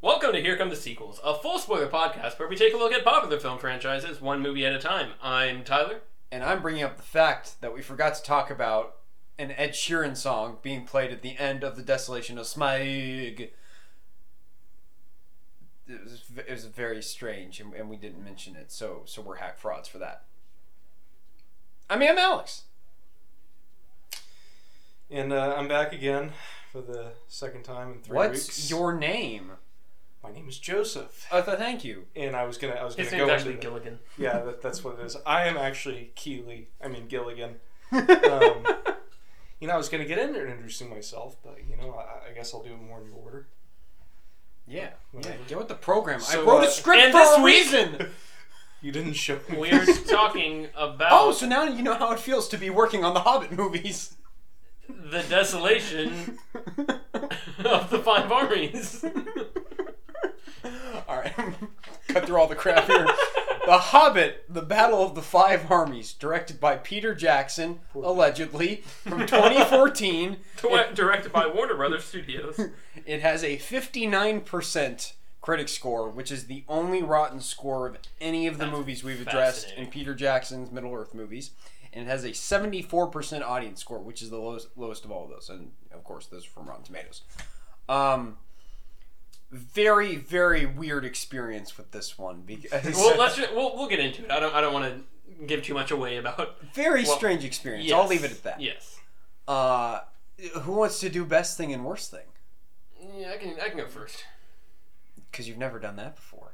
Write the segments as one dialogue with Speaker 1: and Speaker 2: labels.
Speaker 1: Welcome to Here Come the Sequels, a full spoiler podcast where we take a look at popular film franchises one movie at a time. I'm Tyler.
Speaker 2: And I'm bringing up the fact that we forgot to talk about an Ed Sheeran song being played at the end of The Desolation of Smog. It was, it was very strange, and, and we didn't mention it, so so we're hack frauds for that. I mean, I'm Alex.
Speaker 3: And uh, I'm back again for the second time in three
Speaker 2: What's
Speaker 3: weeks.
Speaker 2: your name?
Speaker 3: My name is Joseph,
Speaker 2: Oh, th- thank you.
Speaker 3: and I was gonna I was
Speaker 1: His
Speaker 3: gonna
Speaker 1: name's
Speaker 3: go
Speaker 1: actually
Speaker 3: into
Speaker 1: Gilligan.
Speaker 3: the- yeah that, that's what it is. I am actually Keeley. I mean Gilligan.
Speaker 2: um,
Speaker 3: You know I was gonna get in there and introducing myself, but you know I, I guess I'll do it more in order.
Speaker 2: yeah, yeah,
Speaker 3: Whatever.
Speaker 2: get with the program. I
Speaker 3: So,
Speaker 2: wrote
Speaker 3: uh,
Speaker 2: a script
Speaker 1: and
Speaker 2: for
Speaker 1: this
Speaker 2: a
Speaker 1: week-
Speaker 2: reason.
Speaker 3: You didn't show me.
Speaker 1: We're talking about
Speaker 2: Oh, so now you know how it feels to be working on the Hobbit movies.
Speaker 1: the desolation of the Five Armies.
Speaker 2: all right, cut through all the crap here. The Hobbit: The Battle of the Five Armies, directed by Peter Jackson, allegedly from 2014.
Speaker 1: Dir- Directed by Warner Brothers Studios.
Speaker 2: It has a 59% critic score, which is the only rotten score of any of the movies we've addressed in
Speaker 1: fascinating.
Speaker 2: Peter Jackson's Middle Earth movies. And it has a 74% audience score, which is the lowest, lowest of all of those. And of course, those are from Rotten Tomatoes. Um, very, very weird experience with this one because
Speaker 1: well, let's ju- we'll, we'll get into it. I don't I don't want to give too much away about.
Speaker 2: very
Speaker 1: well,
Speaker 2: strange experience.
Speaker 1: Yes.
Speaker 2: I'll leave it at that.
Speaker 1: Yes.
Speaker 2: Uh, who wants to do best thing and worst thing?
Speaker 1: Yeah, I can I can go first.
Speaker 2: Because you've never done that before.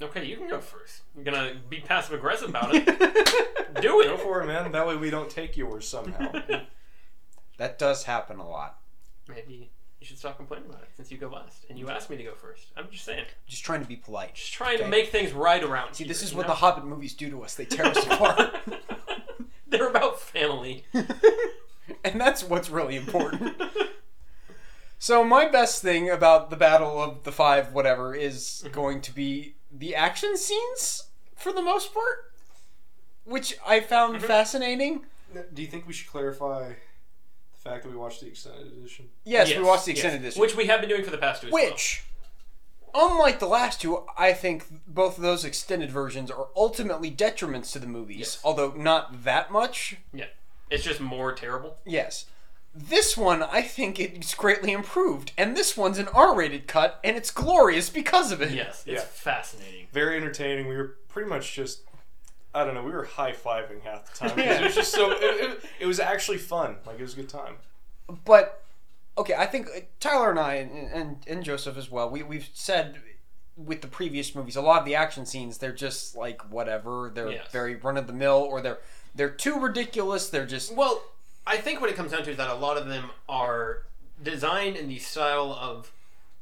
Speaker 1: Okay, you can go first. I'm gonna be passive aggressive about it. Do
Speaker 3: Go
Speaker 1: it.
Speaker 3: for it, man. That way we don't take yours somehow.
Speaker 2: that does happen a lot.
Speaker 1: Maybe you should stop complaining about it since you go last and you asked me to go first. I'm just saying.
Speaker 2: Just trying to be polite.
Speaker 1: Just trying to
Speaker 2: Okay.
Speaker 1: make things right around.
Speaker 2: See, this
Speaker 1: here,
Speaker 2: is
Speaker 1: you
Speaker 2: what the
Speaker 1: know?
Speaker 2: Hobbit movies do to us. They tear us apart.
Speaker 1: They're about family.
Speaker 2: and that's what's really important. So, my best thing about the Battle of the Five, whatever, is
Speaker 1: Mm-hmm.
Speaker 2: going to be the action scenes for the most part, which I found
Speaker 1: Mm-hmm.
Speaker 2: fascinating.
Speaker 3: do you think we should clarify the fact that we watched the extended edition?
Speaker 2: Yes, we watched the extended edition.
Speaker 1: which we have been doing for the past two. as well.
Speaker 2: Which, unlike the last two, I think both of those extended versions are ultimately detriments to the movies,
Speaker 1: Yes.
Speaker 2: although not that much.
Speaker 1: yeah, it's just more terrible.
Speaker 2: Yes. This one, I think it's greatly improved, and this one's an R-rated cut, and it's glorious because of it.
Speaker 1: Yes, it's
Speaker 3: Yeah.
Speaker 1: fascinating.
Speaker 3: Very entertaining. We were pretty much just. I don't know. We were high fiving half the time. 'cause
Speaker 2: Yeah.
Speaker 3: It was just so. It, it, it was actually fun. Like it was a good time.
Speaker 2: But okay, I think uh, Tyler and I, and and, and Joseph as well, we we've said with the previous movies, a lot of the action scenes they're just like whatever. They're
Speaker 1: Yes.
Speaker 2: very run of the mill, or they're they're too ridiculous. They're just
Speaker 1: Well, I think what it comes down to is that a lot of them are designed in the style of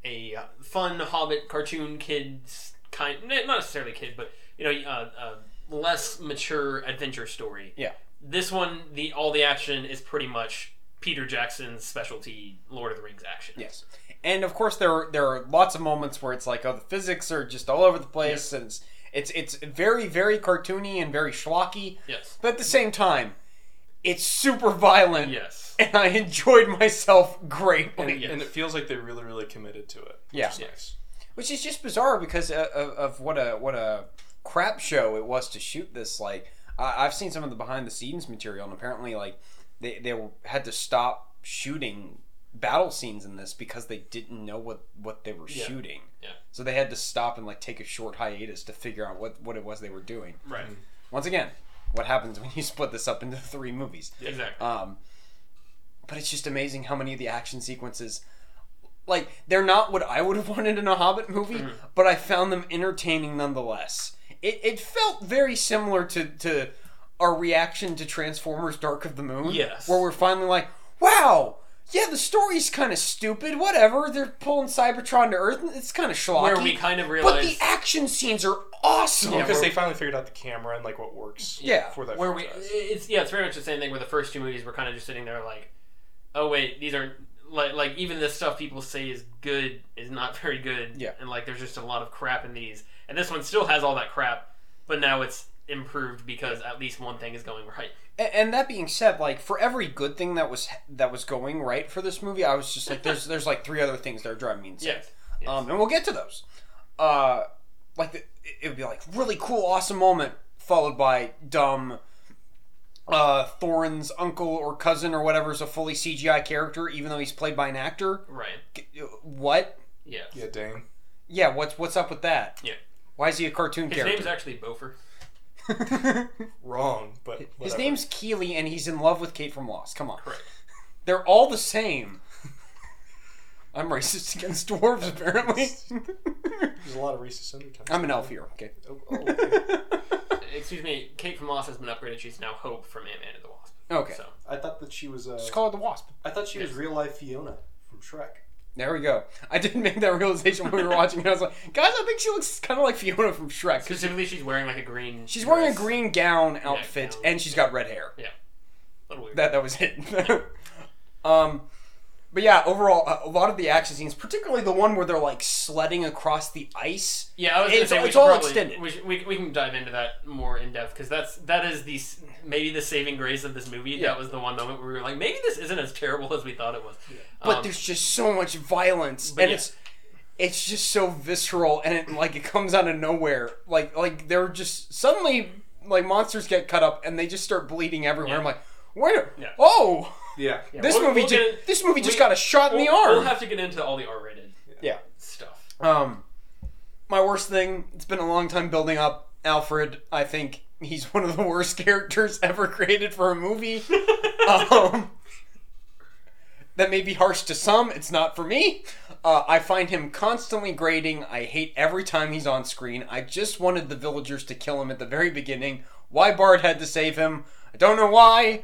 Speaker 1: a uh, fun Hobbit cartoon kids kind, n- not necessarily kid, but you know, uh, uh, less mature adventure story.
Speaker 2: Yeah.
Speaker 1: This one, the all the action is pretty much Peter Jackson's specialty Lord of the Rings action.
Speaker 2: Yes, and of course there are, there are lots of moments where it's like, oh, the physics are just all over the place, and it's, it's it's very very cartoony and very schlocky,
Speaker 1: Yes.
Speaker 2: but at the same time, it's super violent,
Speaker 1: Yes.
Speaker 2: and I enjoyed myself
Speaker 3: And,
Speaker 2: greatly,
Speaker 1: Yes.
Speaker 3: and it feels like they really, really committed to it.
Speaker 2: Yeah.
Speaker 3: Which is nice.
Speaker 2: which is just bizarre because of, of, of what a what a crap show it was to shoot this. Like I, I've seen some of the behind the scenes material, and apparently like they they were, had to stop shooting battle scenes in this because they didn't know what what they were
Speaker 1: Yeah.
Speaker 2: shooting.
Speaker 1: Yeah.
Speaker 2: So they had to stop and like take a short hiatus to figure out what what it was they were doing.
Speaker 1: Right.
Speaker 2: Once again, what happens when you split this up into three movies?
Speaker 1: Exactly.
Speaker 2: Um, but it's just amazing how many of the action sequences, like they're not what I would have wanted in a Hobbit movie,
Speaker 1: Mm.
Speaker 2: but I found them entertaining nonetheless. It, it felt very similar to to our reaction to Transformers: Dark of the Moon,
Speaker 1: Yes.
Speaker 2: where we're finally like, wow. Yeah, the story's kind of stupid. Whatever, they're pulling Cybertron to Earth. and It's kind of schlocky.
Speaker 1: Where we kind of
Speaker 2: but the
Speaker 1: realized
Speaker 2: action scenes are awesome.
Speaker 1: Yeah,
Speaker 3: Because
Speaker 1: we're-
Speaker 3: they finally figured out the camera and like what works.
Speaker 2: Yeah,
Speaker 3: For that.
Speaker 1: where we
Speaker 3: franchise.
Speaker 1: it's yeah it's very much the same thing where the first two movies were kind of just sitting there like oh wait these aren't like like even the stuff people say is good is not very good
Speaker 2: Yeah.
Speaker 1: and like there's just a lot of crap in these and this one still has all that crap but now it's improved because at least one thing is going right
Speaker 2: A- And that being said, like for every good thing that was that was going right for this movie, I was just like, there's there's like three other things that are driving me insane.
Speaker 1: yes Yes.
Speaker 2: Um, and we'll get to those. Uh, like the, it- it would be like really cool, awesome moment followed by dumb. Uh, Thorin's uncle or cousin or whatever is a fully CGI character, even though he's played by an actor.
Speaker 1: Right.
Speaker 2: G- What?
Speaker 1: Yeah.
Speaker 3: Yeah, dang.
Speaker 2: Yeah, what's what's up with that?
Speaker 1: Yeah.
Speaker 2: Why is he a cartoon
Speaker 1: His
Speaker 2: character?
Speaker 1: name's actually Bofer.
Speaker 3: Wrong, but
Speaker 2: His
Speaker 3: whatever.
Speaker 2: name's Keeley, and he's in love with Kate from Lost. Come on,
Speaker 1: Correct.
Speaker 2: they're all the same. I'm racist against dwarves, apparently.
Speaker 3: There's a lot of racist undertones.
Speaker 2: I'm an elf here. Okay.
Speaker 3: Oh, oh, okay.
Speaker 1: Excuse me. Kate from Lost has been upgraded. She's now Hope from Ant Man and the Wasp.
Speaker 2: okay.
Speaker 1: So
Speaker 3: I thought that she was. Uh,
Speaker 2: Just call her the Wasp.
Speaker 3: I thought she was real life Fiona from Shrek.
Speaker 2: There we go. I did make that realization when we were watching. it. I was like, guys, I think she looks kind of like Fiona from Shrek. 'Cause
Speaker 1: specifically, she's wearing like a green.
Speaker 2: She's wearing a
Speaker 1: dress.
Speaker 2: green gown outfit,
Speaker 1: gown.
Speaker 2: and she's got red hair.
Speaker 1: A little weird.
Speaker 2: that that was it. um, but yeah, overall, a- a lot of the action scenes, particularly the one where they're like sledding across the ice.
Speaker 1: Yeah, I was gonna
Speaker 2: It's-
Speaker 1: say we
Speaker 2: it's
Speaker 1: should
Speaker 2: all
Speaker 1: probably-
Speaker 2: extended.
Speaker 1: We, should- we, we can dive into that more in depth because that's that is the s- maybe the saving grace of this movie.
Speaker 2: Yeah.
Speaker 1: That was the one moment where we were like, maybe this isn't as terrible as we thought it was.
Speaker 2: But
Speaker 1: Um,
Speaker 2: there's just so much violence,
Speaker 1: but
Speaker 2: and
Speaker 1: yeah.
Speaker 2: it's it's just so visceral, and it like it comes out of nowhere. Like like they're just suddenly like monsters get cut up, and they just start bleeding everywhere.
Speaker 1: Yeah.
Speaker 2: I'm like, where?
Speaker 1: Yeah.
Speaker 2: Oh,
Speaker 3: Yeah.
Speaker 1: yeah,
Speaker 2: this
Speaker 1: we'll-
Speaker 2: movie
Speaker 1: we'll
Speaker 2: just
Speaker 1: get-
Speaker 2: this movie just
Speaker 1: we-
Speaker 2: got a shot in the
Speaker 1: we'll-
Speaker 2: arm.
Speaker 1: We'll have to get into all the R-rated
Speaker 2: yeah.
Speaker 1: stuff.
Speaker 2: Um, my worst thing. It's been a long time building up. Alfred. I think he's one of the worst characters ever created for a movie. um, that may be harsh to some. It's not for me. Uh, I find him constantly grating. I hate every time he's on screen. I just wanted the villagers to kill him at the very beginning. Why Bard had to save him? I don't know why.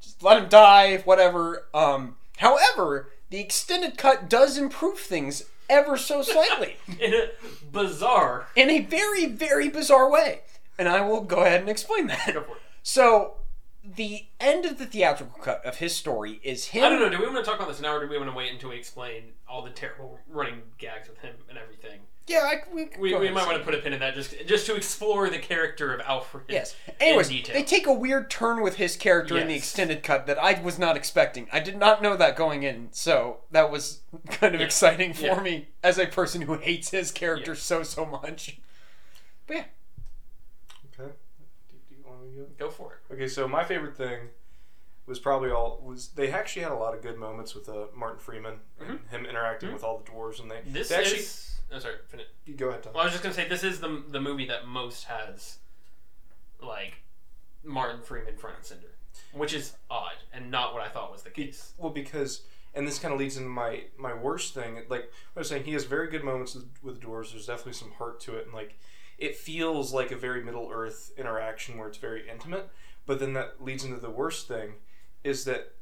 Speaker 2: Just let him die. Whatever. Um, however, the extended cut does improve things ever so slightly
Speaker 1: in a bizarre.
Speaker 2: in a very, very bizarre way. And I will go ahead and explain that. So, the end of the theatrical cut of his story is him.
Speaker 1: I don't know. Do we want to talk about this now, or do we want to wait until we explain all the terrible running gags with him and everything?
Speaker 2: Yeah, I, we,
Speaker 1: We,
Speaker 2: go
Speaker 1: we
Speaker 2: ahead.
Speaker 1: might want to put a pin in that just just to explore the character of Alfred.
Speaker 2: Yes.
Speaker 1: in
Speaker 2: Anyways,
Speaker 1: detail.
Speaker 2: they take a weird turn with his character in the
Speaker 1: Yes.
Speaker 2: extended cut that I was not expecting. I did not know that going in, so that was kind of
Speaker 1: Yeah.
Speaker 2: exciting for
Speaker 1: Yeah.
Speaker 2: me as a person who hates his character so so much. But yeah,
Speaker 3: Okay. Do, do you want me to go?
Speaker 1: Go for it.
Speaker 3: Okay, so my favorite thing was probably all was they actually had a lot of good moments with uh, Martin Freeman and him interacting with all the dwarves and they
Speaker 1: Mm-hmm. This
Speaker 3: they actually
Speaker 1: is. I'm sorry. Finish.
Speaker 3: you go ahead Tom.
Speaker 1: Well, I was just gonna say this is the the movie that most has like Martin Freeman front and center, which is odd and not what I thought was the case.
Speaker 3: Well, because and this kind of leads into my my worst thing. Like I was saying, he has very good moments with, with the Doors. There's definitely some heart to it, and like it feels like a very Middle Earth interaction where it's very intimate. But then that leads into the worst thing, is that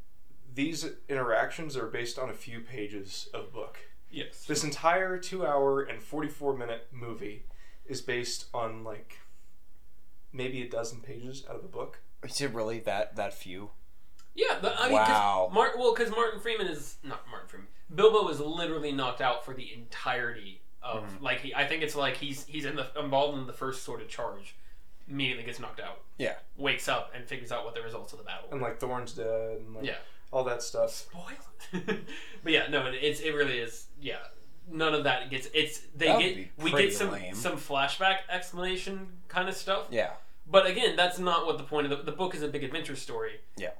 Speaker 3: these interactions are based on a few pages of book.
Speaker 1: Yes.
Speaker 3: This entire two hour and forty four minute movie is based on like maybe a dozen pages out of a book.
Speaker 2: is it really that that few?
Speaker 1: Yeah. The, I mean, 'cause
Speaker 2: Wow.
Speaker 1: Mar- well, because Martin Freeman is not Martin Freeman. Bilbo is literally knocked out for the entirety of like he. I think it's like he's he's in the involved in the first sort of charge, immediately gets knocked out.
Speaker 2: Yeah.
Speaker 1: Wakes up and figures out what the results of the battle.
Speaker 3: And like Thorn's dead and like
Speaker 1: Yeah.
Speaker 3: all that stuff.
Speaker 1: spoil it. but yeah, no, it, it's it really is. Yeah, none of that gets. It's they
Speaker 2: That would be
Speaker 1: get we
Speaker 2: pretty
Speaker 1: get some
Speaker 2: lame.
Speaker 1: some flashback explanation kind of stuff.
Speaker 2: Yeah,
Speaker 1: But again, that's not what the point of the, the book is a big adventure story.
Speaker 2: Yeah.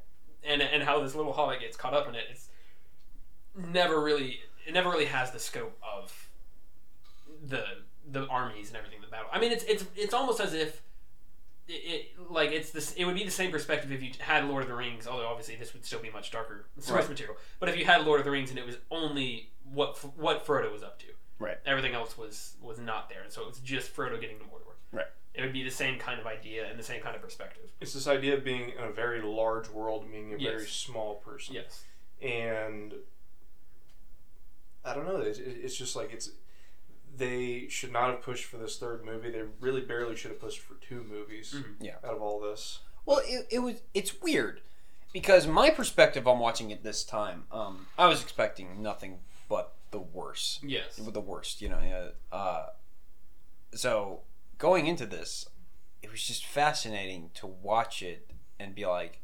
Speaker 1: and and how this little hobbit gets caught up in it, it's never really it never really has the scope of the the armies and everything in the battle. I mean, it's it's it's almost as if. It, it like it's this. It would be the same perspective if you had Lord of the Rings, although obviously this would still be much darker source
Speaker 2: Right.
Speaker 1: material. But if you had Lord of the Rings and it was only what F- what Frodo was up to,
Speaker 2: Right.
Speaker 1: Everything else was was not there, and so it was just Frodo getting to Mordor it would be the same kind of idea and the same kind of perspective.
Speaker 3: It's this idea of being in a very large world, meaning a very
Speaker 1: Yes.
Speaker 3: small person.
Speaker 1: Yes.
Speaker 3: And I don't know. It's, it- it's just like it's. They should not have pushed for this third movie. They really barely should have pushed for two movies
Speaker 1: Mhm.
Speaker 2: Yeah.
Speaker 3: out of all this.
Speaker 2: Well, it, it was it's weird because my perspective on watching it this time, um, I was expecting nothing but the worst.
Speaker 1: Yes.
Speaker 2: with the worst, you know. Uh, uh, so going into this, it was just fascinating to watch it and be like,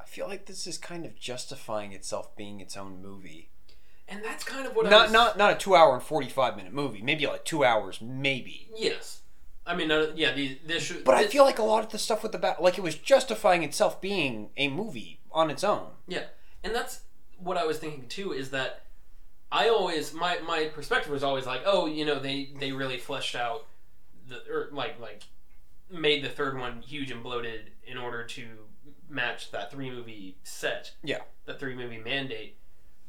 Speaker 2: I feel like this is kind of justifying itself being its own movie.
Speaker 1: and that's kind of what I
Speaker 2: not
Speaker 1: was,
Speaker 2: not not a two hour and forty five minute movie. Maybe like two hours, maybe.
Speaker 1: yes. I mean, uh, yeah, these, this should.
Speaker 2: But I
Speaker 1: this-
Speaker 2: feel like a lot of the stuff with the bat, like it was justifying itself being a movie on its own.
Speaker 1: Yeah, and that's what I was thinking too. Is that I always my my perspective was always like, oh, you know, they they really fleshed out the or like like made the third one huge and bloated in order to match that three movie set.
Speaker 2: Yeah.
Speaker 1: that three movie mandate.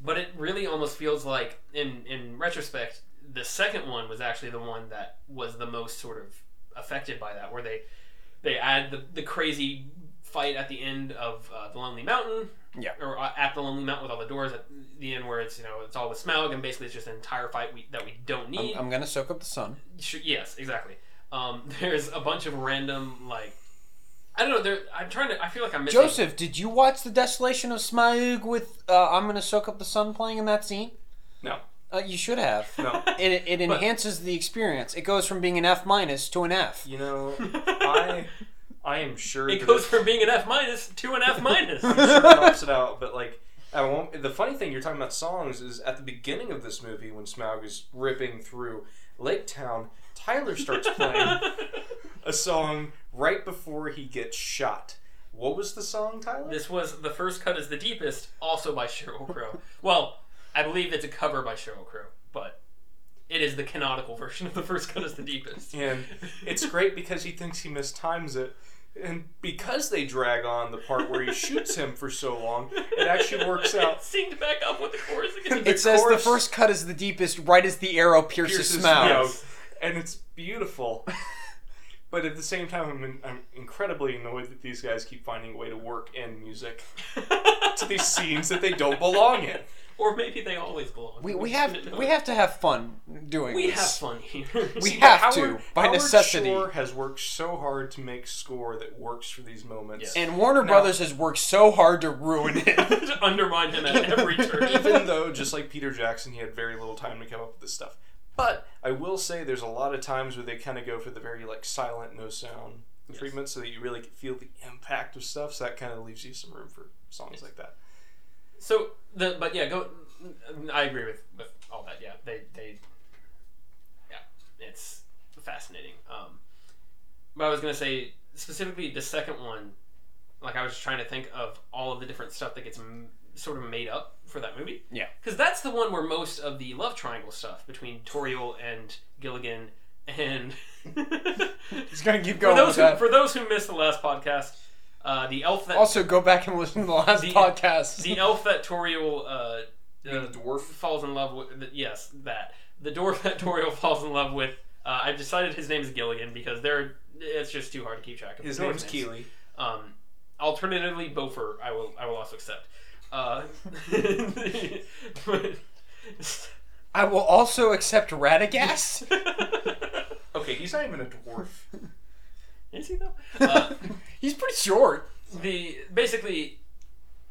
Speaker 1: But it really almost feels like, in in retrospect, the second one was actually the one that was the most sort of affected by that, where they they add the the crazy fight at the end of uh, the Lonely Mountain,
Speaker 2: Yeah.
Speaker 1: or uh, at the Lonely Mountain with all the doors at the end, where it's you know it's all with Smaug, and basically it's just an entire fight we, that we don't need.
Speaker 2: I'm, I'm gonna soak up the sun.
Speaker 1: Sure, yes, exactly. Um, there's a bunch of random like I don't know. There, I'm trying to. I feel like I'm missing.
Speaker 2: Joseph, did you watch the Desolation of Smaug with uh, "I'm Gonna Soak Up the Sun" playing in that scene?
Speaker 3: No.
Speaker 2: Uh, you should have.
Speaker 3: No.
Speaker 2: It, it
Speaker 1: But-
Speaker 2: enhances the experience. It goes from being an F minus to an F.
Speaker 3: You know, I I am sure
Speaker 1: It
Speaker 3: that
Speaker 1: goes from being an F minus to an F minus.
Speaker 3: sure it helps it out, but like I won't. The funny thing you're talking about songs is at the beginning of this movie when Smaug is ripping through Lake Town, Tyler starts playing a song right before he gets shot. What was the song, Tyler?
Speaker 1: this was the first cut is the deepest, also by Cheryl Crow. well, I believe it's a cover by Cheryl Crow, but it is the canonical version of the first cut is the deepest.
Speaker 3: and it's great because he thinks he mistimes it. And because they drag on the part where he shoots him for so long, it actually works out.
Speaker 1: It synced back up with the chorus again.
Speaker 2: It says the
Speaker 3: course-
Speaker 2: first cut is the deepest, right as the arrow pierces,
Speaker 3: Pierces
Speaker 2: Smaug.
Speaker 3: Smaug. and it's beautiful. but at the same time, I'm, in, I'm incredibly annoyed that these guys keep finding a way to work in music to these scenes that they don't belong in.
Speaker 1: or maybe they always belong.
Speaker 2: We, we
Speaker 1: just
Speaker 2: have
Speaker 1: didn't know.
Speaker 2: we have to have fun doing
Speaker 1: we
Speaker 2: this.
Speaker 1: have fun here.
Speaker 2: We
Speaker 3: See,
Speaker 2: have
Speaker 3: Howard-
Speaker 2: to by
Speaker 3: Howard
Speaker 2: necessity.
Speaker 3: Shore has worked so hard to make score that works for these moments.
Speaker 1: Yes.
Speaker 2: And Warner Brothers has worked so hard to ruin it.
Speaker 1: to undermine him at every turn.
Speaker 3: Even though, just like Peter Jackson, he had very little time to come up with this stuff. But I will say, there's a lot of times where they kind of go for the very like silent, no sound treatment, so that you really can feel the impact of stuff. So that kind of leaves you some room for songs like that.
Speaker 1: So the but yeah, go. I agree with with all that. Yeah, they they. Yeah, it's fascinating. Um, but I was gonna say specifically the second one. Like I was just trying to think of all of the different stuff that gets m- sort of made up for that movie.
Speaker 2: Yeah.
Speaker 1: because that's the one where most of the love triangle stuff between Toriel and Gilligan and.
Speaker 2: He's gonna keep
Speaker 1: For
Speaker 2: going.
Speaker 1: those,
Speaker 2: with
Speaker 1: who,
Speaker 2: that.
Speaker 1: for those who missed the last podcast, uh, the elf that
Speaker 2: Also, go back and listen to the last
Speaker 1: The-
Speaker 2: podcast.
Speaker 1: the elf that Toriel uh, uh,
Speaker 3: dwarf.
Speaker 1: falls in love with. th- Yes, that the dwarf that Toriel falls in love with. Uh, I've decided his name is Gilligan because they're. It's just too hard to keep track of.
Speaker 3: His
Speaker 1: the
Speaker 3: name's
Speaker 1: names.
Speaker 3: Keeley.
Speaker 1: Um, alternatively, Beaufort. I will. I will also accept. Uh,
Speaker 2: I will also accept Radagast.
Speaker 3: Okay, he's not even a dwarf.
Speaker 1: is he though? Uh,
Speaker 2: He's pretty short.
Speaker 1: the basically,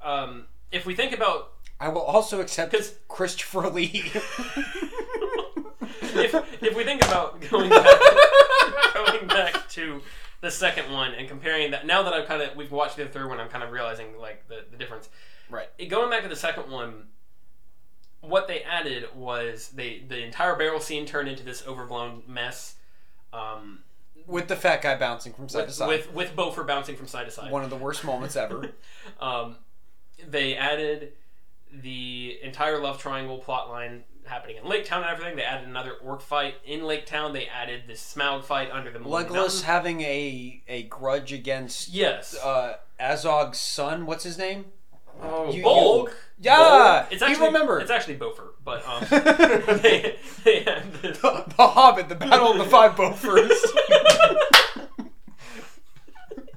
Speaker 1: um, if we think about
Speaker 2: I will also accept
Speaker 1: 'Cause-
Speaker 2: Christopher Lee.
Speaker 1: if, if we think about going back, going back to the second one and comparing that, now that I've kind of we've watched the third one, I'm kind of realizing like the, the difference.
Speaker 2: Right.
Speaker 1: It- Going back to the second one, what they added was they the entire barrel scene turned into this overblown mess. Um,
Speaker 2: with the fat guy bouncing from side to
Speaker 1: with,
Speaker 2: side.
Speaker 1: with with Beaufort bouncing from side to side.
Speaker 2: One of the worst moments ever.
Speaker 1: Um, they added the entire love triangle plot line happening in Lake Town and everything. They added another orc fight in Lake Town. They added this Smaug fight under the moon.
Speaker 2: Legolas
Speaker 1: Mountain.
Speaker 2: having a a grudge against
Speaker 1: Yes.
Speaker 2: uh, Azog's son. What's his name?
Speaker 3: Oh,
Speaker 2: You-
Speaker 1: Bulk.
Speaker 2: Yeah,
Speaker 1: It's actually
Speaker 2: Oh, you remember
Speaker 1: It's actually Beaufort, but um,
Speaker 2: the,
Speaker 1: they, they had this.
Speaker 2: the Hobbit, the Battle of the Five Beauforts.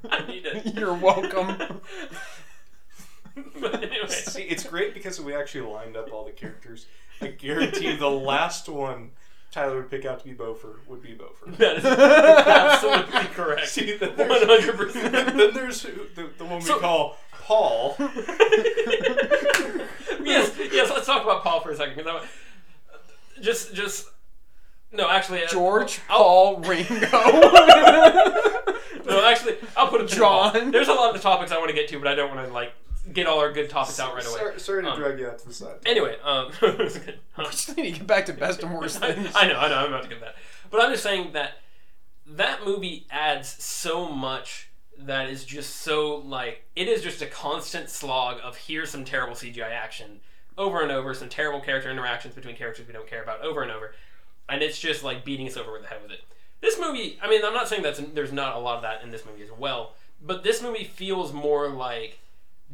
Speaker 1: I need it.
Speaker 2: You're welcome.
Speaker 1: but anyway,
Speaker 3: See, it's great because we actually lined up all the characters. I guarantee the last one Tyler would pick out to be Beaufort would be Beaufort.
Speaker 1: that is absolutely correct.
Speaker 3: See, then there's,
Speaker 1: One hundred percent.
Speaker 3: then there's who- the, the one we
Speaker 1: So-
Speaker 3: call Paul.
Speaker 1: yes, yes. Let's talk about Paul for a second. 'cause I'm- Just, just no. Actually, uh, I-
Speaker 2: George,
Speaker 1: I'll-
Speaker 2: Paul, Ringo.
Speaker 1: no, actually, I'll put him. in the
Speaker 2: John.
Speaker 1: hall. There's a lot of topics I want to get to, but I don't want to like get all our good topics out right away.
Speaker 3: Sorry, sorry to
Speaker 1: Um,
Speaker 3: drag you out to the side.
Speaker 1: Anyway, um,
Speaker 2: We just need to get back to best and worst things.
Speaker 1: I know, I know, I'm about to get that. But I'm just saying that that movie adds so much that is just so like it is just a constant slog of here's some terrible CGI action over and over, some terrible character interactions between characters we don't care about over and over, and it's just like beating us over with the head with it. This movie, I mean, I'm not saying that's there's not a lot of that in this movie as well, but this movie feels more like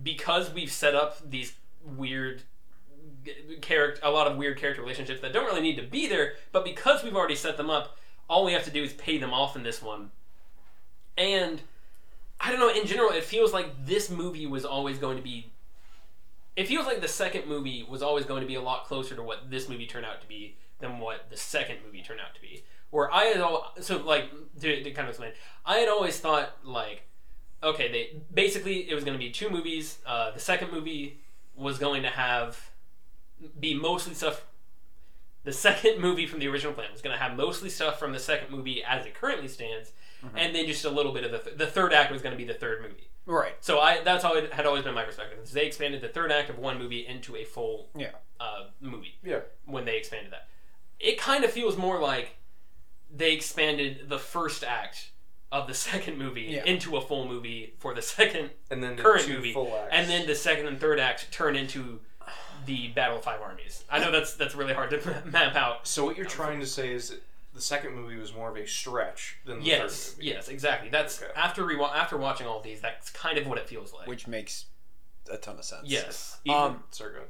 Speaker 1: because we've set up these weird character a lot of weird character relationships that don't really need to be there but because we've already set them up all we have to do is pay them off in this one and i don't know in general it feels like this movie was always going to be it feels like the second movie was always going to be a lot closer to what this movie turned out to be than what the second movie turned out to be where i had all so like to, to kind of explain i had always thought like okay they basically it was going to be two movies uh, the second movie was going to have be mostly stuff. The second movie from the original plan was going to have mostly stuff from the second movie as it currently stands,
Speaker 2: Mm-hmm.
Speaker 1: and then just a little bit of the th- the third act was going to be the third movie.
Speaker 2: Right.
Speaker 1: So I that's how it had always been my perspective. is They expanded the third act of one movie into a full
Speaker 2: Yeah.
Speaker 1: uh, movie
Speaker 3: Yeah.
Speaker 1: when they expanded that. It kind of feels more like they expanded the first act of the second movie
Speaker 2: Yeah.
Speaker 1: into a full movie for the second
Speaker 3: And then the
Speaker 1: current
Speaker 3: two
Speaker 1: movie,
Speaker 3: full acts.
Speaker 1: and then the second and third act turn into the Battle of Five Armies. I know that's that's really hard to map out.
Speaker 3: So what you're trying to say is that the second movie was more of a stretch than the
Speaker 1: Yes,
Speaker 3: third movie.
Speaker 1: yes, exactly. That's
Speaker 3: Okay.
Speaker 1: after rewa- after watching all these. That's kind of what it feels like.
Speaker 2: Which makes a ton of sense.
Speaker 1: yes,
Speaker 2: Um,
Speaker 3: Sorry, go ahead.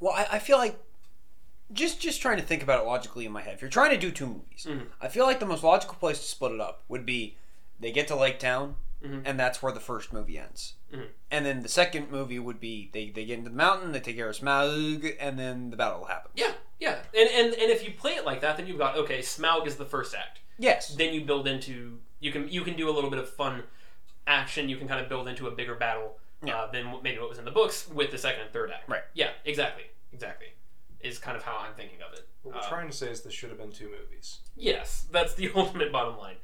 Speaker 2: Well, I, I feel like just just trying to think about it logically in my head. If you're trying to do two movies,
Speaker 1: Mhm.
Speaker 2: I feel like the most logical place to split it up would be they get to Lake Town,
Speaker 1: Mhm.
Speaker 2: and that's where the first movie ends.
Speaker 1: Mhm.
Speaker 2: And then the second movie would be they, they get into the mountain, they take care of Smaug, and then the battle will happen.
Speaker 1: yeah, yeah. And and and if you play it like that, then you've got okay. Smaug is the first act.
Speaker 2: Yes.
Speaker 1: Then you build into you can you can do a little bit of fun action. You can kind of build into a bigger battle
Speaker 2: Yeah.
Speaker 1: uh, than what- maybe what was in the books with the second and third act.
Speaker 2: Right.
Speaker 1: Yeah. Exactly. Exactly. Is kind of how I'm thinking of it.
Speaker 3: What we're
Speaker 1: Uh,
Speaker 3: trying to say is this should have been two movies.
Speaker 1: Yes, that's the ultimate bottom line.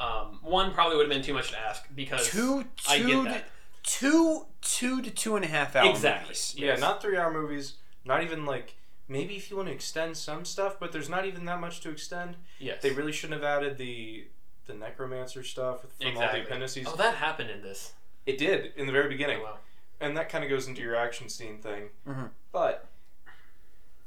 Speaker 1: Um, one probably would have been too much to ask because
Speaker 2: Two,
Speaker 1: I
Speaker 2: two
Speaker 1: get
Speaker 2: to-
Speaker 1: that
Speaker 2: two- two to two and a half hours.
Speaker 1: exactly. yes.
Speaker 3: Yeah, not three hour movies. Not even like maybe if you want to extend some stuff, but there's not even that much to extend.
Speaker 1: yes.
Speaker 3: They really shouldn't have added the the necromancer stuff from all
Speaker 1: Exactly.
Speaker 3: the appendices.
Speaker 1: Oh, that happened in this.
Speaker 3: It did in the very
Speaker 1: Oh,
Speaker 3: beginning,
Speaker 1: wow. Mm-hmm.
Speaker 3: and that kind of goes into your action scene thing.
Speaker 2: Mhm.
Speaker 3: But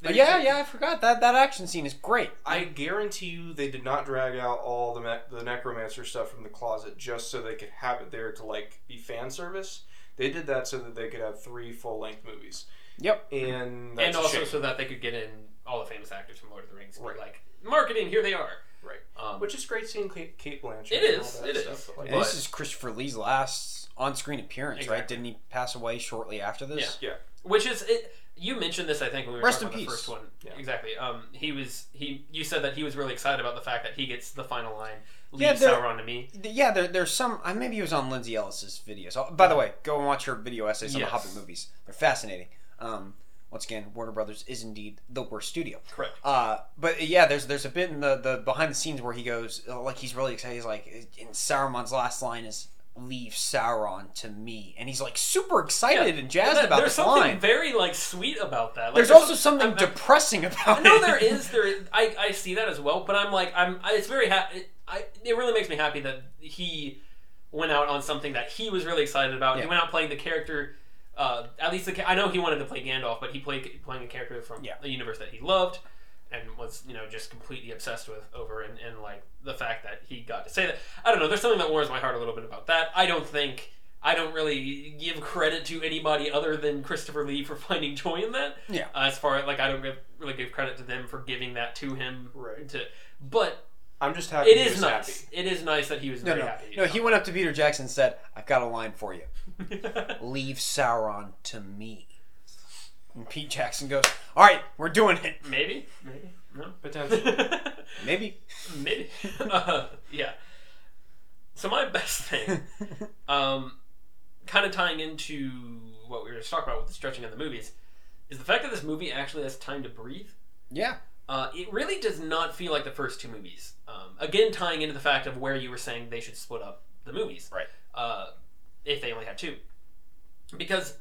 Speaker 2: But yeah, yeah, I forgot that that action scene is great.
Speaker 3: I guarantee you they did not drag out all the me- the necromancer stuff from the closet just so they could have it there to like be fan service. They did that so that they could have three full length movies.
Speaker 2: Yep.
Speaker 3: And that's
Speaker 1: Mm-hmm. and
Speaker 3: a
Speaker 1: also
Speaker 3: shame.
Speaker 1: so that they could get in all the famous actors from Lord of the Rings. but,
Speaker 3: Right.
Speaker 1: Like marketing, here they are.
Speaker 3: Right.
Speaker 1: Um,
Speaker 3: which is great seeing Kate Kate Blanchett.
Speaker 1: It
Speaker 3: and all
Speaker 1: is,
Speaker 3: that
Speaker 1: it
Speaker 3: stuff,
Speaker 1: is.
Speaker 3: but, like,
Speaker 2: And this
Speaker 1: But-
Speaker 2: is Christopher Lee's last on-screen appearance, right?
Speaker 1: Exactly.
Speaker 2: Didn't he pass away shortly after this?
Speaker 1: Yeah.
Speaker 3: yeah.
Speaker 1: which is it, you mentioned this I think when we were
Speaker 2: Rest
Speaker 1: talking
Speaker 2: in
Speaker 1: about the
Speaker 2: peace.
Speaker 1: first one.
Speaker 3: Yeah.
Speaker 1: Exactly. Um, he was he. You said that he was really excited about the fact that he gets the final line. Leave
Speaker 2: Yeah, they're-
Speaker 1: Sauron to me.
Speaker 2: Th- Yeah, there, there's some. I maybe it was on Lindsay Ellis's videos. Oh, by the way, go and watch her video essays on the
Speaker 1: Yes.
Speaker 2: Hobbit movies. They're fascinating. Um, once again, Warner Brothers is indeed the worst studio.
Speaker 1: Correct.
Speaker 2: Uh, but yeah, there's there's a bit in the, the behind the scenes where he goes uh, like he's really excited. He's like, in Sauron's last line is "Leave Sauron to me," and he's like super excited and jazzed
Speaker 1: That-
Speaker 2: about
Speaker 1: there's
Speaker 2: this
Speaker 1: something
Speaker 2: line.
Speaker 1: very like sweet about that. Like,
Speaker 2: there's also
Speaker 1: some-
Speaker 2: something
Speaker 1: I'm- I'm-
Speaker 2: depressing about
Speaker 1: no,
Speaker 2: it.
Speaker 1: there is. There, is, I, I see that as well. But I'm like, I'm. I, it's very. Ha- it, I. It really makes me happy that he went out on something that he was really excited about.
Speaker 2: Yeah.
Speaker 1: He went out playing the character. Uh, at least the, ca- I know he wanted to play Gandalf, but he played playing a character from
Speaker 2: Yeah.
Speaker 1: the universe that he loved and was you know just completely obsessed with over and, and like the fact that he got to say that. I don't know. There's something that warms my heart a little bit about that. I don't think. I don't really give credit to anybody other than Christopher Lee for finding joy in that as far like I don't give, really give credit to them for giving that to him.
Speaker 3: Right.
Speaker 1: To, but
Speaker 3: I'm just happy.
Speaker 1: it
Speaker 3: he
Speaker 1: is
Speaker 3: was
Speaker 1: nice.
Speaker 3: happy.
Speaker 1: It is nice that he was
Speaker 2: No,
Speaker 1: very
Speaker 2: no,
Speaker 1: happy.
Speaker 2: no. He went up to Peter Jackson and said, "I've got a line for you."
Speaker 1: he.
Speaker 2: leave Sauron to me. And Pete Jackson goes, All right, we're doing it.
Speaker 1: Maybe. Maybe. No.
Speaker 3: Potentially.
Speaker 2: Maybe.
Speaker 1: Maybe. Uh, yeah. So my best thing, um, kind of tying into what we were just talking about with the stretching of the movies, is the fact that this movie actually has time to breathe.
Speaker 2: yeah.
Speaker 1: Uh, it really does not feel like the first two movies. Um, again, tying into the fact of where you were saying they should split up the movies,
Speaker 2: Right.
Speaker 1: Uh, if they only had two, because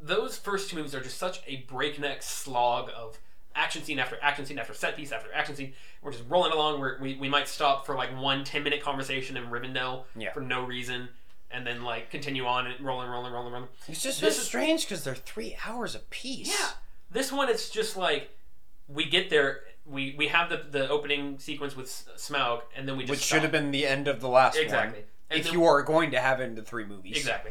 Speaker 1: those first two movies are just such a breakneck slog of action scene after action scene after set piece after action scene. We're just rolling along. We're, we we might stop for like one 10 minute conversation in Rivendell
Speaker 2: Yeah.
Speaker 1: for no reason, and then like continue on and rolling, rolling, rolling, rolling.
Speaker 2: It's just so
Speaker 1: This is-
Speaker 2: strange because they're three hours apiece.
Speaker 1: Yeah. This one, it's just like we get there. We, we have the, the opening sequence with S- Smaug, and then we just
Speaker 2: Which
Speaker 1: stop.
Speaker 2: should have been the end of the last
Speaker 1: exactly.
Speaker 2: one.
Speaker 1: And
Speaker 2: if
Speaker 1: then-
Speaker 2: you are going to have it into three movies.
Speaker 1: Exactly.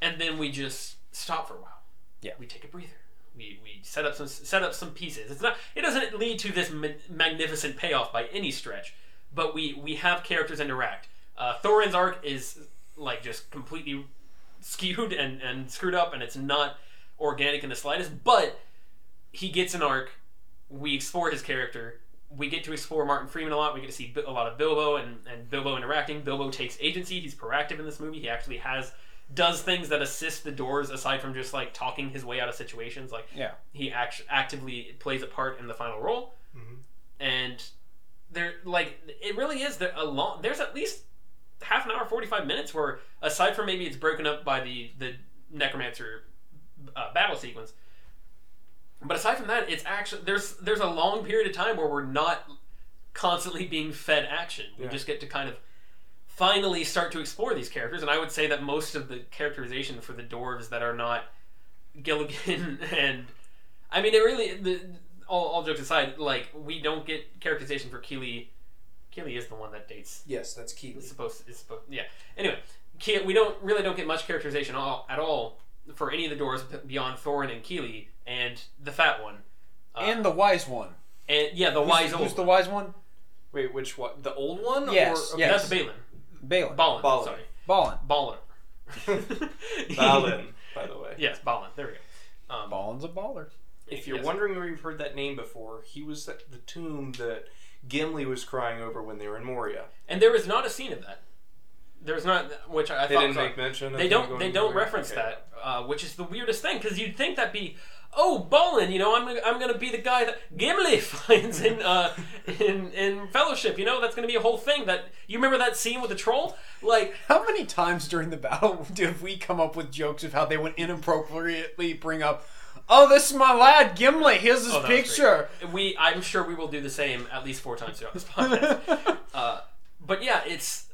Speaker 1: And then we just stop for a while.
Speaker 2: Yeah.
Speaker 1: We take a breather. We, we set up some set up some pieces. It's not it doesn't lead to this ma- magnificent payoff by any stretch, but we we have characters interact. Uh, Thorin's arc is like just completely skewed and and screwed up, and it's not organic in the slightest. But he gets an arc. We explore his character. We get to explore Martin Freeman a lot. We get to see Bi- a lot of Bilbo and, and Bilbo interacting. Bilbo takes agency. He's proactive in this movie. He actually has does things that assist the doors aside from just like talking his way out of situations. Like
Speaker 2: Yeah.
Speaker 1: he act- actively plays a part in the final role,
Speaker 3: Mhm.
Speaker 1: and there like it really is there a long. There's at least half an hour, forty five minutes where aside from maybe it's broken up by the the necromancer uh, battle sequence, but aside from that, it's actually there's there's a long period of time where we're not constantly being fed action. We
Speaker 3: Yeah.
Speaker 1: just get to kind of finally start to explore these characters, and I would say that most of the characterization for the dwarves that are not Gilligan and I mean, it really. The, all, all jokes aside, like we don't get characterization for Keeley. Keeley is the one that dates.
Speaker 3: Yes, that's key.
Speaker 1: It's supposed. It's supposed. Yeah. Anyway, Ke- we don't really don't get much characterization all, at all for any of the doors beyond Thorin and Keeley and the fat one. Uh,
Speaker 2: and the wise one.
Speaker 1: And yeah, the
Speaker 2: Who's,
Speaker 1: wise
Speaker 2: who's
Speaker 1: old.
Speaker 2: the wise one?
Speaker 3: Wait, which one? The old one?
Speaker 2: Yes,
Speaker 3: Or,
Speaker 2: yes.
Speaker 1: That's Balin.
Speaker 2: Balin.
Speaker 1: Balin.
Speaker 3: Balin.
Speaker 1: Sorry,
Speaker 2: Balin.
Speaker 1: Balin.
Speaker 3: Balin, by the way.
Speaker 1: yes, Balin. There we go. Um,
Speaker 2: Balin's a baller.
Speaker 3: If you're
Speaker 1: yes.
Speaker 3: wondering where you've heard that name before, he was the, the tomb that Gimli was crying over when they were in Moria.
Speaker 1: and there is not a scene of that. There's not, which I, I
Speaker 3: They
Speaker 1: thought
Speaker 3: didn't
Speaker 1: was odd.
Speaker 3: make mention. Of
Speaker 1: they
Speaker 3: him
Speaker 1: don't
Speaker 3: going
Speaker 1: they
Speaker 3: to
Speaker 1: don't
Speaker 3: Moria?
Speaker 1: reference
Speaker 3: Okay.
Speaker 1: that uh, which is the weirdest thing because you'd think that'd be oh Bolin you know I'm, gonna- I'm gonna be the guy that Gimli finds in uh, in in Fellowship you know that's gonna be a whole thing that you remember that scene with the troll like
Speaker 2: How many times during the battle did we come up with jokes of how they would inappropriately bring up, "Oh, this is my lad Gimli. Here's his
Speaker 1: Oh, that was great.
Speaker 2: picture."
Speaker 1: we I'm sure we will do the same at least four times throughout this podcast uh, but yeah it's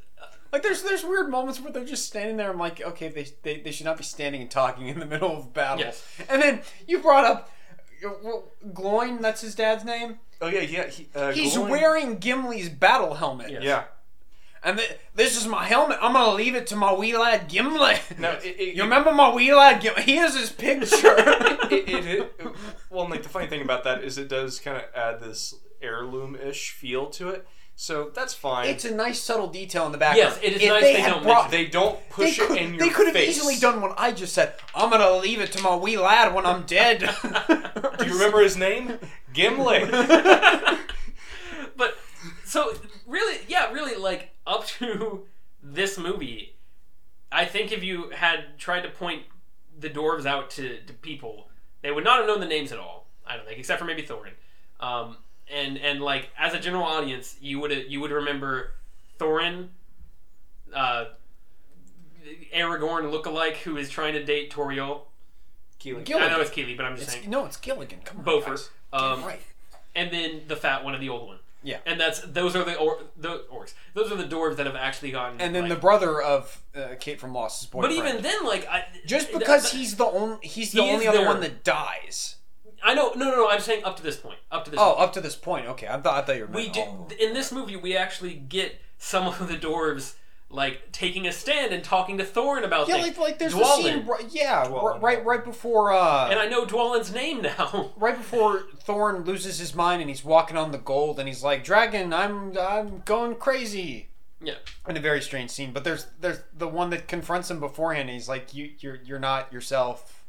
Speaker 2: Like there's there's weird moments where they're just standing there. I'm like, okay, they they, they should not be standing and talking in the middle of battle.
Speaker 1: Yes.
Speaker 2: And then you brought up uh, well, Gloin. That's his dad's name.
Speaker 3: Oh yeah, yeah. He, uh,
Speaker 2: He's
Speaker 3: Gimli-
Speaker 2: wearing Gimli's battle helmet.
Speaker 1: Yeah.
Speaker 3: Yeah.
Speaker 2: And th- this is my helmet. I'm gonna leave it to my wee lad Gimli.
Speaker 3: No, it, it,
Speaker 2: You remember my wee lad Gimli? Here's his picture.
Speaker 3: it, it, it- well, and, like the funny thing about that is it does kind of add this heirloom-ish feel to it. So that's fine.
Speaker 2: it's a nice subtle detail in the background.
Speaker 1: Yes, it is nice they
Speaker 2: had
Speaker 1: don't
Speaker 3: they don't
Speaker 2: they
Speaker 3: push
Speaker 2: could,
Speaker 3: it in your
Speaker 2: they could have
Speaker 3: face.
Speaker 2: easily done what I just said. I'm gonna leave it to my wee lad when I'm dead.
Speaker 3: Do you remember his name? Gimli.
Speaker 1: but so really yeah really like up to this movie i think if you had tried to point the dwarves out to, to people they would not have known the names at all i don't think except for maybe thorin um, and and like as a general audience you would you would remember thorin uh, aragorn lookalike who is trying to date toriel
Speaker 3: Keelan.
Speaker 1: i
Speaker 2: Gilligan.
Speaker 1: know it's keeley but i'm just
Speaker 2: It's-
Speaker 1: saying
Speaker 2: no, it's Gilligan. Come on,
Speaker 1: bofer
Speaker 2: guys.
Speaker 1: um,
Speaker 2: right.
Speaker 1: and then the fat one and the old one.
Speaker 2: Yeah.
Speaker 1: and that's those are the or the orcs. Those are the dwarves that have actually gotten.
Speaker 2: And then
Speaker 1: like-
Speaker 2: the brother of uh, Kate from Lost's
Speaker 1: But
Speaker 2: boyfriend.
Speaker 1: even then, like I,
Speaker 2: just
Speaker 1: that-
Speaker 2: because
Speaker 1: that-
Speaker 2: he's the only he's the
Speaker 1: He is
Speaker 2: only other
Speaker 1: there.
Speaker 2: one that dies.
Speaker 1: I know, no, no, no. I'm saying up to this point. Up to this.
Speaker 2: Oh, up to this point, okay. I thought I thought you were.
Speaker 1: we
Speaker 2: meant
Speaker 1: do
Speaker 2: all of them.
Speaker 1: in this movie we actually get some of the dwarves like taking a stand and talking to Thorin about
Speaker 2: Yeah,
Speaker 1: things.
Speaker 2: like, like there's
Speaker 1: Dwalin.
Speaker 2: the scene. Right, yeah,
Speaker 3: Dwalin.
Speaker 2: right, right before. Uh,
Speaker 1: and I know Dwalin's name now.
Speaker 2: right before Thorn loses his mind and he's walking on the gold and he's like, "Dragon, I'm I'm going crazy."
Speaker 1: Yeah.
Speaker 2: In a very strange scene, but there's there's the one that confronts him beforehand. And he's like, "You you're you're not yourself,"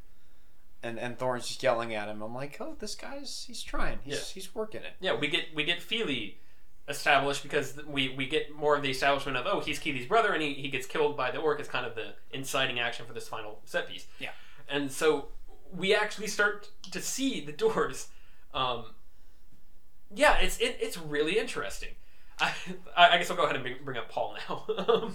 Speaker 2: and and Thorn's just yelling at him. I'm like, "Oh, this guy's he's trying. He's
Speaker 1: Yeah.
Speaker 2: he's working it."
Speaker 1: yeah, we get we get Feely established because we we get more of the establishment of oh he's Keely's brother and he, he gets killed by the orc is kind of the inciting action for this final set piece.
Speaker 2: Yeah.
Speaker 1: and so we actually start to see the doors. Um, yeah, it's it, it's really interesting. I I I guess I'll go ahead and bring, bring up Paul now.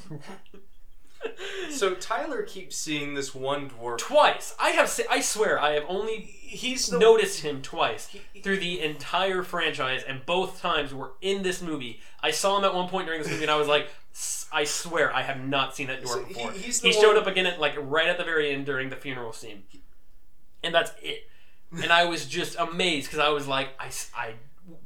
Speaker 3: So Tyler keeps seeing this one dwarf.
Speaker 1: twice. I have. se- I swear, I have only
Speaker 3: He's the
Speaker 1: noticed him twice through the entire franchise, and both times were in this movie. I saw him at one point during this movie, and I was like, "S- I swear, I have not seen that
Speaker 3: So
Speaker 1: dwarf
Speaker 3: he-
Speaker 1: before.
Speaker 3: he's the
Speaker 1: he showed
Speaker 3: one-
Speaker 1: up again at like right at the very end during the funeral scene, and that's it. And I was just amazed because I was like, I, s- I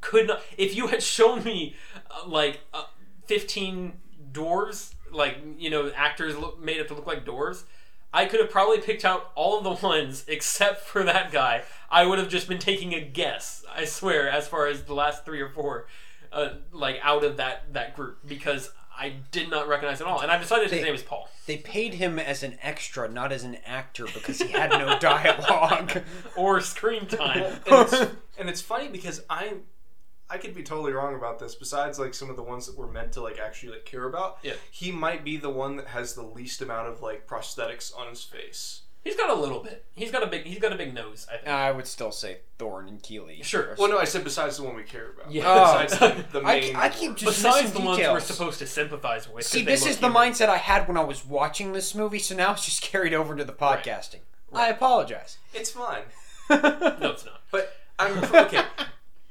Speaker 1: could not. If you had shown me uh, like uh, fifteen dwarves, like you know, actors look, made up to look like dwarves. I could have probably picked out all of the ones except for that guy. I would have just been taking a guess. I swear, as far as the last three or four, uh, like out of that that group, because I did not recognize at all. And I've decided his
Speaker 2: They-
Speaker 1: name is Paul.
Speaker 2: They paid him as an extra, not as an actor, because he had no dialogue.
Speaker 1: or screen time.
Speaker 3: and it's, and it's funny because I I could be totally wrong about this. Besides, like some of the ones that were meant to like actually like care about,
Speaker 1: Yeah.
Speaker 3: he might be the one that has the least amount of like prosthetics on his face.
Speaker 1: he's got a little bit. He's got a big. He's got a big nose. I think.
Speaker 2: I would still say Thorn and Keeley.
Speaker 1: Sure.
Speaker 3: Well, no, I said besides the one we care about.
Speaker 1: Yeah.
Speaker 2: Oh.
Speaker 3: Besides the, the
Speaker 2: I,
Speaker 3: main.
Speaker 2: I keep
Speaker 3: dwarf.
Speaker 2: just
Speaker 1: Besides the ones we're
Speaker 2: details.
Speaker 1: supposed to sympathize with. 'cause
Speaker 2: See,
Speaker 1: they
Speaker 2: this
Speaker 1: look
Speaker 2: is the
Speaker 1: human.
Speaker 2: mindset I had when I was watching this movie, so now it's just carried over to the podcasting. I apologize.
Speaker 3: It's fine,
Speaker 1: No, it's not.
Speaker 3: but I'm okay.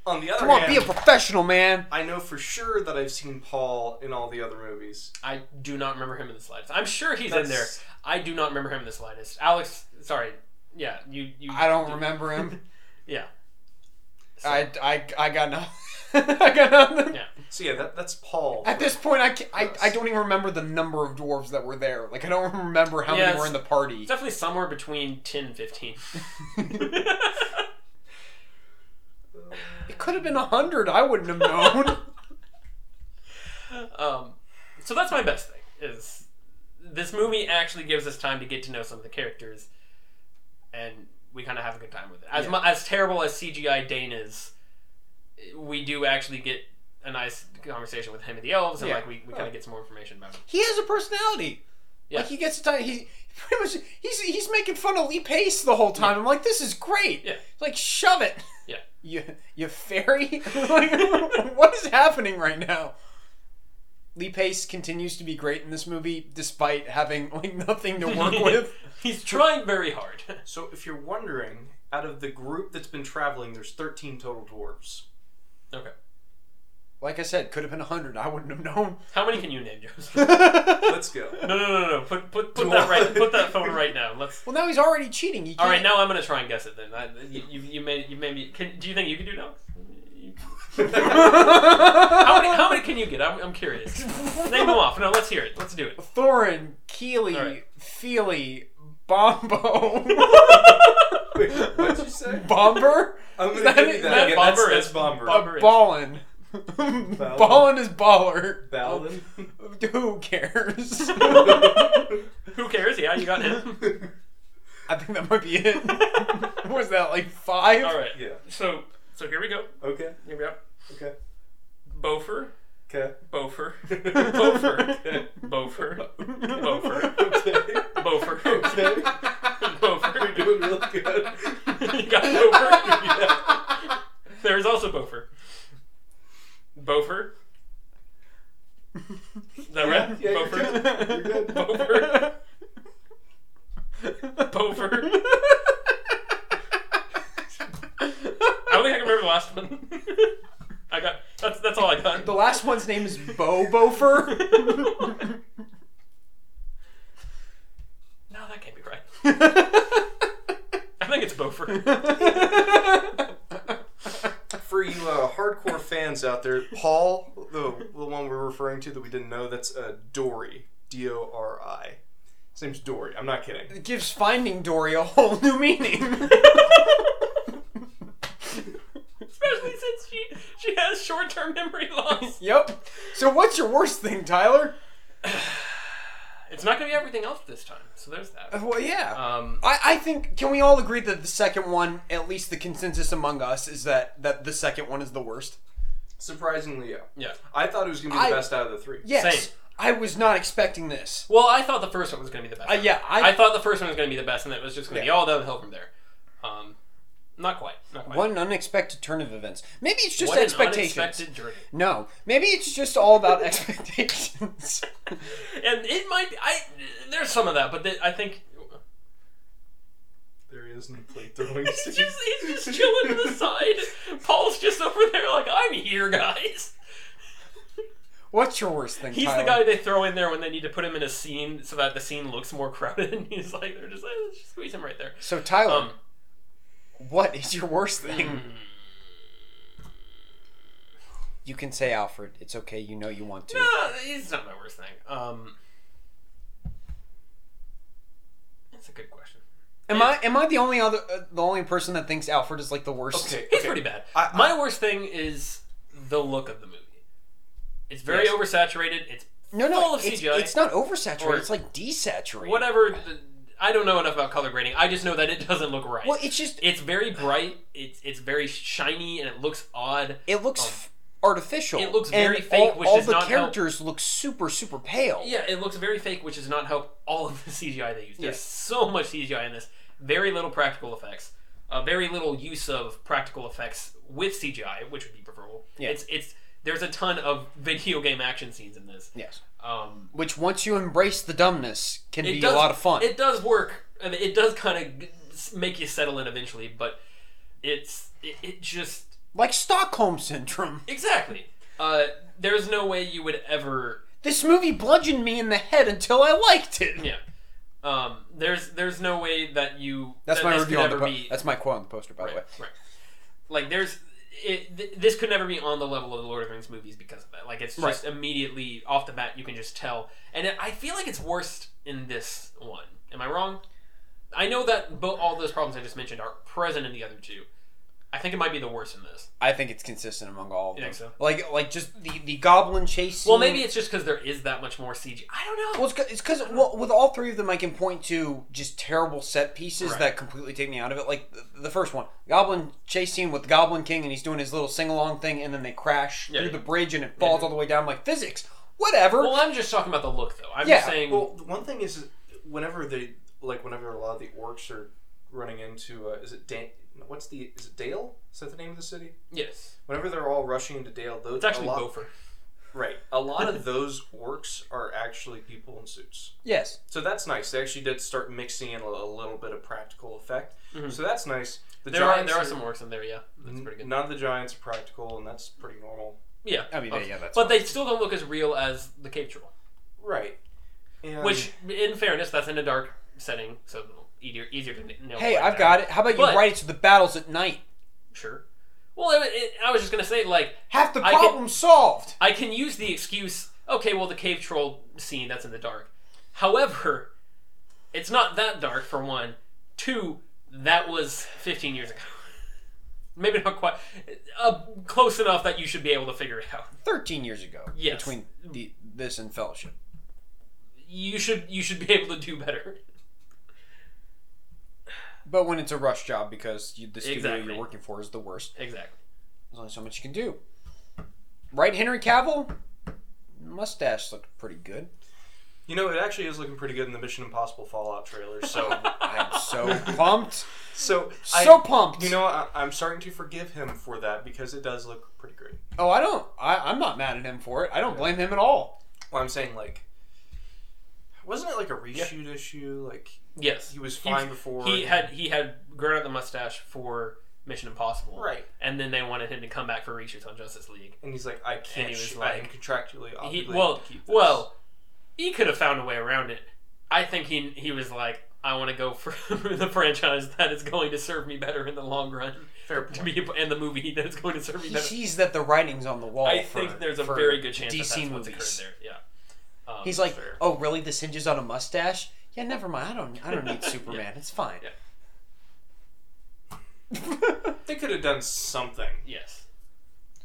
Speaker 3: On the other
Speaker 2: Come on,
Speaker 3: hand,
Speaker 2: be a professional, man.
Speaker 3: I know for sure that I've seen Paul in all the other movies.
Speaker 1: I do not remember him in the slightest. I'm sure he's in there.
Speaker 3: That's-
Speaker 1: I do not remember him in the slightest. Alex, sorry. Yeah, you. you
Speaker 2: I don't remember him.
Speaker 1: Yeah.
Speaker 2: I, I, I got nothing. I got nothing.
Speaker 1: Yeah.
Speaker 3: So yeah, that, that's Paul.
Speaker 2: At this point, I, ca- I,
Speaker 3: Yes.
Speaker 2: I don't even remember the number of dwarves that were there. Like, I don't remember how
Speaker 1: Yes.
Speaker 2: many were in the party.
Speaker 1: It's definitely somewhere between 10 and 15.
Speaker 2: It could have been a hundred. I wouldn't have known.
Speaker 1: um, so that's my best thing is this movie actually gives us time to get to know some of the characters and we kind of have a good time with it. As
Speaker 2: Yeah.
Speaker 1: mu- as terrible as CGI Dane is, we do actually get a nice conversation with him and the elves and
Speaker 2: Yeah.
Speaker 1: like we, we kind
Speaker 2: Oh.
Speaker 1: of get some more information about him.
Speaker 2: he has a personality.
Speaker 1: Yeah.
Speaker 2: Like he gets to he pretty much he's he's making fun of Lee Pace the whole time. I'm like, this is great.
Speaker 1: Yeah.
Speaker 2: Like shove it.
Speaker 1: Yeah.
Speaker 2: You you fairy. like what is happening right now? Lee Pace continues to be great in this movie despite having like nothing to work with.
Speaker 1: He's trying very hard.
Speaker 3: So if you're wondering, out of the group that's been traveling, there's 13 total dwarves.
Speaker 1: okay.
Speaker 2: Like I said, could have been a hundred. I wouldn't have known.
Speaker 1: How many can you name, Joseph?
Speaker 3: Let's go.
Speaker 1: No, no, no, no. Put put put that right. Put that phone right now. Let's.
Speaker 2: well, now he's already cheating. He
Speaker 1: All right,
Speaker 2: can't-
Speaker 1: now I'm gonna try and guess it. Then I, you, you you made you made me. Can, do you think you can do now? How many how many can you get? I'm, I'm curious. Name them off. No, let's hear it. Let's do it.
Speaker 2: Thorin, Keely,
Speaker 1: All right.
Speaker 2: Feely, Bombo,
Speaker 3: Wait, what'd you say?
Speaker 2: Bomber.
Speaker 3: I'm
Speaker 2: Is
Speaker 3: gonna
Speaker 2: that
Speaker 3: give
Speaker 2: it?
Speaker 3: you
Speaker 1: That
Speaker 3: that. again. That's,
Speaker 1: bomber
Speaker 3: that's
Speaker 1: is-
Speaker 3: bomber.
Speaker 1: bomber.
Speaker 2: Ballin. Ballin is baller.
Speaker 3: Ballin.
Speaker 2: Who cares?
Speaker 1: Who cares? Yeah, you got him.
Speaker 2: I think that might be it. What Was that like five?
Speaker 1: All right.
Speaker 3: yeah.
Speaker 1: So so here we go.
Speaker 3: Okay.
Speaker 1: Here we go.
Speaker 3: Okay.
Speaker 1: Bofer,
Speaker 3: Okay.
Speaker 1: Bofer,
Speaker 3: Okay.
Speaker 1: Bofer, Bofer, Bofer,
Speaker 3: Okay.
Speaker 1: Bofer,
Speaker 3: Okay. You're
Speaker 1: Bofer.
Speaker 3: doing really good.
Speaker 1: You got Bofer. There is also Bofer. Bofer. Is that right?
Speaker 3: yeah, you're
Speaker 1: Bofer.
Speaker 3: You're good.
Speaker 1: Bofer. Bofer. I don't think I can remember the last one. I got that's that's all I got.
Speaker 2: The last one's name is Bo Bofer.
Speaker 1: no, that can't be right. I think it's Bofer.
Speaker 3: For you uh, hardcore fans out there, Paul, the, the one we're referring to that we didn't know, that's uh, Dory. D O R I. His name's Dory. I'm not kidding.
Speaker 2: It gives Finding Dory a whole new meaning.
Speaker 1: Especially since she she has short term memory loss.
Speaker 2: yep. So what's your worst thing, Tyler?
Speaker 1: It's not gonna be everything else this time, so there's that.
Speaker 2: Well, yeah.
Speaker 1: Um
Speaker 2: I, I think can we all agree that the second one, at least the consensus among us, is that that the second one is the worst.
Speaker 3: Surprisingly, yeah.
Speaker 1: yeah.
Speaker 3: I thought it was going to be the
Speaker 2: I-
Speaker 3: best out of the three.
Speaker 2: Yes,
Speaker 1: Same.
Speaker 2: I was not expecting this.
Speaker 1: Well, I thought the first one was gonna be the best.
Speaker 2: Uh, yeah, I,
Speaker 1: I thought the first one was going to be the best, and that it was just going to be all downhill from there. Um, Not quite. Not quite.
Speaker 2: One unexpected turn of events. Maybe it's just
Speaker 1: What an
Speaker 2: expectations.
Speaker 1: unexpected journey.
Speaker 2: No, maybe it's just all about expectations.
Speaker 1: And it might be. I there's some of that, but the, I think
Speaker 3: There he is in the plate throwing
Speaker 1: he's just he's just chilling to the side. Paul's just over there, like I'm here, guys.
Speaker 2: What's your worst thing?
Speaker 1: He's
Speaker 2: Tyler?
Speaker 1: the guy they throw in there when they need to put him in a scene so that the scene looks more crowded. And he's like, they're just like, let's just squeeze him right there.
Speaker 2: So Tyler,
Speaker 3: Oh.
Speaker 1: Um, mm.
Speaker 2: what is your worst thing?
Speaker 3: Hmm.
Speaker 2: You can say Alfred. It's okay. You know you want to.
Speaker 1: no, it's not my worst thing. Um, that's a good question.
Speaker 2: Am I am I the only other uh, the only person that thinks Alfred is like the worst?
Speaker 3: Okay,
Speaker 1: He's
Speaker 3: okay.
Speaker 1: pretty bad.
Speaker 3: I- I-
Speaker 1: my worst thing is the look of the movie. It's very
Speaker 3: Yes.
Speaker 1: oversaturated. It's
Speaker 2: No, no,
Speaker 1: Full of
Speaker 2: it's,
Speaker 1: CGI.
Speaker 2: it's not oversaturated.
Speaker 1: Or-
Speaker 2: it's like desaturated.
Speaker 1: whatever. The, I don't know enough about color grading. I just know that it doesn't look right.
Speaker 2: Well, it's just
Speaker 1: it's very bright. It's it's very shiny and it looks odd.
Speaker 2: it looks f- artificial.
Speaker 1: Um, it looks
Speaker 2: and
Speaker 1: very fake,
Speaker 2: All,
Speaker 1: which
Speaker 2: all
Speaker 1: does
Speaker 2: the
Speaker 1: not help.
Speaker 2: characters look super super pale.
Speaker 1: Yeah, it looks very fake, which does not help all of the CGI they use. There's so much CGI in this. Very little practical effects. Uh, very little use of practical effects with CGI, which would be preferable.
Speaker 2: Yeah.
Speaker 1: It's it's there's a ton of video game action scenes in this.
Speaker 2: Yes.
Speaker 1: Um,
Speaker 2: Which once you embrace the dumbness can
Speaker 1: it
Speaker 2: be
Speaker 1: does,
Speaker 2: a lot of fun.
Speaker 1: It does work. I mean, it does kind of make you settle in eventually, but it's it, it just
Speaker 2: like Stockholm syndrome.
Speaker 1: exactly. Uh, there's no way you would ever
Speaker 2: This movie bludgeoned me in the head until I liked it.
Speaker 1: Yeah. Um, there's there's no way that you
Speaker 2: That's
Speaker 1: that
Speaker 2: my
Speaker 1: this
Speaker 2: review
Speaker 1: could
Speaker 2: on the
Speaker 1: ever
Speaker 2: po-
Speaker 1: be
Speaker 2: That's my quote on the poster, by the way.
Speaker 1: right, right. Like there's it, th- this could never be on the level of the Lord of the Rings movies because of that. Like it's just immediately off the bat you can just tell. And it, I feel like it's worse in this one. Am I wrong? I know that bo- all those problems I just mentioned are present in the other two. I think it might be the worst in this.
Speaker 2: I think it's consistent among all of
Speaker 1: You
Speaker 2: them.
Speaker 1: think so?
Speaker 2: Like like just the, the goblin chase.
Speaker 1: Well,
Speaker 2: scene-
Speaker 1: maybe it's just because there is that much more CG. I don't know.
Speaker 2: Well, it's 'cause- it's because well, with all three of them, I can point to just terrible set pieces
Speaker 1: Right.
Speaker 2: that completely take me out of it. Like the, the first one, Goblin chase scene with Goblin King, and he's doing his little sing along thing, and then they crash
Speaker 1: Yeah,
Speaker 2: through
Speaker 1: yeah.
Speaker 2: the bridge, and it falls all the way down. I'm like physics, whatever.
Speaker 1: Well, I'm just talking about the look though. I'm
Speaker 2: Yeah,
Speaker 1: just saying.
Speaker 3: Well, the one thing is, whenever they like, whenever a lot of the orcs are running into, uh, is it Dan- what's the is it Dale? Is that the name of the city?
Speaker 1: yes,
Speaker 3: Whenever they're all rushing into Dale, those
Speaker 1: it's actually
Speaker 3: a lot,
Speaker 1: Beaufort.
Speaker 3: right. A lot of those orcs are actually people in suits,
Speaker 2: yes,
Speaker 3: so that's nice. They actually did start mixing in a, a little bit of practical effect,
Speaker 1: Mhm.
Speaker 3: so that's nice. The
Speaker 1: There are
Speaker 3: giants
Speaker 1: there are some orcs in there. Yeah, that's pretty good.
Speaker 3: None of the giants are practical, and that's pretty normal,
Speaker 1: Yeah.
Speaker 2: I mean,
Speaker 1: Uh,
Speaker 2: yeah, yeah, that's
Speaker 1: But they still don't look as real as the Cape Troll.
Speaker 3: right? And
Speaker 1: Which, in fairness, that's in a dark setting, so easier, easier to n- nail.
Speaker 2: hey,
Speaker 1: it
Speaker 2: I've
Speaker 1: down.
Speaker 2: got it. How about you
Speaker 1: But-
Speaker 2: write it to the battles at night?
Speaker 1: Sure. Well, it, it, I was just gonna say, like,
Speaker 2: Half the
Speaker 1: I can-
Speaker 2: problem solved.
Speaker 1: I can use the excuse. Okay, well, the Cave Troll scene that's in the dark. However, it's not that dark for one. Two, that was 15 years ago. Maybe not quite. Uh, close enough that you should be able to figure it out.
Speaker 2: Thirteen years ago,
Speaker 1: Yes.
Speaker 2: between the, this and Fellowship.
Speaker 1: You should you should be able to do better.
Speaker 2: But when it's a rush job because you, the studio
Speaker 1: Exactly.
Speaker 2: you're working for is the worst,
Speaker 1: Exactly.
Speaker 2: there's only so much you can do. Right, Henry Cavill? Mustache looked pretty good.
Speaker 3: you know, it actually is looking pretty good in the Mission Impossible Fallout trailer. So,
Speaker 2: I'm so pumped.
Speaker 3: so I-
Speaker 2: So pumped.
Speaker 3: You know, I, I'm starting to forgive him for that because it does look pretty great.
Speaker 2: Oh, I don't. I, I'm not mad at him for it. I don't blame him at all.
Speaker 3: Well, I'm saying like, wasn't it like a reshoot issue? Like
Speaker 1: Yes.
Speaker 3: he was
Speaker 1: He-
Speaker 3: fine before.
Speaker 1: He had he had grown out the mustache for Mission Impossible,
Speaker 3: Right.
Speaker 1: And then they wanted him to come back for reshoots on Justice League.
Speaker 3: and he's like, I can't.
Speaker 1: he was
Speaker 3: sh- I am
Speaker 1: like-
Speaker 3: contractually
Speaker 1: He,
Speaker 3: obligated
Speaker 1: well,
Speaker 3: to keep this.
Speaker 1: well, he could have found a way around it. I think he he was like, I want to go for the franchise that is going to serve me better in the long run,
Speaker 3: fair
Speaker 1: to
Speaker 3: point.
Speaker 1: be and the movie that is going to serve me
Speaker 2: He
Speaker 1: better.
Speaker 2: sees that the writing's on the wall.
Speaker 1: I
Speaker 2: for-
Speaker 1: think there's a
Speaker 2: for
Speaker 1: very good chance
Speaker 2: DC
Speaker 1: that that's what's
Speaker 2: movies.
Speaker 1: occurred there. Yeah. Um,
Speaker 2: He's like,
Speaker 3: Fair.
Speaker 2: oh, really? This hinges on a mustache? Yeah, never mind. I don't. I don't need Superman. It's fine.
Speaker 3: they could have done something.
Speaker 1: yes.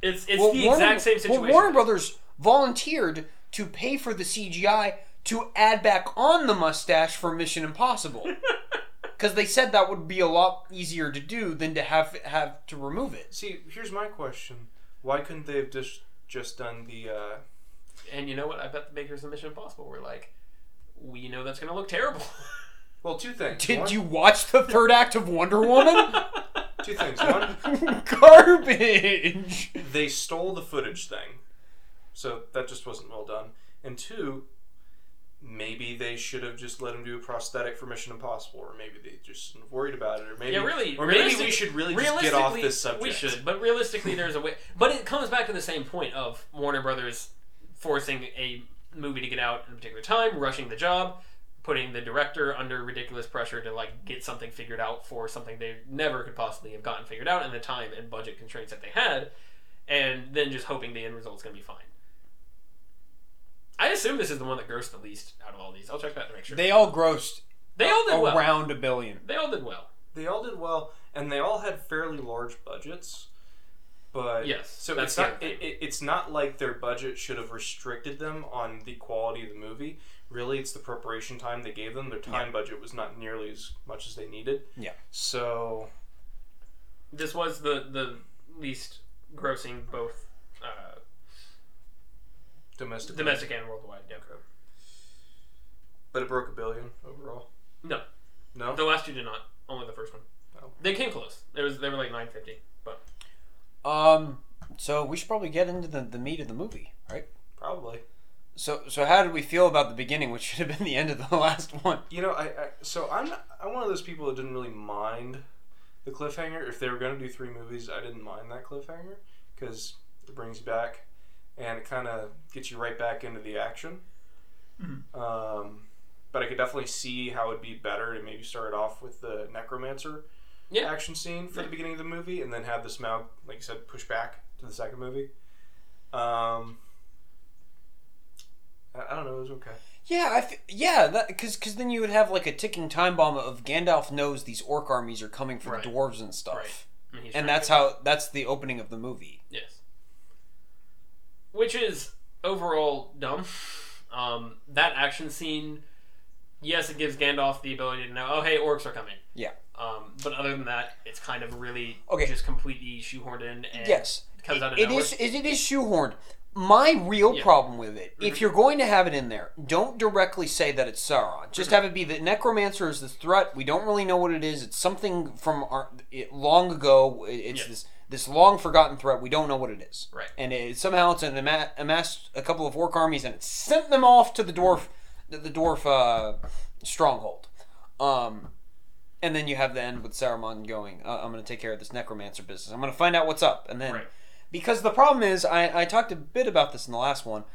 Speaker 1: It's it's
Speaker 2: Well,
Speaker 1: the
Speaker 2: Warner-
Speaker 1: exact same situation.
Speaker 2: Well, Warner Brothers volunteered to pay for the CGI to add back on the mustache for Mission Impossible. Because they said that would be a lot easier to do than to have have to remove it.
Speaker 3: See, here's my question: Why couldn't they have just just done the? Uh,
Speaker 1: And you know what? I bet the makers of Mission Impossible were like, we know that's going to look terrible.
Speaker 3: well, two things.
Speaker 2: Did
Speaker 3: One-
Speaker 2: you watch the third act of Wonder Woman?
Speaker 3: two things. One,
Speaker 2: Garbage.
Speaker 3: they stole the footage thing, so that just wasn't well done. And two, maybe they should have just let him do a prosthetic for Mission Impossible, or maybe they just worried about it, or maybe
Speaker 1: Yeah, really.
Speaker 3: or maybe we
Speaker 1: realistic-
Speaker 3: should really just get off this subject.
Speaker 1: We should, but realistically, there's a way. But it comes back to the same point of Warner Brothers forcing a movie to get out at a particular time, rushing the job, putting the director under ridiculous pressure to like get something figured out for something they never could possibly have gotten figured out in the time and budget constraints that they had, and then just hoping the end result's gonna be fine. I assume this is the one that grossed the least out of all these. I'll check that to make sure. They,
Speaker 2: They all grossed
Speaker 1: all did well.
Speaker 2: around a billion.
Speaker 1: They all did well.
Speaker 3: They all did well, and they all had fairly large budgets. But
Speaker 1: Yes,
Speaker 3: so
Speaker 1: that's
Speaker 3: it's
Speaker 1: the
Speaker 3: not
Speaker 1: other
Speaker 3: it, it, it's not like their budget should have restricted them on the quality of the movie. Really, it's the preparation time they gave them. Their time budget was not nearly as much as they needed.
Speaker 2: Yeah.
Speaker 3: So
Speaker 1: this was the the least grossing both uh,
Speaker 3: domestic,
Speaker 1: domestic and worldwide. Yeah.
Speaker 3: but it broke a billion overall.
Speaker 1: No,
Speaker 3: No,
Speaker 1: the last two did not. Only the first one.
Speaker 3: Oh.
Speaker 1: They came close. There was they were like nine fifty. But
Speaker 2: Um, so we should probably get into the, the meat of the movie, right?
Speaker 3: probably.
Speaker 2: So, so how did we feel about the beginning, which should have been the end of the last one?
Speaker 3: You know, I, I so I'm I'm one of those people that didn't really mind the cliffhanger. If they were going to do three movies, I didn't mind that cliffhanger because it brings you back and it kind of gets you right back into the action. Um, but I could definitely see how it'd be better to maybe start it off with the necromancer
Speaker 1: Yeah.
Speaker 3: action scene for the beginning of the movie, and then have this now, like you said, push back to the second movie. Um, I, I don't know. It was okay.
Speaker 2: Yeah, I f- yeah, that because because then you would have like a ticking time bomb of Gandalf knows these orc armies are coming for
Speaker 1: Right.
Speaker 2: the dwarves and stuff,
Speaker 1: Right. I mean, he's
Speaker 2: and
Speaker 1: trying
Speaker 2: that's how that's the opening of the movie.
Speaker 1: to- yes, which is overall dumb. Um, that action scene, yes, it gives Gandalf the ability to know, oh hey, orcs are coming.
Speaker 2: Yeah.
Speaker 1: Um, but other than that, it's kind of really
Speaker 2: Okay.
Speaker 1: just completely shoehorned in. And
Speaker 2: Yes.
Speaker 1: it comes out of
Speaker 2: It
Speaker 1: nowhere.
Speaker 2: is it, it is shoehorned. My real
Speaker 1: Yeah. Mm-hmm.
Speaker 2: problem with it, if you're going to have it in there, don't directly say that it's Sauron. Just
Speaker 1: Mm-hmm.
Speaker 2: have it be that Necromancer is the threat. We don't really know what it is. It's something from our, it, long ago. It- It's
Speaker 1: Yeah.
Speaker 2: this this long forgotten threat. We don't know what it is.
Speaker 1: Right.
Speaker 2: And it, somehow it's an ama- amassed a couple of orc armies and it sent them off to the dwarf the,
Speaker 1: Mm-hmm.
Speaker 2: the dwarf uh, stronghold. Um, and then you have the end with Saruman going, uh, I'm going to take care of this necromancer business. I'm going to find out what's up. And then,
Speaker 1: Right.
Speaker 2: because the problem is, I, I talked a bit about this in the last one.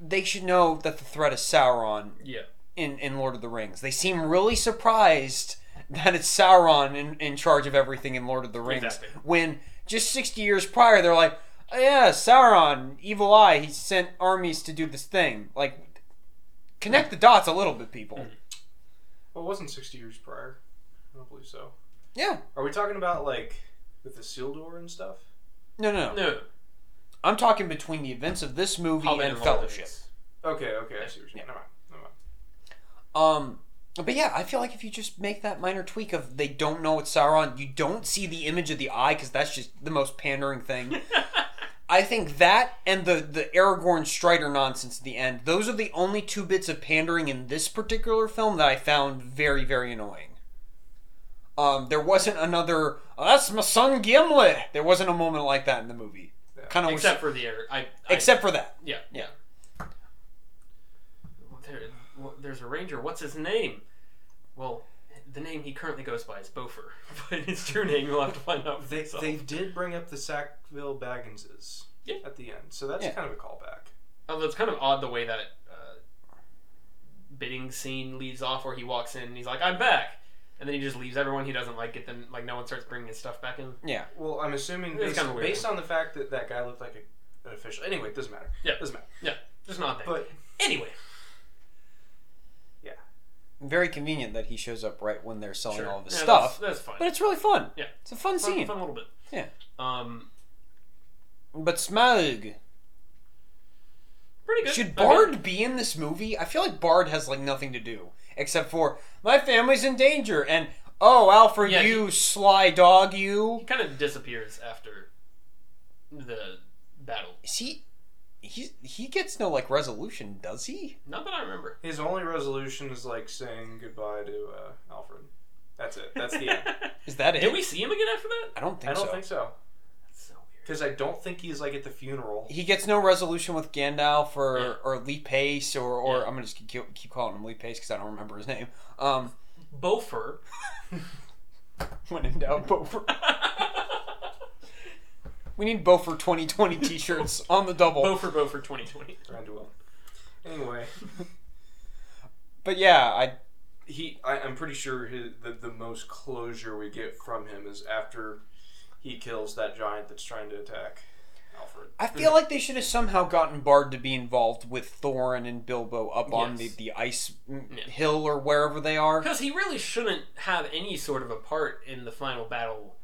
Speaker 2: They should know that the threat is Sauron
Speaker 1: yeah.
Speaker 2: in, in Lord of the Rings. They seem really surprised that it's Sauron in, in charge of everything in Lord of the Rings.
Speaker 1: Exactly.
Speaker 2: When just 60 years prior, they're like, oh, yeah, Sauron, evil eye, he sent armies to do this thing. Like, connect the dots a little bit, people.
Speaker 3: Well, it wasn't 60 years prior. I don't believe so.
Speaker 2: Yeah.
Speaker 3: Are we talking about, like, with the seal door and stuff?
Speaker 2: No, no, no.
Speaker 1: No.
Speaker 2: I'm talking between the events of this movie
Speaker 1: Hobbit
Speaker 2: and
Speaker 1: Lord of the
Speaker 2: Fellowship.
Speaker 1: Rings.
Speaker 3: Okay, okay, I see what you're saying. Never mind, never mind.
Speaker 2: Um, but yeah, I feel like if you just make that minor tweak of they don't know it's Sauron, you don't see the image of the eye because that's just the most pandering thing. I think that and the the Aragorn Strider nonsense at the end, those are the only two bits of pandering in this particular film that I found very very annoying. Um, there wasn't another. Oh, that's my son Gimli. There wasn't a moment like that in the movie.
Speaker 3: Yeah.
Speaker 2: Kind of
Speaker 1: Except for the air. I, I
Speaker 2: except for that.
Speaker 1: yeah
Speaker 2: Yeah.
Speaker 1: Well, There, well, there's a ranger. What's his name? Well, the name he currently goes by is Bofer, but his true name you'll have to find out. for
Speaker 3: They,
Speaker 1: yourself.
Speaker 3: they did bring up the Sackville Bagginses
Speaker 1: Yeah.
Speaker 3: at the end, so that's
Speaker 2: Yeah.
Speaker 3: kind of a callback.
Speaker 1: Although it's kind of odd the way that uh, bidding scene leaves off, where he walks in and he's like, "I'm back," and then he just leaves everyone. He doesn't like get them. Like no one starts bringing his stuff back in.
Speaker 2: Yeah.
Speaker 3: Well, I'm assuming
Speaker 1: It's
Speaker 3: based,
Speaker 1: kinda weird.
Speaker 3: based on the fact that that guy looked like a, an official. Anyway, it doesn't matter.
Speaker 1: Yeah.
Speaker 3: doesn't matter.
Speaker 1: Just not that.
Speaker 3: But
Speaker 1: anyway,
Speaker 2: Very convenient that he shows up right when they're selling
Speaker 1: sure.
Speaker 2: all of his
Speaker 1: Yeah,
Speaker 2: stuff.
Speaker 1: That's, that's fine.
Speaker 2: But it's really fun.
Speaker 1: Yeah.
Speaker 2: It's a fun,
Speaker 1: fun,
Speaker 2: scene.
Speaker 1: fun little bit.
Speaker 2: Yeah.
Speaker 1: Um,
Speaker 2: But Smaug.
Speaker 1: pretty good.
Speaker 2: Should
Speaker 1: I mean-
Speaker 2: Bard be in this movie? I feel like Bard has like nothing to do except for my family's in danger and oh Alfred
Speaker 1: Yeah,
Speaker 2: you sly dog you.
Speaker 1: He kind of disappears after the battle.
Speaker 2: Is he he he gets no like resolution, does he?
Speaker 1: Not that I remember.
Speaker 3: his only resolution is, like, saying goodbye to uh, Alfred. That's it. That's the end.
Speaker 2: Is that it?
Speaker 1: Did we see him again after that?
Speaker 2: I don't think
Speaker 3: I don't
Speaker 2: so.
Speaker 3: think so
Speaker 1: That's so weird.
Speaker 3: because I don't think he's like at the funeral.
Speaker 2: He gets no resolution with Gandalf or
Speaker 1: Yeah.
Speaker 2: or Lee Pace or, or
Speaker 1: Yeah.
Speaker 2: I'm gonna just keep, keep calling him Lee Pace because I don't remember his name. Um,
Speaker 1: Beaufort.
Speaker 2: when in doubt, Beaufort. We need Beaufort 2020 t-shirts on the double.
Speaker 1: Beaufort, Beaufort 2020.
Speaker 3: Thranduil. Anyway,
Speaker 2: But yeah, I
Speaker 3: he I, I'm pretty sure his, the the most closure we get from him is after he kills that giant that's trying to attack Alfred.
Speaker 2: I feel like they should have somehow gotten Bard to be involved with Thorin and Bilbo up on the,
Speaker 1: Yes.
Speaker 2: the ice mm,
Speaker 1: Yeah.
Speaker 2: hill or wherever they are.
Speaker 1: Because he really shouldn't have any sort of a part in the final battle.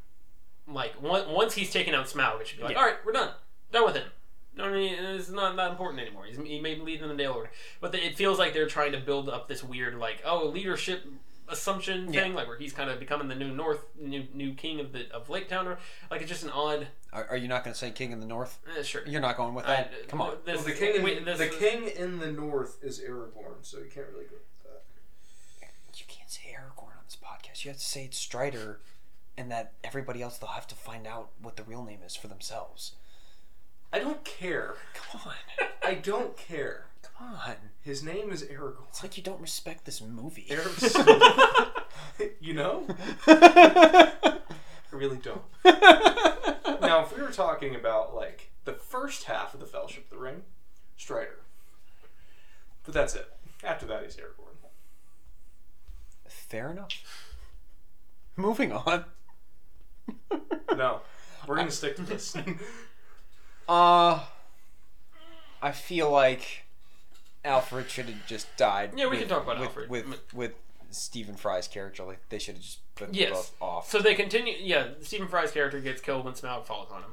Speaker 1: Like, on- once he's taken out Smaug, it should be like,
Speaker 2: Yeah.
Speaker 1: alright, we're done. Done with him. No, I mean, it's not that important anymore. He's, he may lead in the Dale Order. But it feels like they're trying to build up this weird, like, oh, leadership assumption
Speaker 2: Yeah.
Speaker 1: thing, like where he's kind of becoming the new North, new new king of the of Lake Town. Or, like, it's just an odd.
Speaker 2: Are, are you not going to say King in the North?
Speaker 1: Eh, sure.
Speaker 2: You're not going with that.
Speaker 1: I-
Speaker 2: Come on.
Speaker 1: This,
Speaker 3: the king in,
Speaker 1: wait, this
Speaker 3: the
Speaker 1: is-
Speaker 3: king in the north is Aragorn, so you can't really go with that.
Speaker 2: You can't say Aragorn on this podcast. You have to say it's Strider, and that everybody else they'll have to find out what the real name is for themselves.
Speaker 3: I don't care.
Speaker 2: Come on,
Speaker 3: I don't care.
Speaker 2: come on.
Speaker 3: His name is Aragorn.
Speaker 2: It's like you don't respect this movie.
Speaker 3: you know, I really don't. Now, if we were talking about like the first half of the Fellowship of the Ring, Strider. But that's it. After that, he's Aragorn.
Speaker 2: Fair enough. Moving on.
Speaker 3: No, we're gonna stick to this.
Speaker 2: Uh, I feel like Alfred should have just died.
Speaker 1: Yeah, we
Speaker 2: with,
Speaker 1: can talk about
Speaker 2: with,
Speaker 1: Alfred.
Speaker 2: with
Speaker 1: Mm.
Speaker 2: with Stephen Fry's character. Like they should have just put
Speaker 1: Yes.
Speaker 2: both off.
Speaker 1: So they continue. Yeah, Stephen Fry's character gets killed when Smaug falls on him,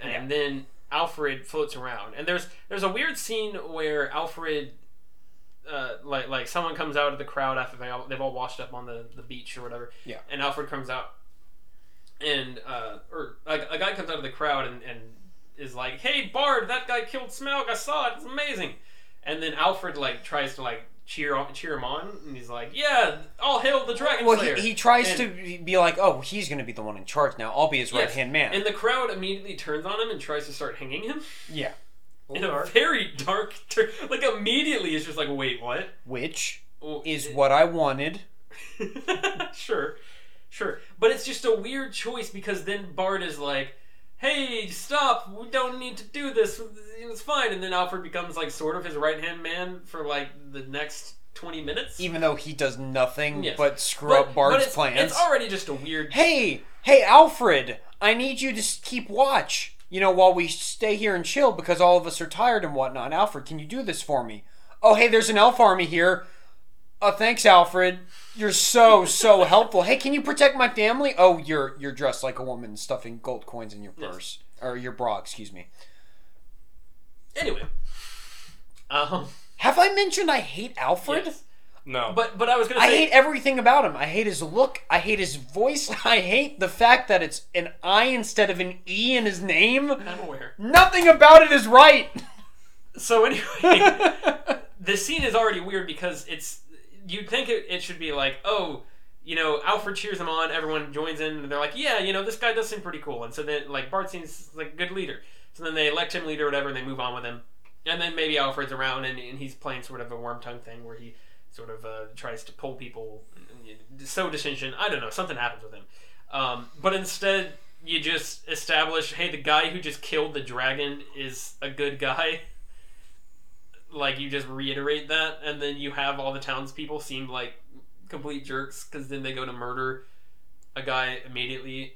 Speaker 1: and then Alfred floats around. And there's there's a weird scene where Alfred, uh, like like someone comes out of the crowd after they all, they've all washed up on the, the beach or whatever.
Speaker 2: Yeah.
Speaker 1: And Alfred comes out, and uh, or like a guy comes out of the crowd and, and is like, "Hey Bard, that guy killed Smaug. I saw it. It's amazing." And then Alfred like tries to like cheer on, cheer him on, and he's like, "Yeah, all hail the Dragon
Speaker 2: well,
Speaker 1: Slayer."
Speaker 2: he, he tries
Speaker 1: And-
Speaker 2: to be- be like, oh, he's going to be the one in charge now. I'll be his right hand man.
Speaker 1: And the crowd immediately turns on him and tries to start hanging him
Speaker 2: yeah.
Speaker 1: in a very dark turn. Like immediately, it's just like, wait, what?
Speaker 2: Which
Speaker 1: Oh,
Speaker 2: is
Speaker 1: it-
Speaker 2: what I wanted.
Speaker 1: sure, sure. But it's just a weird choice because then Bard is like, "Hey, stop! We don't need to do this. It's fine." And then Alfred becomes like sort of his right hand man for like the next twenty minutes.
Speaker 2: Even though he does nothing
Speaker 1: Yes.
Speaker 2: but screw
Speaker 1: But-
Speaker 2: up
Speaker 1: but
Speaker 2: Bard's
Speaker 1: it's-
Speaker 2: plans.
Speaker 1: It's already just a weird.
Speaker 2: hey, hey, Alfred, I need you to s- keep watch, you know, while we stay here and chill because all of us are tired and whatnot. Alfred, can you do this for me? Oh, hey, there's an elf army here. Uh, thanks, Alfred. You're so so helpful. Hey, can you protect my family? Oh, you're you're dressed like a woman, stuffing gold coins in your purse or your bra, excuse me.
Speaker 1: Anyway, um,
Speaker 2: Have I mentioned I hate Alfred?
Speaker 1: yes.
Speaker 3: No,
Speaker 1: but but I was gonna
Speaker 2: I
Speaker 1: say
Speaker 2: hate everything about him. I hate his look. I hate his voice. I hate the fact that it's an I instead of an E in his name.
Speaker 1: I'm aware.
Speaker 2: Nothing about it is right.
Speaker 1: So anyway. this scene is already weird because it's you'd think it, it should be like oh you know alfred cheers him on everyone joins in and they're like yeah you know this guy does seem pretty cool and so then like bart seems like a good leader so then they elect him leader or whatever and they move on with him and then maybe alfred's around and, and he's playing sort of a worm tongue thing where he sort of uh, tries to pull people so dissension i don't know something happens with him um, but instead you just establish hey the guy who just killed the dragon is a good guy like you just reiterate that, and then you have all the townspeople seem like complete jerks because then they go to murder a guy immediately,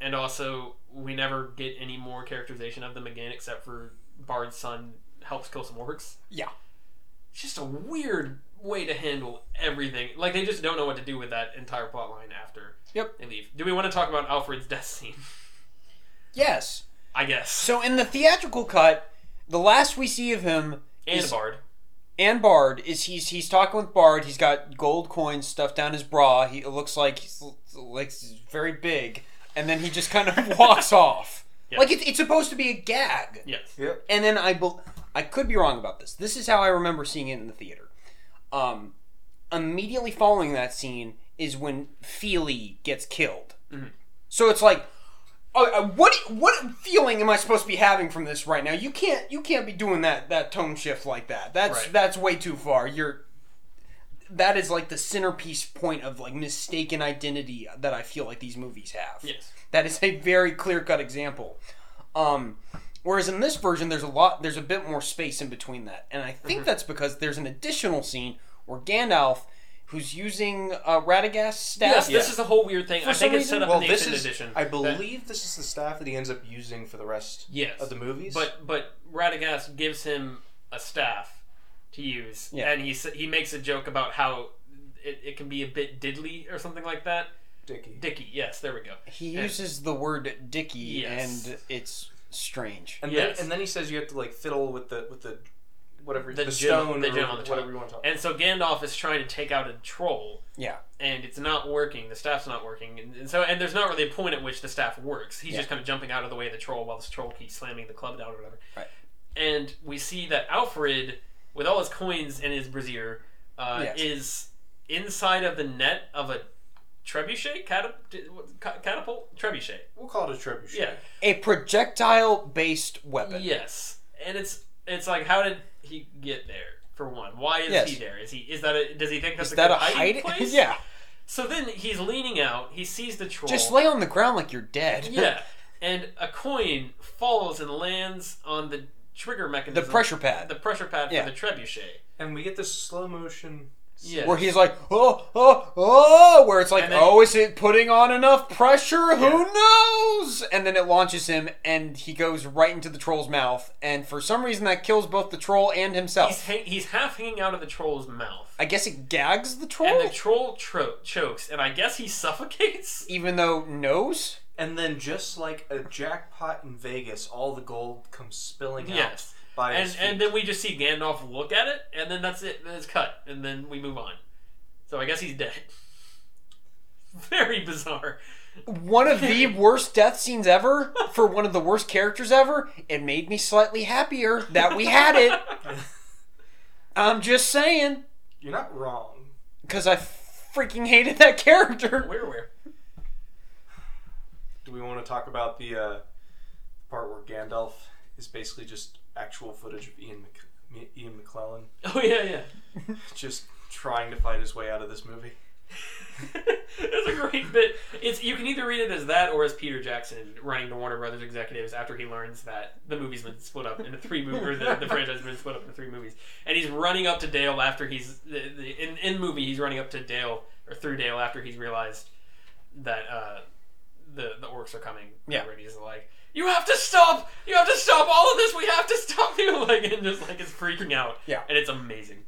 Speaker 1: and also we never get any more characterization of them again except for Bard's son helps kill some orcs.
Speaker 2: Yeah.
Speaker 1: It's just a weird way to handle everything. Like they just don't know what to do with that entire plot line after
Speaker 2: Yep.
Speaker 1: they leave. Do we want to talk about Alfred's death scene?
Speaker 2: Yes.
Speaker 1: I guess.
Speaker 2: So in the theatrical cut, the last we see of him
Speaker 1: and
Speaker 2: is-
Speaker 1: Bard.
Speaker 2: and Bard is he's he's talking with Bard. He's got gold coins stuffed down his bra. He it looks like he's like he's very big, and then he just kind of walks off.
Speaker 1: Yeah.
Speaker 2: Like it's it's supposed to be a gag.
Speaker 1: Yes.
Speaker 3: yep.
Speaker 2: And then I bel I could be wrong about this. This is how I remember seeing it in the theater. Um, immediately following that scene is when Feely gets killed.
Speaker 1: Mhm.
Speaker 2: So it's like, oh, uh, what what feeling am I supposed to be having from this right now? You can't you can't be doing that that tone shift like that. That's
Speaker 1: Right.
Speaker 2: that's way too far. You're that is like the centerpiece point of like mistaken identity that I feel like these movies have.
Speaker 1: Yes.
Speaker 2: That is a very clear cut example. Um, whereas in this version, there's a lot, there's a bit more space in between that, and I
Speaker 1: Mm-hmm.
Speaker 2: think that's because there's an additional scene where Gandalf, who's using uh, Radagast's
Speaker 1: Yes,
Speaker 2: staff,
Speaker 1: this is the whole weird thing. I
Speaker 2: some
Speaker 1: think it's set
Speaker 2: reason-
Speaker 1: up
Speaker 3: Well,
Speaker 1: in the
Speaker 3: this
Speaker 1: extended
Speaker 3: is.
Speaker 1: edition.
Speaker 3: I
Speaker 1: that-
Speaker 3: believe this is the staff that he ends up using for the rest
Speaker 1: yes,
Speaker 3: of the movies.
Speaker 1: but but Radagast gives him a staff to use,
Speaker 2: Yeah.
Speaker 1: and he s- he makes a joke about how it, it can be a bit diddly or something like that.
Speaker 3: Dickie.
Speaker 1: Dicky, yes, there we go.
Speaker 2: he
Speaker 1: Yeah.
Speaker 2: uses the word "dicky,"
Speaker 1: Yes.
Speaker 2: and it's strange.
Speaker 3: And
Speaker 1: Yes.
Speaker 3: then and then he says you have to like fiddle with the with the whatever
Speaker 1: The gem-
Speaker 3: the, stone
Speaker 1: the
Speaker 3: or
Speaker 1: gem on the top.
Speaker 3: whatever you want to talk.
Speaker 1: And so Gandalf is trying to take out a troll.
Speaker 2: Yeah.
Speaker 1: And it's not working. The staff's not working, and, and so and there's not really a point at which the staff works. He's
Speaker 2: Yeah.
Speaker 1: just kind of jumping out of the way of the troll while this troll keeps slamming the club down or whatever.
Speaker 2: Right.
Speaker 1: And we see that Alfred, with all his coins and his brazier, uh,
Speaker 2: Yes.
Speaker 1: is inside of the net of a trebuchet, catap- di- what- ca- catapult, trebuchet.
Speaker 3: We'll call it a trebuchet.
Speaker 1: Yeah.
Speaker 2: A projectile-based weapon.
Speaker 1: Yes, and it's it's like how did he get there? For one, why is
Speaker 2: Yes.
Speaker 1: he there? Is he is that a, does he think that's
Speaker 2: Is
Speaker 1: a
Speaker 2: that
Speaker 1: good
Speaker 2: a hide?
Speaker 1: hiding place?
Speaker 2: yeah.
Speaker 1: So then he's leaning out. He sees the troll.
Speaker 2: Just lay on the ground like you're dead.
Speaker 1: yeah, and a coin falls and lands on the trigger
Speaker 2: the
Speaker 1: mechanism.
Speaker 2: pressure pad.
Speaker 1: The pressure pad
Speaker 2: Yeah.
Speaker 1: for the trebuchet.
Speaker 3: And we get this slow motion.
Speaker 1: Yeah.
Speaker 2: Where he's like, oh, oh, oh, where it's like,
Speaker 1: And then-
Speaker 2: oh, is it putting on enough pressure? Who knows? And then it launches him, and he goes right into the troll's mouth, and for some reason that kills both the troll and
Speaker 1: He's,
Speaker 2: himself.
Speaker 1: hang- he's half hanging out of the troll's mouth,
Speaker 2: I guess it gags the troll,
Speaker 1: and the troll tro- chokes, and I guess he suffocates.
Speaker 2: even though nose.
Speaker 3: And then just like a jackpot in Vegas, all the gold comes spilling
Speaker 1: Yes.
Speaker 3: out by his
Speaker 1: And
Speaker 3: feet.
Speaker 1: and then we just see Gandalf look at it, and then that's it. Then it's cut, and then we move on. So I guess he's dead. Very bizarre.
Speaker 2: One of the worst death scenes ever for one of the worst characters ever. It made me slightly happier that we had it. I'm just saying,
Speaker 3: You're not wrong.
Speaker 2: because I freaking hated that character.
Speaker 1: We're aware.
Speaker 3: Do we want to talk about the uh, part where Gandalf is basically just actual footage of Ian Mc- Ian McClellan
Speaker 1: Oh yeah, yeah.
Speaker 3: just trying to fight his way out of this movie?
Speaker 1: That's a great bit. It's you can either read it as that or as Peter Jackson running to Warner Brothers executives after he learns that the movie's been split up into three movies, or the, the franchise has been split up into three movies, and he's running up to Dale after he's the, the, in in movie he's running up to Dale or through Dale after he's realized that uh, the the orcs are coming.
Speaker 2: Yeah.
Speaker 1: and he's like, "You have to stop! You have to stop all of this! We have to stop you!" Like and just like it's freaking out.
Speaker 2: Yeah.
Speaker 1: and it's amazing.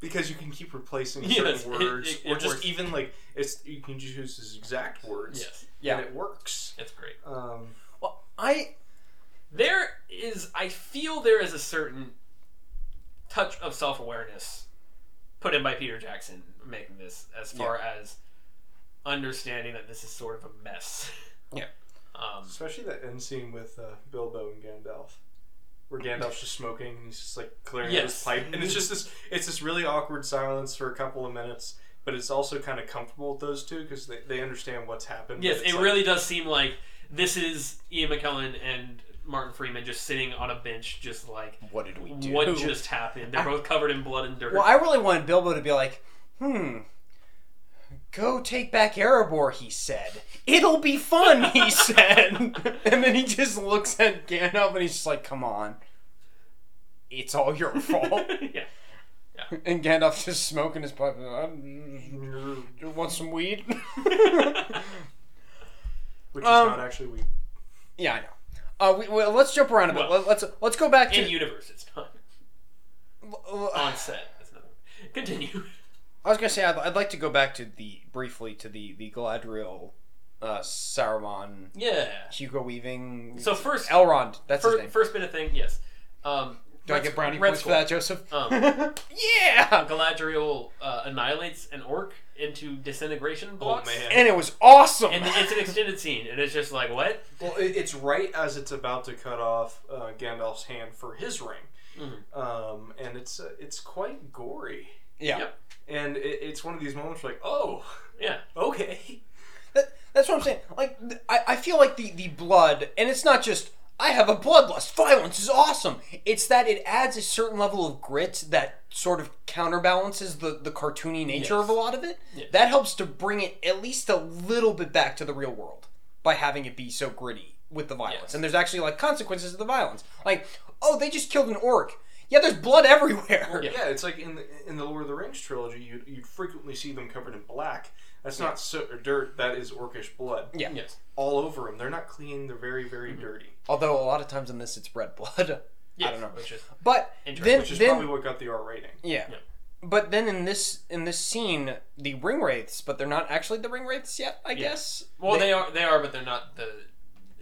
Speaker 3: Because you can keep replacing
Speaker 1: Yes, it-
Speaker 3: certain words,
Speaker 1: it- it
Speaker 3: or just
Speaker 1: works.
Speaker 3: even like it's you can just use his exact words,
Speaker 1: Yes,
Speaker 2: Yeah.
Speaker 3: and it works.
Speaker 1: it's great.
Speaker 3: Um,
Speaker 2: Well, I
Speaker 1: there is i feel there is a certain touch of self-awareness put in by peter jackson making this as far as understanding that this is sort of a mess
Speaker 2: Yeah.
Speaker 1: um,
Speaker 3: Especially that end scene with uh, Bilbo and Gandalf, where Gandalf's just smoking and he's just like clearing out
Speaker 1: Yes.
Speaker 3: his pipe, and it's just this it's this really awkward silence for a couple of minutes, but it's also kind of comfortable with those two because they, they understand what's happened. but
Speaker 1: yes
Speaker 3: it's
Speaker 1: it
Speaker 3: like-
Speaker 1: really does seem like this is ian mckellen and martin freeman just sitting on a bench just like
Speaker 2: what did we
Speaker 1: what just happened they're both covered in blood and dirt
Speaker 2: Well, I really wanted Bilbo to be like, hmm, go take back Erebor, he said. It'll be fun, he said. and then he just looks at Gandalf and he's just like, come on. It's all your fault.
Speaker 1: yeah
Speaker 2: and Gandalf just smoking his pipe. "Uh, You want some weed?
Speaker 3: which is
Speaker 2: Um,
Speaker 3: not actually we.
Speaker 2: yeah, I know. Uh, we, well, let's jump around a bit.
Speaker 1: Well-
Speaker 2: Let- let's let's go back to.
Speaker 1: in universe it's not on set that's not continue
Speaker 2: I was gonna say I'd, I'd like to go back to the briefly to the the Galadriel, uh, Saruman,
Speaker 1: yeah
Speaker 2: Hugo Weaving,
Speaker 1: so first
Speaker 2: Elrond. That's
Speaker 1: Fir-
Speaker 2: his name.
Speaker 1: First bit of thing, yes. Um,
Speaker 2: Do I
Speaker 1: Red-
Speaker 2: get brownie
Speaker 1: Red
Speaker 2: points for
Speaker 1: Skull.
Speaker 2: that, Joseph?
Speaker 1: Um,
Speaker 2: yeah.
Speaker 1: Galadriel uh, annihilates an orc into
Speaker 2: Oh,
Speaker 1: disintegration blocks.
Speaker 2: And it was awesome.
Speaker 1: And it's an extended scene, and it's just like, what?
Speaker 3: Well, it, it's right as it's about to cut off uh, Gandalf's hand for his ring,
Speaker 2: Mm-hmm.
Speaker 1: Mhm.
Speaker 3: um, and it's uh, it's quite gory.
Speaker 2: yeah.
Speaker 1: Yep.
Speaker 3: and it, it's one of these moments where like, oh,
Speaker 1: Yeah.
Speaker 3: okay,
Speaker 2: That, that's what I'm saying. Like, th- I, I feel like the, the blood, and it's not just, I have a bloodlust, violence is awesome. It's that it adds a certain level of grit that sort of counterbalances the, the cartoony nature
Speaker 1: Yes.
Speaker 2: of a lot of it. That helps to bring it at least a little bit back to the real world by having it be so gritty with the violence.
Speaker 1: Yes.
Speaker 2: And there's actually, like, consequences of the violence. Like, oh, they just killed an orc. Yeah, there's blood everywhere.
Speaker 3: yeah. It's like in the in the Lord of the Rings trilogy, you you'd frequently see them covered in black. That's not soot or dirt. That is orcish blood
Speaker 2: Yeah. Mm-hmm.
Speaker 1: Yes.
Speaker 3: all over them. They're not clean. They're very very dirty,
Speaker 2: Although a lot of times in this, it's red blood.
Speaker 1: Yes,
Speaker 2: I don't know.
Speaker 1: Which is
Speaker 2: But
Speaker 1: Interesting.
Speaker 2: then,
Speaker 3: which is
Speaker 2: then
Speaker 3: probably what got the R rating.
Speaker 2: Yeah.
Speaker 1: Yeah.
Speaker 2: But then in this in this scene, the ring wraiths, but they're not actually the ring wraiths yet. I guess.
Speaker 1: well, they, are they are, but they're not the.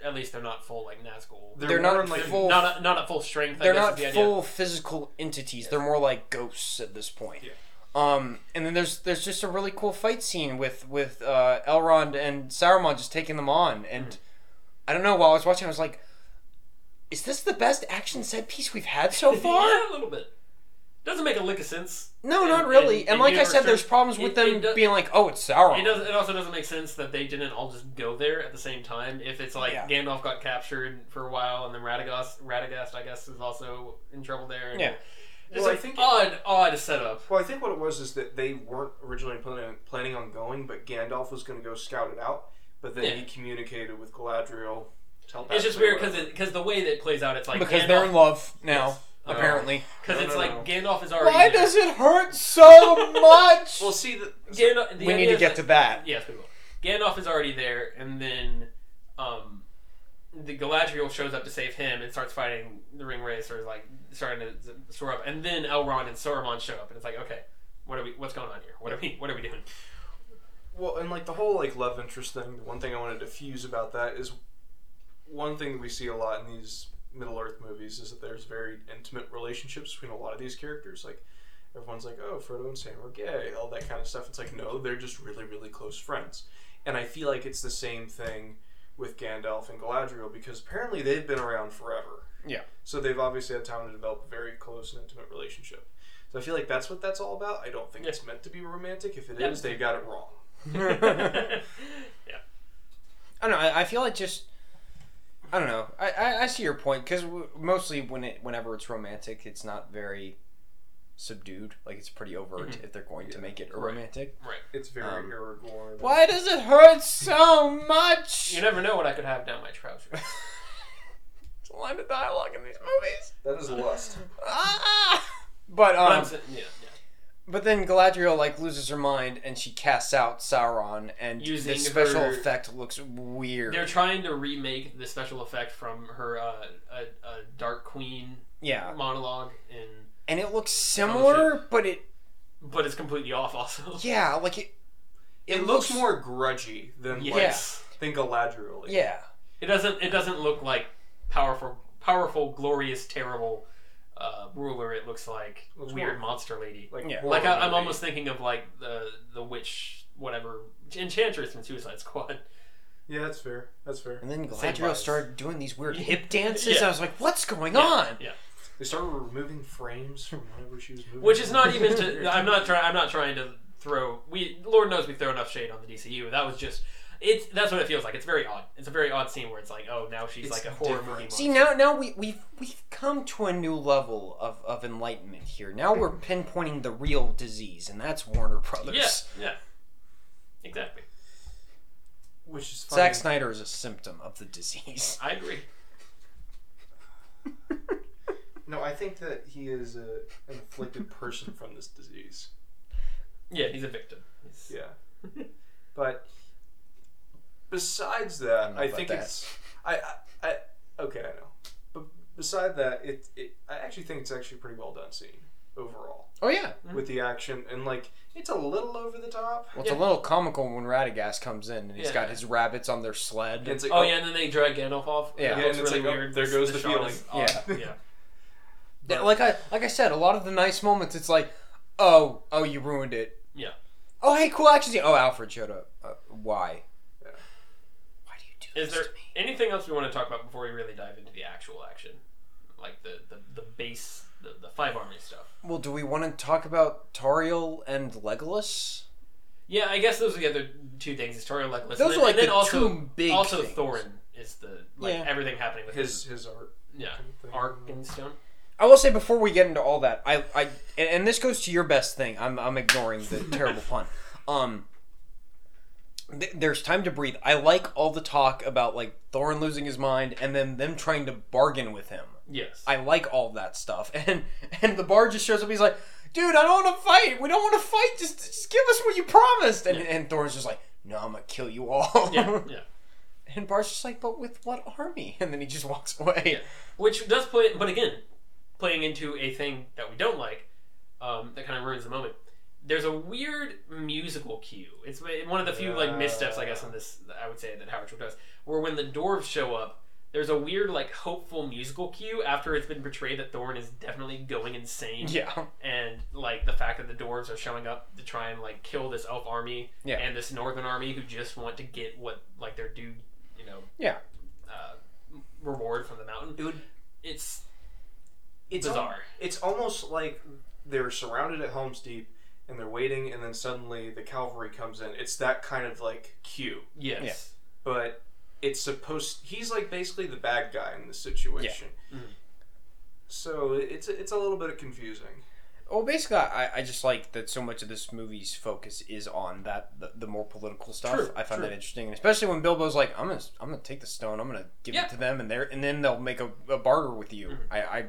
Speaker 1: At least they're not full like Nazgul.
Speaker 2: They're not
Speaker 3: more
Speaker 2: in full-
Speaker 1: not not at full strength.
Speaker 2: They're
Speaker 1: I guess,
Speaker 2: not
Speaker 1: is the
Speaker 2: full physical entities. They're more like ghosts at this point.
Speaker 3: Yeah.
Speaker 2: Um, and then there's there's just a really cool fight scene with with uh, Elrond and Saruman just taking them on, and
Speaker 1: Mm-hmm.
Speaker 2: I don't know. While I was watching, I was like, "Is this the best action set piece we've had so
Speaker 1: idea.
Speaker 2: far?"
Speaker 1: yeah, a little bit. Doesn't make a lick of sense.
Speaker 2: No,
Speaker 1: And-
Speaker 2: not really.
Speaker 1: and-
Speaker 2: And,
Speaker 1: and
Speaker 2: like I
Speaker 1: universe
Speaker 2: said, there's
Speaker 1: terms,
Speaker 2: problems
Speaker 1: it-
Speaker 2: with
Speaker 1: it
Speaker 2: them
Speaker 1: does-
Speaker 2: being like, "Oh, it's Sauron."
Speaker 1: It does. It also doesn't make sense that they didn't all just go there at the same time. If it's like
Speaker 2: Yeah.
Speaker 1: Gandalf got captured for a while, and then Radagast, Radagast, I guess, is also in trouble there. and
Speaker 2: Yeah.
Speaker 1: It's
Speaker 3: Well, I
Speaker 1: like
Speaker 3: think-
Speaker 1: odd, odd setup.
Speaker 3: Well, I think what it was is that they weren't originally planning planning on going, but Gandalf was going to go scout it out. But then
Speaker 1: Yeah.
Speaker 3: he communicated with Galadriel.
Speaker 1: It's just weird because because the way that it plays out, it's like
Speaker 2: because
Speaker 1: Gandalf-
Speaker 2: they're in love now,
Speaker 3: No.
Speaker 2: apparently.
Speaker 1: Because
Speaker 3: No,
Speaker 1: it's
Speaker 3: no,
Speaker 1: like
Speaker 3: no.
Speaker 1: Gandalf is already.
Speaker 2: Why
Speaker 1: there.
Speaker 2: does it hurt so much?
Speaker 3: Well, see, the,
Speaker 1: Gandalf, the
Speaker 2: we need
Speaker 1: idea
Speaker 2: to
Speaker 1: is
Speaker 2: get
Speaker 1: that-
Speaker 2: to that.
Speaker 1: Yes, we will. Gandalf is already there, and then um, the Galadriel shows up to save him and starts fighting the Ring Racer, like starting to soar up. And then Elrond and Saruman show up, and it's like, okay, what are we? What's going on here? What are we? What are we doing?
Speaker 3: well, and like the whole like love interest thing. The one thing I want to diffuse about that is one thing that we see a lot in these Middle Earth movies is that there's very intimate relationships between a lot of these characters. Like everyone's like, "Oh, Frodo and Sam are gay," all that kind of stuff. It's like, no, they're just really, really close friends. And I feel like it's the same thing with Gandalf and Galadriel because apparently they've been around forever.
Speaker 2: Yeah.
Speaker 3: So they've obviously had time to develop a very close and intimate relationship. So I feel like that's what that's all about. I don't think it's meant to be romantic. If it
Speaker 1: Yeah.
Speaker 3: is, they've got it wrong.
Speaker 1: yeah,
Speaker 2: I don't know. I, I feel like just. I don't know. I, I, I see your point because w- mostly when it whenever it's romantic, it's not very subdued. Like it's pretty overt if they're going to make it a romantic.
Speaker 3: It's very
Speaker 2: Um,
Speaker 3: Aragorn.
Speaker 2: Why does it hurt so much?
Speaker 1: you never know what I could have down my trousers.
Speaker 2: It's a line of dialogue in these movies.
Speaker 3: That is lust.
Speaker 2: Ah! But
Speaker 1: But
Speaker 2: um,
Speaker 1: I'm sa- yeah, yeah.
Speaker 2: But then Galadriel like loses her mind and she casts out Sauron and
Speaker 1: Using
Speaker 2: the special
Speaker 1: her-
Speaker 2: effect looks weird.
Speaker 1: They're trying to remake the special effect from her uh, a, a Dark Queen
Speaker 2: yeah,
Speaker 1: monologue, and
Speaker 2: and it looks
Speaker 1: Oh,
Speaker 2: similar, but it
Speaker 1: but it's completely off. Also,
Speaker 2: yeah, like it.
Speaker 3: It, looks, more grudgy than like,
Speaker 1: yes.
Speaker 3: than Galadriel. is.
Speaker 2: yeah.
Speaker 1: It doesn't. It doesn't look like powerful, powerful, glorious, terrible uh, ruler. It looks like
Speaker 3: Looks
Speaker 1: weird
Speaker 3: more-
Speaker 1: monster lady.
Speaker 3: Like,
Speaker 2: Yeah.
Speaker 1: Like I, I'm
Speaker 3: horror
Speaker 1: almost thinking of like the the witch, whatever enchantress from Suicide Squad.
Speaker 3: movie. Yeah, that's fair. That's fair.
Speaker 2: And then
Speaker 1: Same
Speaker 2: Galadriel
Speaker 1: vibes.
Speaker 2: started doing these weird
Speaker 1: Yeah.
Speaker 2: hip dances.
Speaker 1: Yeah.
Speaker 2: I was like, what's going
Speaker 1: Yeah,
Speaker 2: on?
Speaker 1: Yeah,
Speaker 3: They started removing frames from whenever she was moving.
Speaker 1: which is not even. To, I'm not trying. I'm not trying to throw. We Lord knows we throw enough shade on the DCU. That was just. It's that's what it feels like. It's very odd. It's a very odd scene where it's like, oh, now she's
Speaker 3: It's
Speaker 1: like a horror
Speaker 3: different.
Speaker 1: movie. Monster.
Speaker 2: See now, now we, we've we've come to a new level of, of enlightenment here. Now we're pinpointing the real disease, and that's Warner Brothers.
Speaker 1: yeah, yeah, exactly.
Speaker 3: Which is funny.
Speaker 2: Zack Snyder is a symptom of the disease.
Speaker 1: I agree.
Speaker 3: No, I think that he is a, an afflicted person from this disease.
Speaker 1: Yeah, he's a victim. He's-
Speaker 3: Yeah. But besides that,
Speaker 2: know
Speaker 3: I,
Speaker 2: about
Speaker 3: think
Speaker 2: that.
Speaker 3: it's I, I I okay, I know. But beside that, it, it I actually think it's actually pretty well done scene overall
Speaker 2: Oh yeah.
Speaker 1: Hmm?
Speaker 3: with the action and like it's a little over the top.
Speaker 2: Well, it's
Speaker 1: Yeah.
Speaker 2: a little comical when Radagast comes in and he's
Speaker 1: Yeah.
Speaker 2: got his rabbits on their sled.
Speaker 3: And it's like,
Speaker 1: Oh yeah, and then they drag Gandalf off.
Speaker 2: Yeah.
Speaker 1: That
Speaker 2: Yeah,
Speaker 1: looks
Speaker 3: and it's
Speaker 1: really
Speaker 3: like, oh,
Speaker 1: weird.
Speaker 3: there goes the
Speaker 1: shot
Speaker 3: feeling.
Speaker 1: is odd.
Speaker 2: Yeah.
Speaker 1: yeah.
Speaker 2: Yeah, like I like I said, a lot of the nice moments, it's like, oh, oh, you ruined it.
Speaker 1: Yeah.
Speaker 2: Oh, hey, cool action scene. Oh, Alfred showed up. Uh, why?
Speaker 3: Yeah.
Speaker 2: Why do you do
Speaker 1: Is
Speaker 2: this
Speaker 1: there
Speaker 2: to me?
Speaker 1: anything else we want to talk about before we really dive into the actual action, like the the, the base, the, the five army stuff?
Speaker 2: Well, do we want to talk about Tariel and Legolas?
Speaker 1: Yeah, I guess those are the other two things. Is Toriel Legolas. and
Speaker 2: Those
Speaker 1: then,
Speaker 2: are like
Speaker 1: and then
Speaker 2: the
Speaker 1: also,
Speaker 2: two big
Speaker 1: Also,
Speaker 2: things.
Speaker 1: Thorin is the like
Speaker 2: Yeah.
Speaker 1: everything happening with
Speaker 3: His his art.
Speaker 1: yeah
Speaker 3: thing.
Speaker 1: arc and stone.
Speaker 2: I will say before we get into all that, I, I and, and this goes to your best thing. I'm, I'm ignoring the terrible pun. Um, th- there's time to breathe. I like all the talk about like Thorin losing his mind and then them trying to bargain with him.
Speaker 1: Yes.
Speaker 2: I like all that stuff. And and the bard just shows up. He's like, dude, I don't want to fight. We don't want to fight. Just, just give us what you promised. And and Thorin's just like, no, I'm gonna kill you all.
Speaker 1: yeah, yeah.
Speaker 2: And Bard's just like, but with what army? And then he just walks away.
Speaker 1: Yeah. Which does play, but again, playing into a thing that we don't like, um, that kind of ruins the moment. There's a weird musical cue. It's one of the few like missteps, I guess, on this I would say that Howard Shore does, where when the dwarves show up, there's a weird like hopeful musical cue after it's been portrayed that Thorin is definitely going insane,
Speaker 2: Yeah.
Speaker 1: and like the fact that the dwarves are showing up to try and like kill this elf army
Speaker 2: Yeah.
Speaker 1: and this northern army who just want to get what like their due, you know,
Speaker 2: Yeah.
Speaker 1: uh, reward from the mountain
Speaker 3: It would
Speaker 1: it's
Speaker 3: it's
Speaker 1: bizarre.
Speaker 3: al- it's almost like they're surrounded at Helm's Deep and they're waiting, and then suddenly the cavalry comes in. It's that kind of like cue,
Speaker 1: yes.
Speaker 3: but it's supposed. He's like basically the bad guy in this situation.
Speaker 1: Mhm.
Speaker 3: So it's it's a little bit confusing.
Speaker 2: Well, basically, I, I just like that so much of this movie's focus is on that the, the more political stuff.
Speaker 1: True,
Speaker 2: I find
Speaker 1: true.
Speaker 2: that interesting, and especially when Bilbo's like, "I'm gonna, I'm gonna take the stone. I'm gonna give
Speaker 1: Yeah. Mm-hmm.
Speaker 2: it to them, and they and then they'll make a, a barter with you." I, I,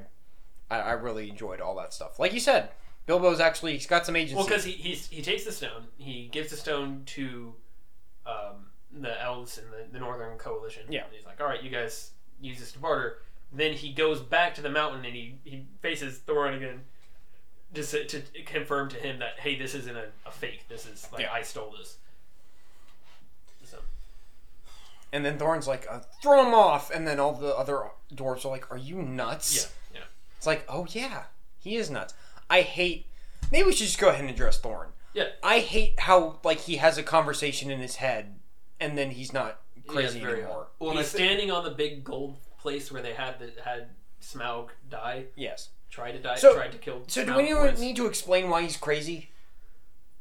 Speaker 2: I, I really enjoyed all that stuff. Like you said, Bilbo's actually he's got some agency.
Speaker 1: Well, because he he's, he takes the stone, he gives the stone to um, the elves and the, the Northern Coalition.
Speaker 2: Yeah.
Speaker 1: And he's like, all right, you guys use this to barter. Then he goes back to the mountain and he, he faces Thorin again just to, to confirm to him that hey, this isn't a, a fake. This is like
Speaker 2: Yeah.
Speaker 1: I stole this. So
Speaker 2: and then Thorin's like, uh, "Throw him off," and then all the other dwarves are like, "Are you nuts?"
Speaker 1: yeah, yeah.
Speaker 2: It's like, oh yeah, he is nuts. I hate. Maybe we should just go ahead and address Thorn.
Speaker 1: Yeah.
Speaker 2: I hate how like he has a conversation in his head, and then he's not crazy
Speaker 1: Yeah, it's very
Speaker 2: anymore.
Speaker 1: odd.
Speaker 3: and I
Speaker 1: he's
Speaker 3: thi-
Speaker 1: standing on the big gold place where they had the, had Smaug die,
Speaker 2: Yes.
Speaker 1: tried to die,
Speaker 2: So-
Speaker 1: tried to kill.
Speaker 2: So do
Speaker 1: Smaug
Speaker 2: we need-
Speaker 1: once.
Speaker 2: need to explain why he's crazy?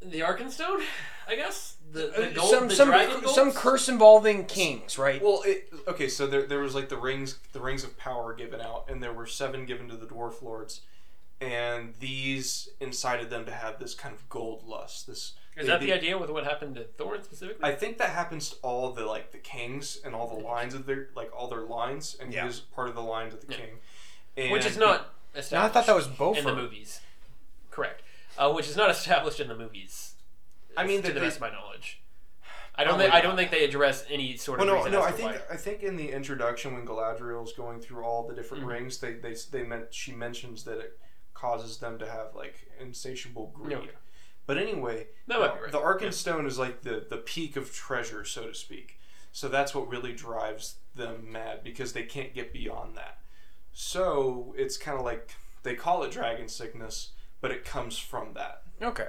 Speaker 1: the Arkenstone, I guess. The, the
Speaker 2: Uh,
Speaker 1: gold,
Speaker 2: some
Speaker 1: the
Speaker 2: some
Speaker 1: dragon gold?
Speaker 2: some curse involving kings, right?
Speaker 3: Well, it, okay, so there, there was like the rings, the rings of power given out, and there were seven given to the dwarf lords, and these incited them to have this kind of gold lust. This
Speaker 1: Is that
Speaker 3: they-
Speaker 1: the idea with what happened to Thorin specifically?
Speaker 3: I think that happens to all the like the kings and all the lines of their like all their lines, and
Speaker 2: Yeah.
Speaker 3: he was part of the lines of the
Speaker 1: Yeah.
Speaker 3: king. And
Speaker 1: which is not
Speaker 2: No, I
Speaker 1: established
Speaker 2: thought that was
Speaker 1: in the
Speaker 2: Beaufort.
Speaker 1: movies. Correct. Uh, which is not established in the movies.
Speaker 3: I mean,
Speaker 1: to
Speaker 3: that
Speaker 1: the
Speaker 3: they-
Speaker 1: best of my knowledge. I don't.
Speaker 3: Oh
Speaker 1: think,
Speaker 3: my
Speaker 1: I don't
Speaker 3: God.
Speaker 1: think they address any sort
Speaker 3: Well,
Speaker 1: of
Speaker 3: no,
Speaker 1: reason
Speaker 3: no.
Speaker 1: as
Speaker 3: I
Speaker 1: to
Speaker 3: think
Speaker 1: why.
Speaker 3: I think in the introduction when Galadriel's going through all the different
Speaker 1: Mm-hmm.
Speaker 3: rings, they they they meant she mentions that it causes them to have like insatiable greed.
Speaker 1: Okay.
Speaker 3: But anyway,
Speaker 1: That might be right.
Speaker 3: the Arkenstone is like the the peak of treasure, so to speak. So that's what really drives them mad because they can't get beyond that. So it's kind of like they call it dragon sickness, but it comes from that.
Speaker 2: Okay.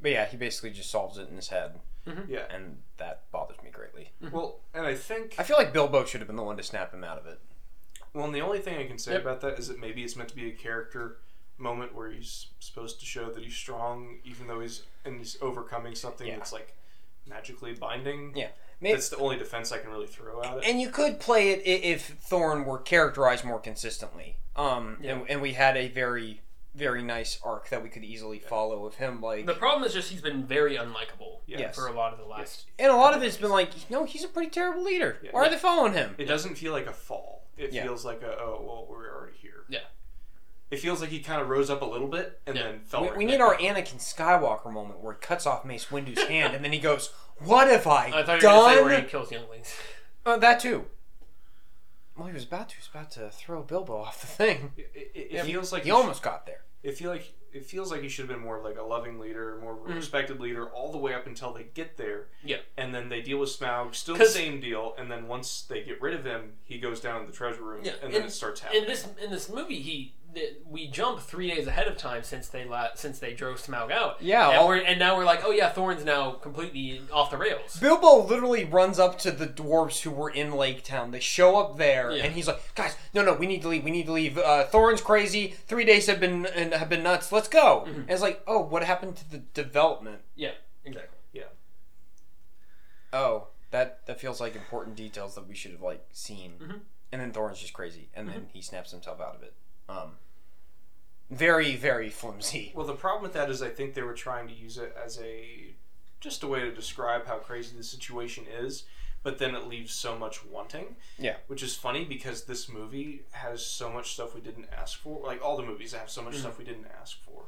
Speaker 2: But yeah, he basically just solves it in his head,
Speaker 1: Mm-hmm.
Speaker 3: Yeah.
Speaker 2: and that bothers me greatly.
Speaker 3: Well, and I think
Speaker 2: I feel like Bilbo should have been the one to snap him out of it.
Speaker 3: Well, and the only thing I can say
Speaker 1: Yep.
Speaker 3: about that is that maybe it's meant to be a character moment where he's supposed to show that he's strong, even though he's and he's overcoming something
Speaker 2: Yeah.
Speaker 3: that's like magically binding.
Speaker 2: Yeah. Maybe,
Speaker 3: That's the only defense I can really throw at it.
Speaker 2: and you could play it i- if Thorn were characterized more consistently. Um,
Speaker 1: Yeah.
Speaker 2: and, and we had a very, very nice arc that we could easily follow of him. Like,
Speaker 1: the problem is just he's been very unlikable
Speaker 3: Yes.
Speaker 1: for a lot of the last.
Speaker 2: and a lot of it's been like, no, he's a pretty terrible leader.
Speaker 3: Yeah.
Speaker 2: Why are they following him?
Speaker 3: It doesn't feel like a fall. It
Speaker 2: Yeah.
Speaker 3: feels like a oh well we're already here.
Speaker 1: Yeah.
Speaker 3: It feels like he kind of rose up a little bit and
Speaker 1: Yeah.
Speaker 3: then fell.
Speaker 2: We,
Speaker 3: right
Speaker 2: we need
Speaker 3: back.
Speaker 2: our Anakin Skywalker moment where it cuts off Mace Windu's hand, and then he goes, "What have I,
Speaker 1: I thought you were going to say
Speaker 2: done?"
Speaker 1: where he kills younglings.
Speaker 2: Uh, that too. Well, he was about to. He was about to throw Bilbo off the thing.
Speaker 3: It, it, it feels like
Speaker 2: He
Speaker 3: he should-
Speaker 2: almost got there.
Speaker 3: it feel like it feels like he should have been more of like a loving leader, more of
Speaker 2: Mm-hmm.
Speaker 3: a respected leader, all the way up until they get there.
Speaker 1: Yeah.
Speaker 3: And then they deal with Smaug, still the
Speaker 1: 'Cause-
Speaker 3: same deal. And then once they get rid of him, he goes down to the treasure room,
Speaker 1: Yeah,
Speaker 3: and then
Speaker 1: and-
Speaker 3: it starts
Speaker 1: in
Speaker 3: happening.
Speaker 1: this in this movie he th- we jump three days ahead of time since they la- since they drove Smaug out.
Speaker 2: Yeah,
Speaker 1: and,
Speaker 2: all-
Speaker 1: we're, and now we're like, oh yeah, Thorne's now completely off the rails.
Speaker 2: Bilbo literally runs up to the dwarves who were in Lake Town. They show up there,
Speaker 1: Yeah.
Speaker 2: and he's like, "Guys, no, no, we need to leave. We need to leave. Uh, Thorin's crazy. Three days have been and have been nuts. Let's go." And it's like, "Oh, what happened to the development?
Speaker 1: Yeah, exactly.
Speaker 2: Oh, that that feels like important details that we should have like seen." And then Thorin's just crazy, and then he snaps himself out of it. Um, very, very flimsy.
Speaker 3: Well, the problem with that is I think they were trying to use it as a just a way to describe how crazy the situation is, but then it leaves so much wanting.
Speaker 2: Yeah.
Speaker 3: Which is funny because this movie has so much stuff we didn't ask for. Like all the movies have so much stuff we didn't ask for.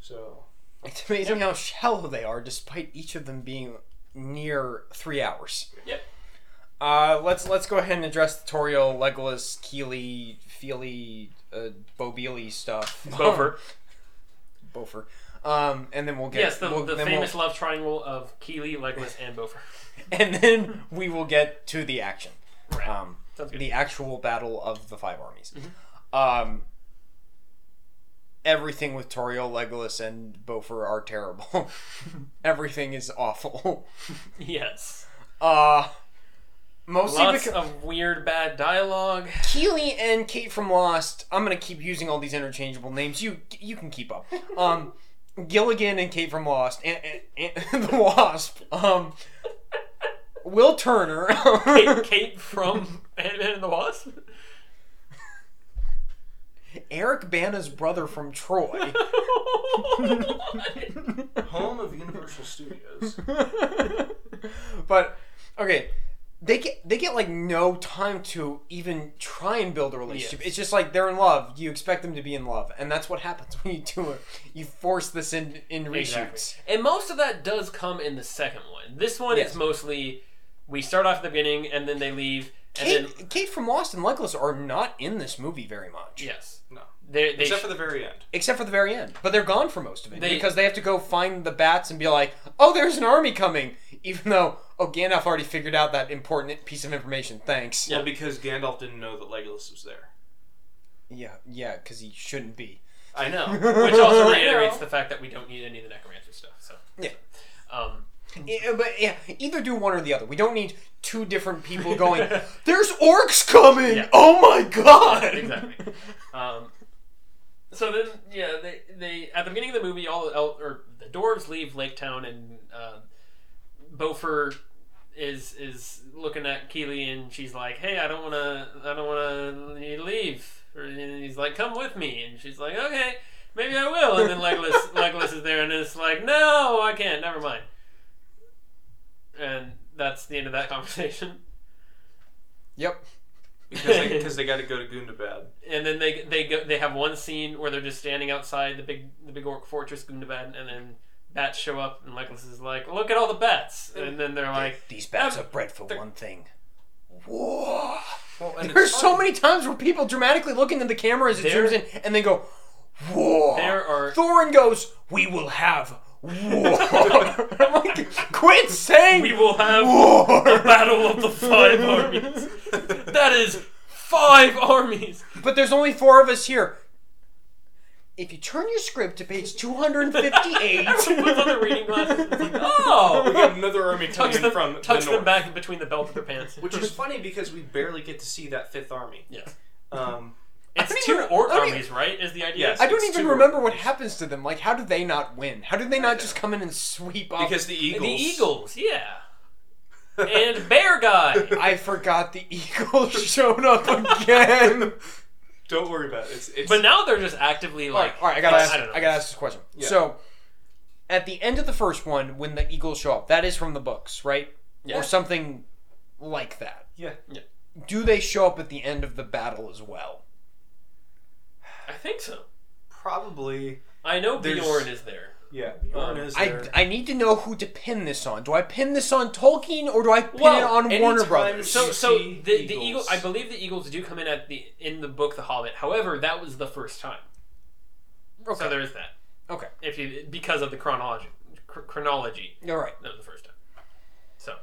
Speaker 3: So
Speaker 2: It's amazing how shallow they are, despite each of them being near three hours.
Speaker 1: Yep.
Speaker 2: Uh, let's let's go ahead and address the Toriel, Legolas, Keely, Feely, uh, Bobili stuff.
Speaker 1: Bofer.
Speaker 2: Bofer. Um, and then we'll get
Speaker 1: Yes, the,
Speaker 2: we'll-
Speaker 1: the
Speaker 2: then we'll-
Speaker 1: famous love triangle of Keeley, Legolas, and Bofer.
Speaker 2: and then we will get to the action.
Speaker 1: Right.
Speaker 2: Um,
Speaker 1: Sounds good.
Speaker 2: the actual battle of the five armies.
Speaker 1: Mm-hmm.
Speaker 2: Um, everything with Toriel, Legolas, and Bofer are terrible. everything is awful.
Speaker 1: Yes.
Speaker 2: Uh, mostly
Speaker 1: Lots
Speaker 2: because
Speaker 1: of weird bad dialogue.
Speaker 2: Keely and Kate from Lost. I'm gonna keep using all these interchangeable names. You you can keep up. Um, Gilligan and Kate from Lost and, and, and the Wasp. Um, Will Turner.
Speaker 1: Kate, Kate from Ant-Man and the Wasp.
Speaker 2: Eric Bana's brother from Troy.
Speaker 3: home of Universal Studios.
Speaker 2: but okay, they get they get like no time to even try and build a relationship.
Speaker 1: Yes.
Speaker 2: It's just like they're in love. You expect them to be in love, and that's what happens when you do it. You force this in in reshoots.
Speaker 1: And most of that does come in the second one. This one
Speaker 2: Yes.
Speaker 1: is mostly we start off at the beginning and then they leave and
Speaker 2: Kate,
Speaker 1: then
Speaker 2: Kate from Lost and Legolas are not in this movie very much,
Speaker 1: yes.
Speaker 3: No.
Speaker 1: They, they
Speaker 3: Except for the very end.
Speaker 2: except for the very end. But they're gone for most of it
Speaker 1: They-
Speaker 2: because they have to go find the bats and be like, "Oh, there's an army coming," even though oh, Gandalf already figured out that important piece of information. Thanks.
Speaker 3: Well, because Gandalf didn't know that Legolas was there.
Speaker 2: Yeah, yeah, because he shouldn't be.
Speaker 3: I know.
Speaker 1: which also
Speaker 2: I
Speaker 1: reiterates
Speaker 2: know.
Speaker 1: the fact that we don't need any of the necromancer stuff. So
Speaker 2: Yeah.
Speaker 1: um,
Speaker 2: Yeah, uh, but yeah, either do one or the other. We don't need two different people going. There's orcs coming!
Speaker 1: Yeah.
Speaker 2: Oh my god!
Speaker 1: exactly. um, so then, yeah, they, they at the beginning of the movie, all el- or the dwarves leave Lake Town, and um Beaufort is is looking at Keeley, and she's like, "Hey, I don't want to, I don't want to leave." And he's like, "Come with me," and she's like, "Okay, maybe I will." And then Legolas Legolas is there, and it's like, "No, I can't. Never mind." And that's the end of that conversation.
Speaker 2: Yep.
Speaker 3: Because they, because they got to go to Gundabad.
Speaker 1: and then they they go they have one scene where they're just standing outside the big the big orc fortress Gundabad, and then bats show up, and Legolas is like, "Look at all the bats!" And then they're like,
Speaker 2: These bats
Speaker 1: Um,
Speaker 2: are bred for
Speaker 1: they're-
Speaker 2: one thing. Whoa!
Speaker 3: Well, and
Speaker 2: There's
Speaker 3: it's
Speaker 2: so
Speaker 3: fun.
Speaker 2: many times where people dramatically look into the camera as it
Speaker 1: There-
Speaker 2: zooms in and they go, Whoa!
Speaker 1: "There are
Speaker 2: Thorin goes, We will have war. I'm like, Quit saying
Speaker 1: we will have the
Speaker 2: war!
Speaker 1: battle of the five armies. That is five armies."
Speaker 2: But there's only four of us here. If you turn your script to page 258.
Speaker 1: Everyone's on their reading glasses. and It's like, oh,
Speaker 3: We got another army
Speaker 1: tucks
Speaker 3: coming in
Speaker 1: them
Speaker 3: from
Speaker 1: tucks
Speaker 3: the
Speaker 1: them
Speaker 3: north.
Speaker 1: back between the belt of their pants.
Speaker 3: Which is funny because we barely get to see that fifth army.
Speaker 1: yeah,
Speaker 3: Um,
Speaker 1: it's
Speaker 2: don't
Speaker 1: two
Speaker 2: even-
Speaker 1: orc
Speaker 2: I don't
Speaker 1: armies, right? Is the idea?
Speaker 3: Yes.
Speaker 2: I don't
Speaker 3: It's
Speaker 2: even
Speaker 3: two
Speaker 2: remember
Speaker 3: orcs.
Speaker 2: what happens to them. Like, how do they not win? How did they not just come in and sweep up?
Speaker 3: because Uh, the eagles.
Speaker 1: the eagles, yeah, and bear guy.
Speaker 2: I forgot the Eagles showed up again.
Speaker 3: Don't worry about it. It's, it's
Speaker 1: But now they're just actively
Speaker 2: all, right,
Speaker 1: like.
Speaker 2: all right, I gotta
Speaker 1: I
Speaker 2: ask.
Speaker 1: don't know.
Speaker 2: I, gotta ask this question.
Speaker 3: Yeah.
Speaker 2: So, at the end of the first one, when the Eagles show up, that is from the books, right?
Speaker 1: Yeah.
Speaker 2: Or something like that.
Speaker 3: yeah.
Speaker 2: Do they show up at the end of the battle as well?
Speaker 1: I think so.
Speaker 3: Probably
Speaker 1: I know
Speaker 3: There's-
Speaker 1: Bjorn is there.
Speaker 3: yeah. Bjorn is
Speaker 2: I,
Speaker 3: there.
Speaker 2: I need to know who to pin this on. Do I pin this on Tolkien or do I pin it
Speaker 1: Well,
Speaker 2: on Warner
Speaker 3: anytime-
Speaker 2: Brothers?
Speaker 1: So,
Speaker 3: You
Speaker 1: so
Speaker 3: see
Speaker 1: the, the eagle.
Speaker 3: eagles.
Speaker 1: I believe the eagles do come in at the in the book The Hobbit. However, that was the first time.
Speaker 2: Okay.
Speaker 1: So there is that.
Speaker 2: Okay.
Speaker 1: If you because of the chronology, cr- chronology,
Speaker 2: All right.
Speaker 1: that was the first time. So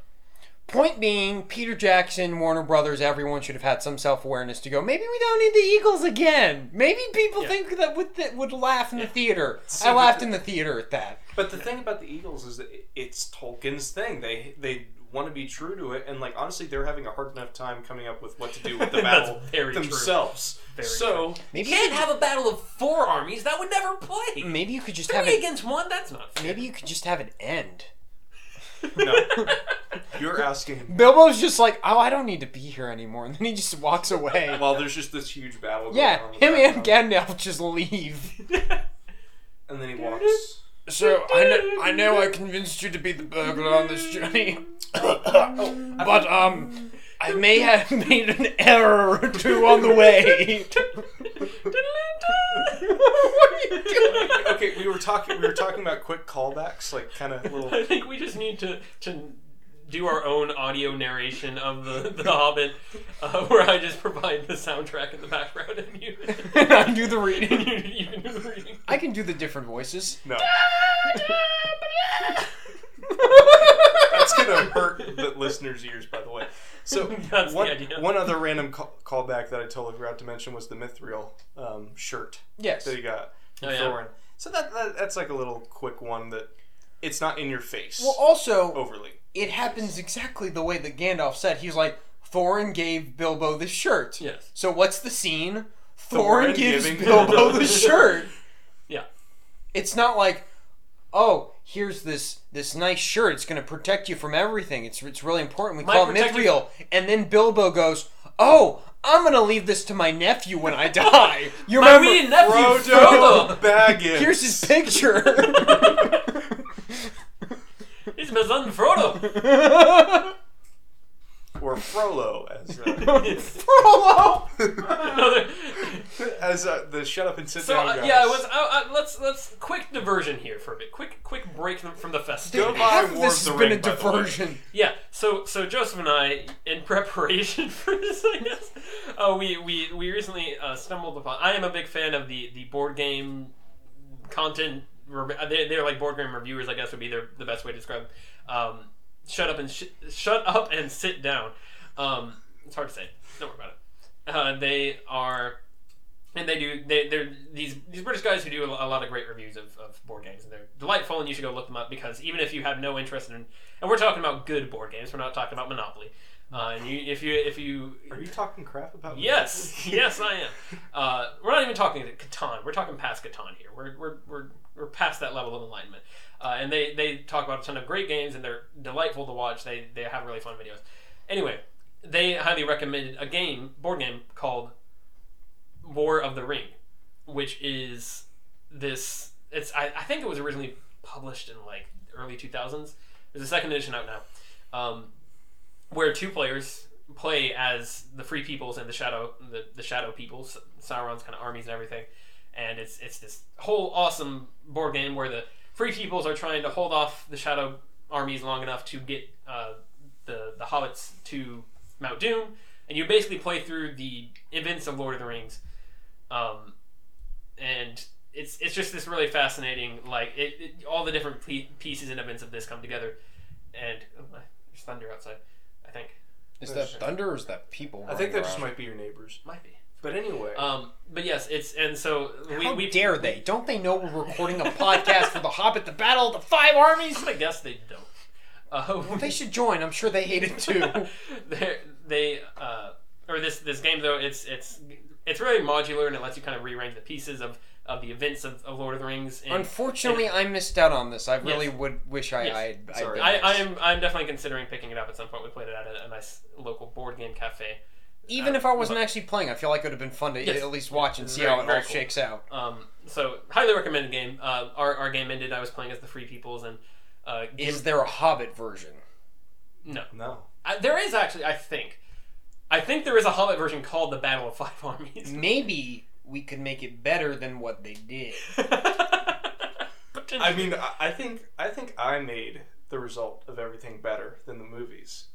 Speaker 2: Point being, Peter Jackson, Warner Brothers, everyone should have had some self awareness to go. Maybe we don't need the Eagles again. Maybe people
Speaker 1: Yeah.
Speaker 2: think that would that would laugh in the theater.
Speaker 3: See,
Speaker 2: I
Speaker 3: but
Speaker 2: laughed
Speaker 3: the-
Speaker 2: in the theater at that.
Speaker 3: But the thing about the Eagles is that it- it's Tolkien's thing. They they want to be true to it, and like honestly, they're having a hard enough time coming up with what to do with the
Speaker 1: That's
Speaker 3: battle
Speaker 1: very true.
Speaker 3: themselves.
Speaker 1: Very
Speaker 3: so
Speaker 1: You
Speaker 2: Maybe
Speaker 1: can't
Speaker 2: you
Speaker 1: have a battle of four armies. That would never play.
Speaker 2: could, maybe you could just have
Speaker 1: Three
Speaker 2: it.
Speaker 1: against one. That's not fair.
Speaker 2: Maybe you could just have an end.
Speaker 3: no, you're asking.
Speaker 2: Bilbo's just like, oh, I don't need to be here anymore, and then he just walks away.
Speaker 3: Well, there's just this huge battle.
Speaker 2: yeah,
Speaker 3: going on in the
Speaker 2: him and
Speaker 3: background.
Speaker 2: Gandalf just leave.
Speaker 3: and then he walks.
Speaker 2: So I know, I know I convinced you to be the burglar on this journey, but um, I may have made an error or two on the way. what are you doing?
Speaker 3: okay, we were talking. We were talking about quick callbacks, like kind of little.
Speaker 1: I think we just need to to do our own audio narration of the the Hobbit, uh, where I just provide the soundtrack in the background and you
Speaker 2: And I do the
Speaker 1: and
Speaker 2: reading.
Speaker 1: you, you can do the reading.
Speaker 2: I can do the different voices.
Speaker 3: No, that's gonna hurt the listeners' ears, by the way. So
Speaker 1: That's the
Speaker 3: one,
Speaker 1: idea.
Speaker 3: one other random call- callback that I totally forgot to mention was the Mithril um, shirt
Speaker 2: Yes.
Speaker 3: that he got from
Speaker 1: Oh, yeah.
Speaker 3: Thorin. So that, that that's like a little quick one that it's not in your face
Speaker 2: Well, oh. also,
Speaker 3: overly.
Speaker 2: it happens exactly the way that Gandalf said. He was like, Thorin gave Bilbo the shirt.
Speaker 1: Yes.
Speaker 2: So what's the scene? Thorin,
Speaker 3: Thorin
Speaker 2: gives
Speaker 3: giving
Speaker 2: Bilbo
Speaker 3: Bilbo
Speaker 2: the
Speaker 3: the
Speaker 2: shirt.
Speaker 1: Yeah.
Speaker 2: It's not like, oh, here's this this nice shirt. It's going to protect you from everything. It's it's really important. We
Speaker 1: My
Speaker 2: call it
Speaker 1: protective-
Speaker 2: Mithril. And then Bilbo goes, oh, I'm going to leave this to my nephew when I die. You
Speaker 1: My
Speaker 2: remember?
Speaker 1: wee nephew
Speaker 3: Frodo
Speaker 1: Frodo.
Speaker 3: Baggins.
Speaker 2: Here's his picture.
Speaker 1: It's my son Frodo.
Speaker 3: or Frollo as uh,
Speaker 2: Frollo.
Speaker 1: Another-
Speaker 3: as uh, the shut up and sit
Speaker 1: So
Speaker 3: down
Speaker 1: uh,
Speaker 3: guys.
Speaker 1: yeah, I was. I, I, let's let's quick diversion here for a bit. Quick quick break from the festive.
Speaker 3: Go buy
Speaker 2: Half of
Speaker 3: War of
Speaker 2: this
Speaker 3: the
Speaker 2: has been a
Speaker 3: Ring, by the way.
Speaker 2: diversion.
Speaker 1: Yeah, so so Joseph and I, in preparation for this, I guess, uh, we we we recently uh, stumbled upon. I am a big fan of the the board game content. re- They they're like board game reviewers, I guess would be their, the best way to describe. them. Um, shut up and sh- shut up and sit down. Um, it's hard to say. Don't worry about it. Uh, they are and they do they, they're these these british guys who do a, a lot of great reviews of, of board games and they're delightful and you should go look them up because even if you have no interest in and we're talking about good board games we're not talking about monopoly uh, and you, if you if you
Speaker 3: Are you talking crap about me?
Speaker 1: yes yes i am uh, we're not even talking to catan we're talking past catan here we're we're, we're, we're past that level of enlightenment uh, and they they talk about a ton of great games and they're delightful to watch they they have really fun videos anyway they highly recommended a game board game called War of the Ring, which is this. It's I, I think it was originally published in like early two thousands. There's a second edition out now, um, where two players play as the Free Peoples and the Shadow the, the Shadow Peoples, Sauron's kind of armies and everything, and it's it's this whole awesome board game where the Free Peoples are trying to hold off the Shadow armies long enough to get uh, the the hobbits to Mount Doom, and you basically play through the events of Lord of the Rings, um, and it's it's just this really fascinating like it, it all the different pe- pieces and events of this come together, and oh my, there's thunder outside, I think
Speaker 2: Is
Speaker 3: that
Speaker 2: thunder or is that people?
Speaker 3: I
Speaker 1: Oh,
Speaker 3: think that just might be your neighbors.
Speaker 1: might be.
Speaker 3: But anyway,
Speaker 1: Um, but yes, it's and so we
Speaker 2: How
Speaker 1: we
Speaker 2: dare they? Don't they know we're recording a podcast for The Hobbit, The Battle of the Five Armies?
Speaker 1: I guess they don't. Uh,
Speaker 2: They should join. I'm sure they hate it too.
Speaker 1: They're- they uh, or this this game though it's it's it's really modular and it lets you kind of rearrange the pieces of, of the events of, of Lord of the Rings. And
Speaker 2: Unfortunately, I missed out on this. I really would wish I
Speaker 1: Yes.
Speaker 2: I'd, I'd
Speaker 3: Sorry.
Speaker 2: been
Speaker 1: I,
Speaker 2: there.
Speaker 1: I am I'm definitely considering picking it up at some point. We played it at a, a nice local board game cafe.
Speaker 2: even if I wasn't actually playing. I feel like it would have been fun to
Speaker 1: uh, Yes.
Speaker 2: at least watch and see
Speaker 1: Very,
Speaker 2: how it all
Speaker 1: very cool.
Speaker 2: shakes out.
Speaker 1: Um, so highly recommended game. Uh, our our game ended. I was playing as the Free Peoples and. Uh, Gim-
Speaker 2: Is there a Hobbit version?
Speaker 1: no,
Speaker 3: no.
Speaker 1: I, there is actually. I think, I think there is a Hobbit version called the Battle of Five Armies.
Speaker 2: Maybe we could make it better than what they did.
Speaker 3: I mean, I, I think I think I made the result of everything better than the movies.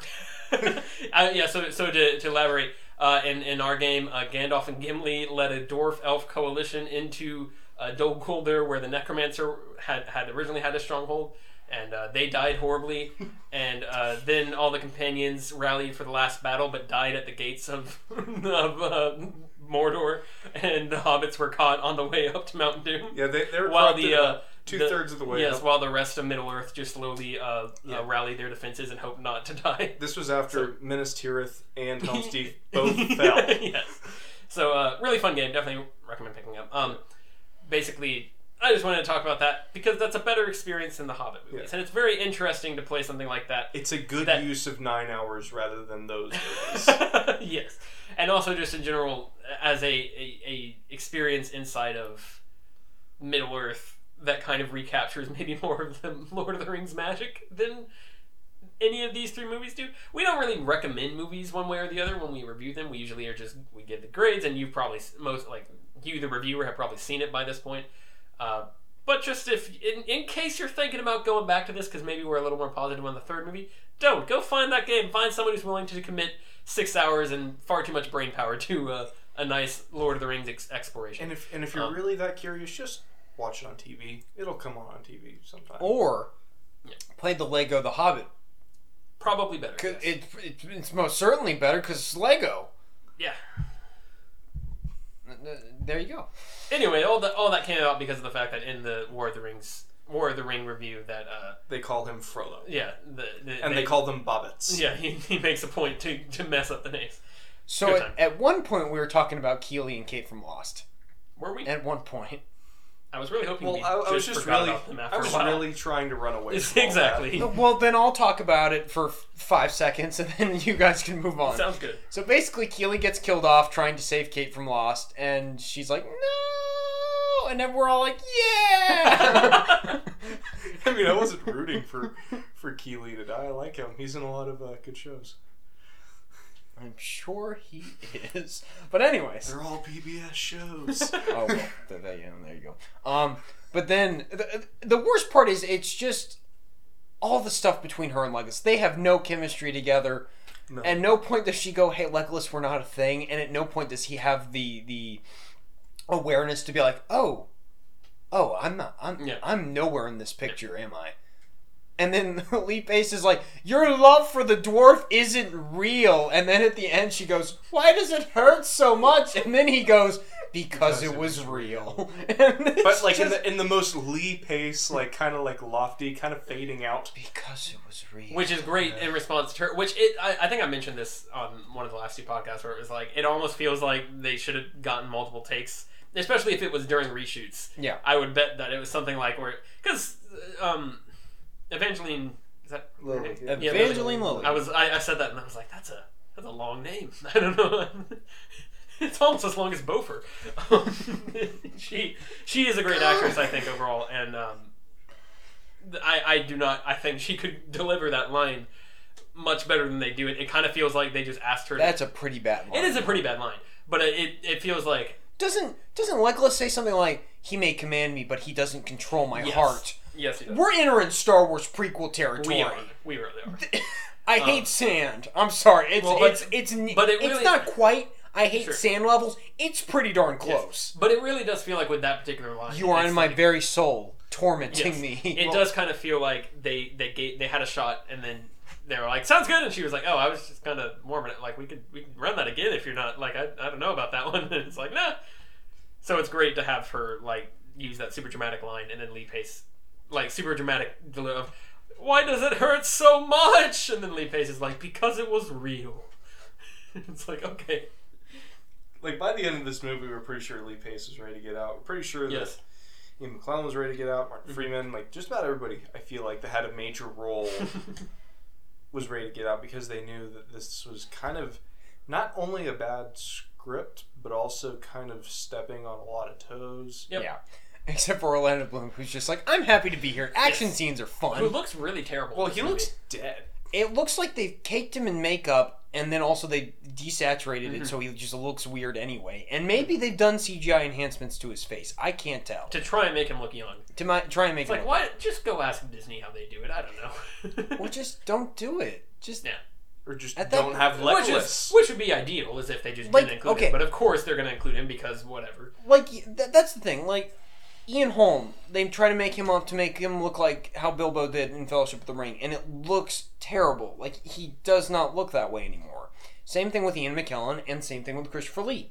Speaker 1: uh, yeah, so so to, to elaborate, uh, in in our game, uh, Gandalf and Gimli led a dwarf elf coalition into uh, Dol Guldur, where the Necromancer had had originally had a stronghold, and uh, they died horribly. and uh, then all the companions rallied for the last battle, but died at the gates of, of uh, Mordor, and the hobbits were caught on the way up to Mount Doom.
Speaker 3: Yeah, they, they're
Speaker 1: While the uh,
Speaker 3: two thirds of the way.
Speaker 1: yes,
Speaker 3: up.
Speaker 1: while the rest of Middle Earth just slowly uh,
Speaker 3: Yeah.
Speaker 1: uh, rallied their defenses and hoped not to die.
Speaker 3: This was after Minas Tirith and Helm's Deep both fell.
Speaker 1: yes. So uh, really fun game. Definitely recommend picking up. Um, basically, I just wanted to talk about that because that's a better experience than the Hobbit movies,
Speaker 3: Yeah.
Speaker 1: and it's very interesting to play something like that.
Speaker 3: It's a good
Speaker 1: That-
Speaker 3: use of nine hours rather than those.
Speaker 1: yes, and also just in general as a, a, a experience inside of Middle Earth that kind of recaptures maybe more of the Lord of the Rings magic than any of these three movies do. We don't really recommend movies one way or the other when we review them. We usually are just we give the grades, and you've probably s- most like you the reviewer have probably seen it by this point. Uh, but just if in, in case you're thinking about going back to this because maybe we're a little more positive on the third movie, don't go find that game. Find someone who's willing to commit six hours and far too much brain power to uh, a nice Lord of the Rings ex- exploration.
Speaker 3: And if and if you're
Speaker 1: Um,
Speaker 3: really that curious, just watch it on TV. It'll come on on TV sometime.
Speaker 1: Oh.
Speaker 2: Or play the Lego The Hobbit.
Speaker 1: Probably better.
Speaker 2: 'Cause
Speaker 1: yes.
Speaker 2: It, it, it's most certainly better because it's Lego.
Speaker 1: yeah.
Speaker 2: Uh, uh, There you go.
Speaker 1: Anyway, all that all that came about because of the fact that in the War of the Rings War of the Ring review that uh,
Speaker 3: They call him Frollo,
Speaker 1: yeah the, the
Speaker 3: and they, call them Bobbits.
Speaker 1: yeah he, he makes a point to, to mess up the names.
Speaker 2: So
Speaker 1: Good
Speaker 2: at,
Speaker 1: time.
Speaker 2: at one point we were talking about Keely and Kate from Lost.
Speaker 1: Were we?
Speaker 2: At one point,
Speaker 1: I was really hoping.
Speaker 3: Well,
Speaker 1: we
Speaker 3: I, I was just
Speaker 1: forgot
Speaker 3: really,
Speaker 1: about them after
Speaker 3: I was
Speaker 1: a while.
Speaker 3: really trying to run away. From all
Speaker 1: exactly.
Speaker 2: well then I'll talk about it for f- five seconds and then you guys can move on.
Speaker 1: Sounds good.
Speaker 2: So basically, Keely gets killed off trying to save Kate from Lost, and she's like, no! And then we're all like, yeah!
Speaker 3: that. I mean, I wasn't rooting for for Keeley to die. I like him. He's in a lot of uh, good shows.
Speaker 2: I'm sure he is. But, anyways.
Speaker 3: They're all PBS shows.
Speaker 2: Oh, well, there, there, you there you go. Um, but then, the, the worst part is it's just all the stuff between her and Legolas. They have no chemistry together.
Speaker 3: No.
Speaker 2: At no point does she go, "Hey, Legolas, we're not a thing," and at no point does he have the the awareness to be like, "Oh, oh, I'm not, I'm,
Speaker 1: Yeah.
Speaker 2: I'm nowhere in this picture, am I?" And then Lee Pace is like, "Your love for the dwarf isn't real." And then at the end, she goes, "Why does it hurt so much?" And then he goes, "Because, it was real."
Speaker 3: but like in the in the most Lee pace, like kind of like lofty, kind of fading out.
Speaker 2: because it was real.
Speaker 1: Which is great in response to her. Which it, I, I think I mentioned this on one of the last two podcasts where it was like it almost feels like they should have gotten multiple takes, especially if it was during reshoots.
Speaker 2: Yeah.
Speaker 1: I would bet that it was something like where because um, Evangeline is that her name? Yeah,
Speaker 2: Evangeline Lilly.
Speaker 1: I was I, I said that and I was like that's a that's a long name. I don't know. It's almost as long as Beaufort. Um, she she is a great actress, I think overall, and um, I I do not. I think she could deliver that line much better than they do. It, it kind of feels like they just asked her. to-
Speaker 2: That's a pretty bad line.
Speaker 1: it is a pretty bad line, but it it, it feels like
Speaker 2: doesn't doesn't Legolas say something like he may command me, but he doesn't control my
Speaker 1: yes.
Speaker 2: heart?
Speaker 1: Yes, it does.
Speaker 2: We're entering Star Wars prequel territory.
Speaker 1: we are. We really are.
Speaker 2: I hate sand. I'm sorry. It's
Speaker 1: Well, but-
Speaker 2: it's it's n-
Speaker 1: but it
Speaker 2: it's
Speaker 1: really-
Speaker 2: not quite. I hate
Speaker 1: Sure.
Speaker 2: sand levels. It's pretty darn close.
Speaker 1: But it really does feel like with that particular line,
Speaker 2: You are
Speaker 1: it's
Speaker 2: in my
Speaker 1: like-
Speaker 2: very soul, tormenting
Speaker 1: Yes.
Speaker 2: me.
Speaker 1: It does kind of feel like they they gave, they had a shot and then they were like, "Sounds good," and she was like, "Oh, I was just kind of warming it. Like we could we could run that again if you're not like I, I don't know about that one." And it's like, nah. So it's great to have her like use that super dramatic line and then Lee Pace like super dramatic deli- of why does it hurt so much? And then Lee Pace is like, because it was real. it's like okay,
Speaker 3: Like by the end of this movie, we were pretty sure Lee Pace was ready to get out. We're pretty sure that
Speaker 1: yes, Mm-hmm.
Speaker 3: Ian McClellan was ready to get out. Martin Freeman, like just about everybody, I feel like that had a major role was ready to get out because they knew that this was kind of not only a bad script, but also kind of stepping on a lot of toes.
Speaker 1: Yep.
Speaker 2: Yeah. Except for Orlando Bloom, who's just like, I'm happy to be here. Action
Speaker 1: Yes.
Speaker 2: scenes are
Speaker 1: who
Speaker 2: fun.
Speaker 1: looks really terrible. in
Speaker 3: Well,
Speaker 1: this
Speaker 3: he
Speaker 1: movie.
Speaker 3: looks dead.
Speaker 2: It looks like they've caked him in makeup, and then also they desaturated
Speaker 1: Mm-hmm.
Speaker 2: it, so he just looks weird anyway. And maybe they've done CGI enhancements to his face. I can't tell.
Speaker 1: to try and make him look young.
Speaker 2: To my, try and make
Speaker 1: It's
Speaker 2: it
Speaker 1: like, why? Just go ask Disney how they do it. I don't know.
Speaker 2: Well, just don't do it. Just
Speaker 1: Yeah.
Speaker 3: Or just
Speaker 2: At that-
Speaker 3: don't have
Speaker 1: which, is,
Speaker 3: Legolas.
Speaker 1: which would be ideal, is if they just
Speaker 2: Like,
Speaker 1: didn't include
Speaker 2: okay.
Speaker 1: him. But of course, they're going to include him because whatever.
Speaker 2: like th- that's the thing. Like Ian Holm, they try to make him up to make him look like how Bilbo did in Fellowship of the Ring, and it looks terrible. Like he does not look that way anymore. Same thing with Ian McKellen, and same thing with Christopher Lee.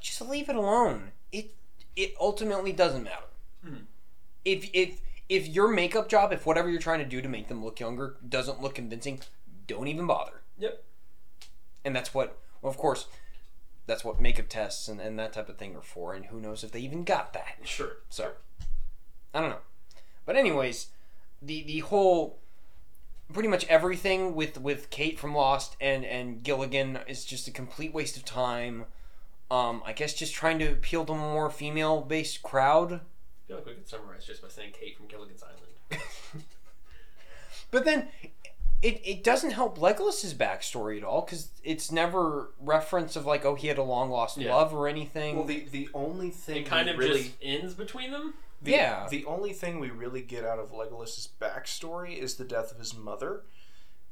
Speaker 2: Just leave it alone. It it ultimately doesn't matter.
Speaker 1: Mhm.
Speaker 2: If if if your makeup job, if whatever you're trying to do to make them look younger doesn't look convincing, don't even bother.
Speaker 1: Yep.
Speaker 2: And that's what, well, of course, that's what makeup tests and, and that type of thing are for. And who knows if they even got that.
Speaker 1: Sure.
Speaker 2: So I don't know. But anyways, the the whole pretty much everything with with Kate from Lost and and Gilligan is just a complete waste of time. Um, I guess just trying to appeal to a more female based crowd.
Speaker 1: I feel like we could summarize just by saying Kate from Gilligan's Island.
Speaker 2: But then it, it doesn't help Legolas's backstory at all because it's never reference of like oh he had a long lost
Speaker 1: Yeah.
Speaker 2: love or anything.
Speaker 3: Well, the the only thing
Speaker 1: It kind
Speaker 3: we
Speaker 1: of
Speaker 3: really
Speaker 1: just ends between them.
Speaker 3: the,
Speaker 2: yeah.
Speaker 3: the only thing we really get out of Legolas's backstory is the death of his mother,